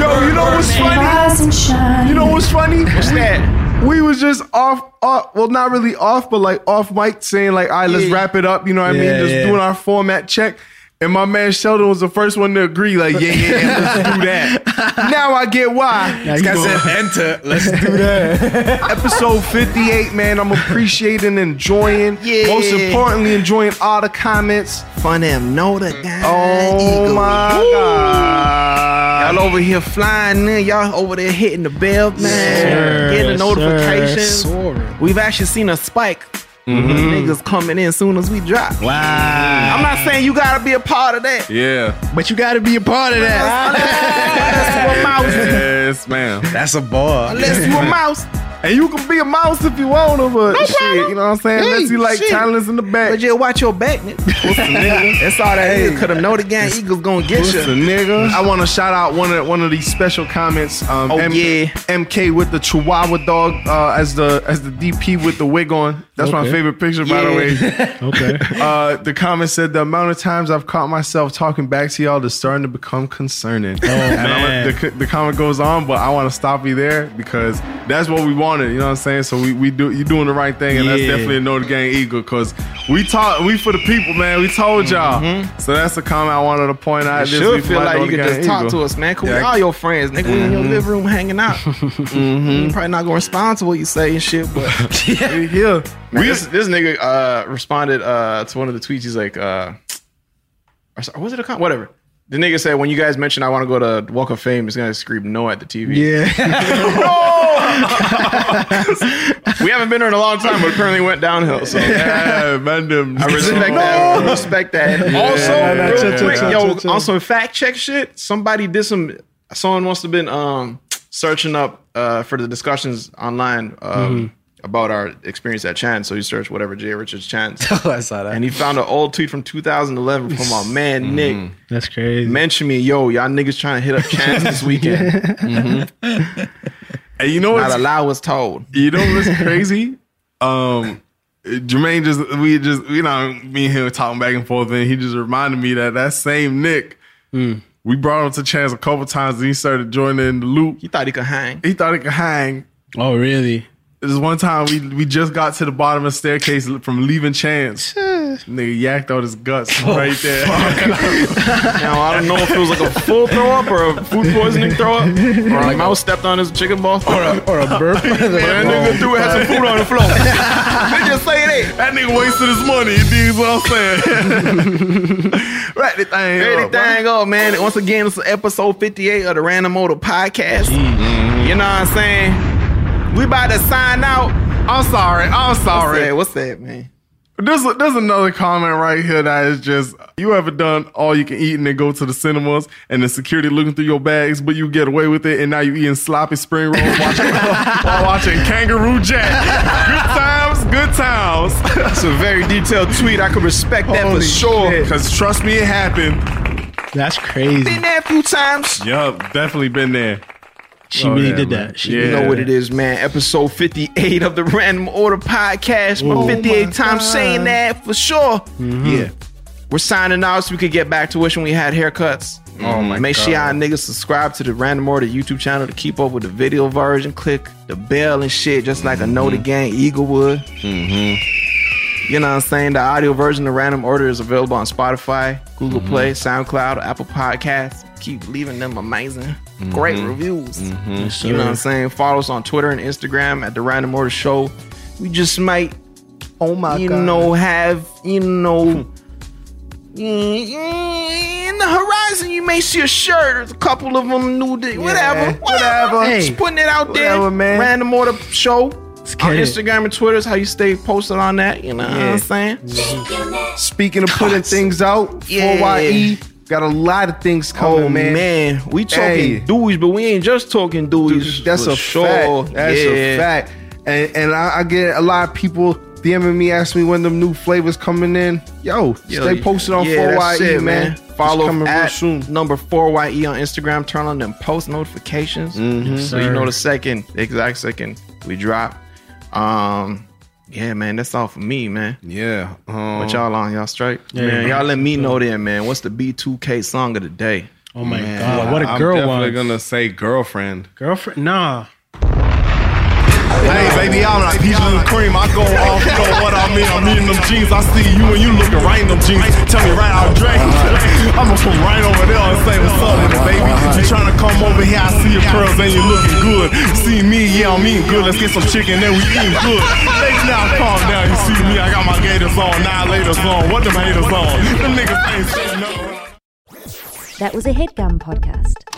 yo, you know what's funny? Rise and shine. You know what's funny? What's that? We was just off, off, well, not really off, but like off mic saying like, all right, let's Yeah. wrap it up. You know what I mean? Yeah, Just yeah. doing our format check. And my man Sheldon was the first one to agree, like, yeah, yeah, yeah, let's do that. now I get why. Now you go- enter. Let's Episode 58, man. I'm appreciating, enjoying. Yeah. Most importantly, enjoying all the comments. Fun them, know the guy. Oh eagle. my Woo. God. Y'all over here flying in. Y'all over there hitting the bell, man. Sir, Getting the yes, notifications. sir. We've actually seen a spike. of Niggas coming in soon as we drop. Wow. I'm not saying you gotta be a part of that. Yeah. But you got to be a part of that. Unless you a mouse. Yes, ma'am. That's a bar. Unless you a mouse. And you can be a mouse if you want to, but shit, problem. you know what I'm saying? Unless Hey, you like shit. talents in the back. But just watch your back, nigga. That's all that is. Cause the know the gang Eagles gonna get Listen, you. nigga. I want to shout out one of one of these special comments. Um, Oh, yeah. MK with the Chihuahua dog uh, as the as the DP with the wig on. That's my Okay. favorite picture, by the Yeah. way. Okay. Uh, the comment said the amount of times I've caught myself talking back to y'all is starting to become concerning. Oh, and man. I'm, the, the comment goes on, but I want to stop you there because that's what we wanted. You know what I'm saying? So we, we do you doing the right thing, and that's Yeah. definitely a Notre Gang Eagle because We taught we for the people, man. We told y'all. So that's the comment I wanted to point out. I this should week feel from my Golden like Mm-hmm. you Mm-hmm. could just Gate talk Eagle. to us, man. Cool. We Yeah. all your friends, nigga. We in your living room hanging out. You probably not gonna respond to what you say and shit, but we here. Man, We- this, this nigga uh, responded uh, to one of the tweets. He's like, uh, or so- was it a con? Whatever. The nigga said, when you guys mention I want to go to Walk of Fame, it's gonna scream no at the TV. Yeah. We haven't been there in a long time, but it currently went downhill. So Yeah, man, them- I respect that. I respect that. also, nah, real chill, chill, quick, chill, yo, chill, chill. on some fact check shit, somebody did some. Someone must have been um, searching up uh, for the discussions online Mm-hmm. um, about our experience at Chan. So you search whatever Jay Richards Chan, Oh, I saw that. and he found an old tweet from 2011 from my man Mm-hmm. Nick. That's crazy. Mention me, yo, y'all niggas trying to hit up Chan this weekend. Mm-hmm. And you know Not what's a lie was told. you know what's crazy? Um Jermaine just we just you know me and him were talking back and forth and he just reminded me that that same Nick Hmm. we brought him to chance a couple times and he started joining the loop. He thought he could hang. He thought he could hang. Oh, really? This one time we we just got to the bottom of the staircase from leaving chance. Nigga yacked out his guts Oh, right there. Now I don't know if it was like a full throw up or a food poisoning throw up, or a mouse stepped on his chicken ball, or a, Or a burp? Man, nigga threw had some food on the floor. they just say that. That nigga wasted his money. You dig what I'm saying? right, the thing. up, man. Everything up, man. Once again, it's episode 58 of the Random Motor Podcast. You know what I'm saying? We about to sign out. I'm sorry. I'm What's sorry. that? What's that, man? There's there's another comment right here that is just you ever done all you can eat and then go to the cinemas and the security looking through your bags, but you get away with it and now you eating sloppy spring rolls watching, while watching Kangaroo Jack. Good times, good times. That's a very detailed tweet. I could respect that for Holy sure. shit. Cause trust me, it happened. That's crazy. Been there a few times. Yup, definitely been there. She really yeah, did Oh, man. that. She Yeah. You know what it is, man. Episode 58 of the Random Order Podcast. Oh My 58 times saying that for sure. Mm-hmm. Yeah. We're signing out so we could get back to wishing we had haircuts. Oh my Make sure y'all niggas subscribe to the Random Order YouTube channel to keep up with the video version. Click the bell and shit, just like a know Mm-hmm. the gang Eagle would. You know what I'm saying? The audio version of Random Order is available on Spotify, Google Mm-hmm. Play, SoundCloud, Apple Podcasts. Keep leaving them amazing, Mm-hmm. great reviews. You know what I'm saying? Follow us on Twitter and Instagram at The Random Order Show. We just might, Oh my you God. know, have, you know, in the horizon, you may see a shirt. There's a couple of them new, day, whatever, whatever. Hey, just putting it out there. whatever, man. Random Order Show. On get it. Instagram and Twitter is how you stay posted on that. You know what I'm saying? Mm-hmm. Speaking of putting things out, Yeah. 4YE got a lot of things coming, Oh man. we talking Hey. Dewey's, but we ain't just talking Dewey's. That's for a sure. fact. That's a Yeah. fact. And and I, I get a lot of people DMing me asking me when them new flavors coming in. Yo, stay posted on E. Yeah, that's 4YE, it, man. It's Follow coming at real soon. number four YE on Instagram. Turn on them post notifications Mm-hmm. so you know the second, the exact second we drop. Um, yeah, man, that's all for me, man. Yeah. Oh. Um, What y'all on? Y'all straight? man, y'all let me know then, man. What's the B2K song of the day? Oh my god! What a I'm girl definitely one. gonna say girlfriend. Girlfriend? Nah. Hey, baby, I'm like peaches and cream. I go off, go what I mean. I'm eating them jeans. I see you and you looking right in them jeans. Tell me right out, Drake. I'ma come right over there and say what's up with it, baby. You tryna come over here? I see your curls and you looking good. See me? Yeah, I'm eating good. Let's get some chicken and we eating good. Baby, now calm down. You see me? I got my gators on, nine laters on. What them haters on? Them niggas ain't saying nothing. That was a headgum podcast.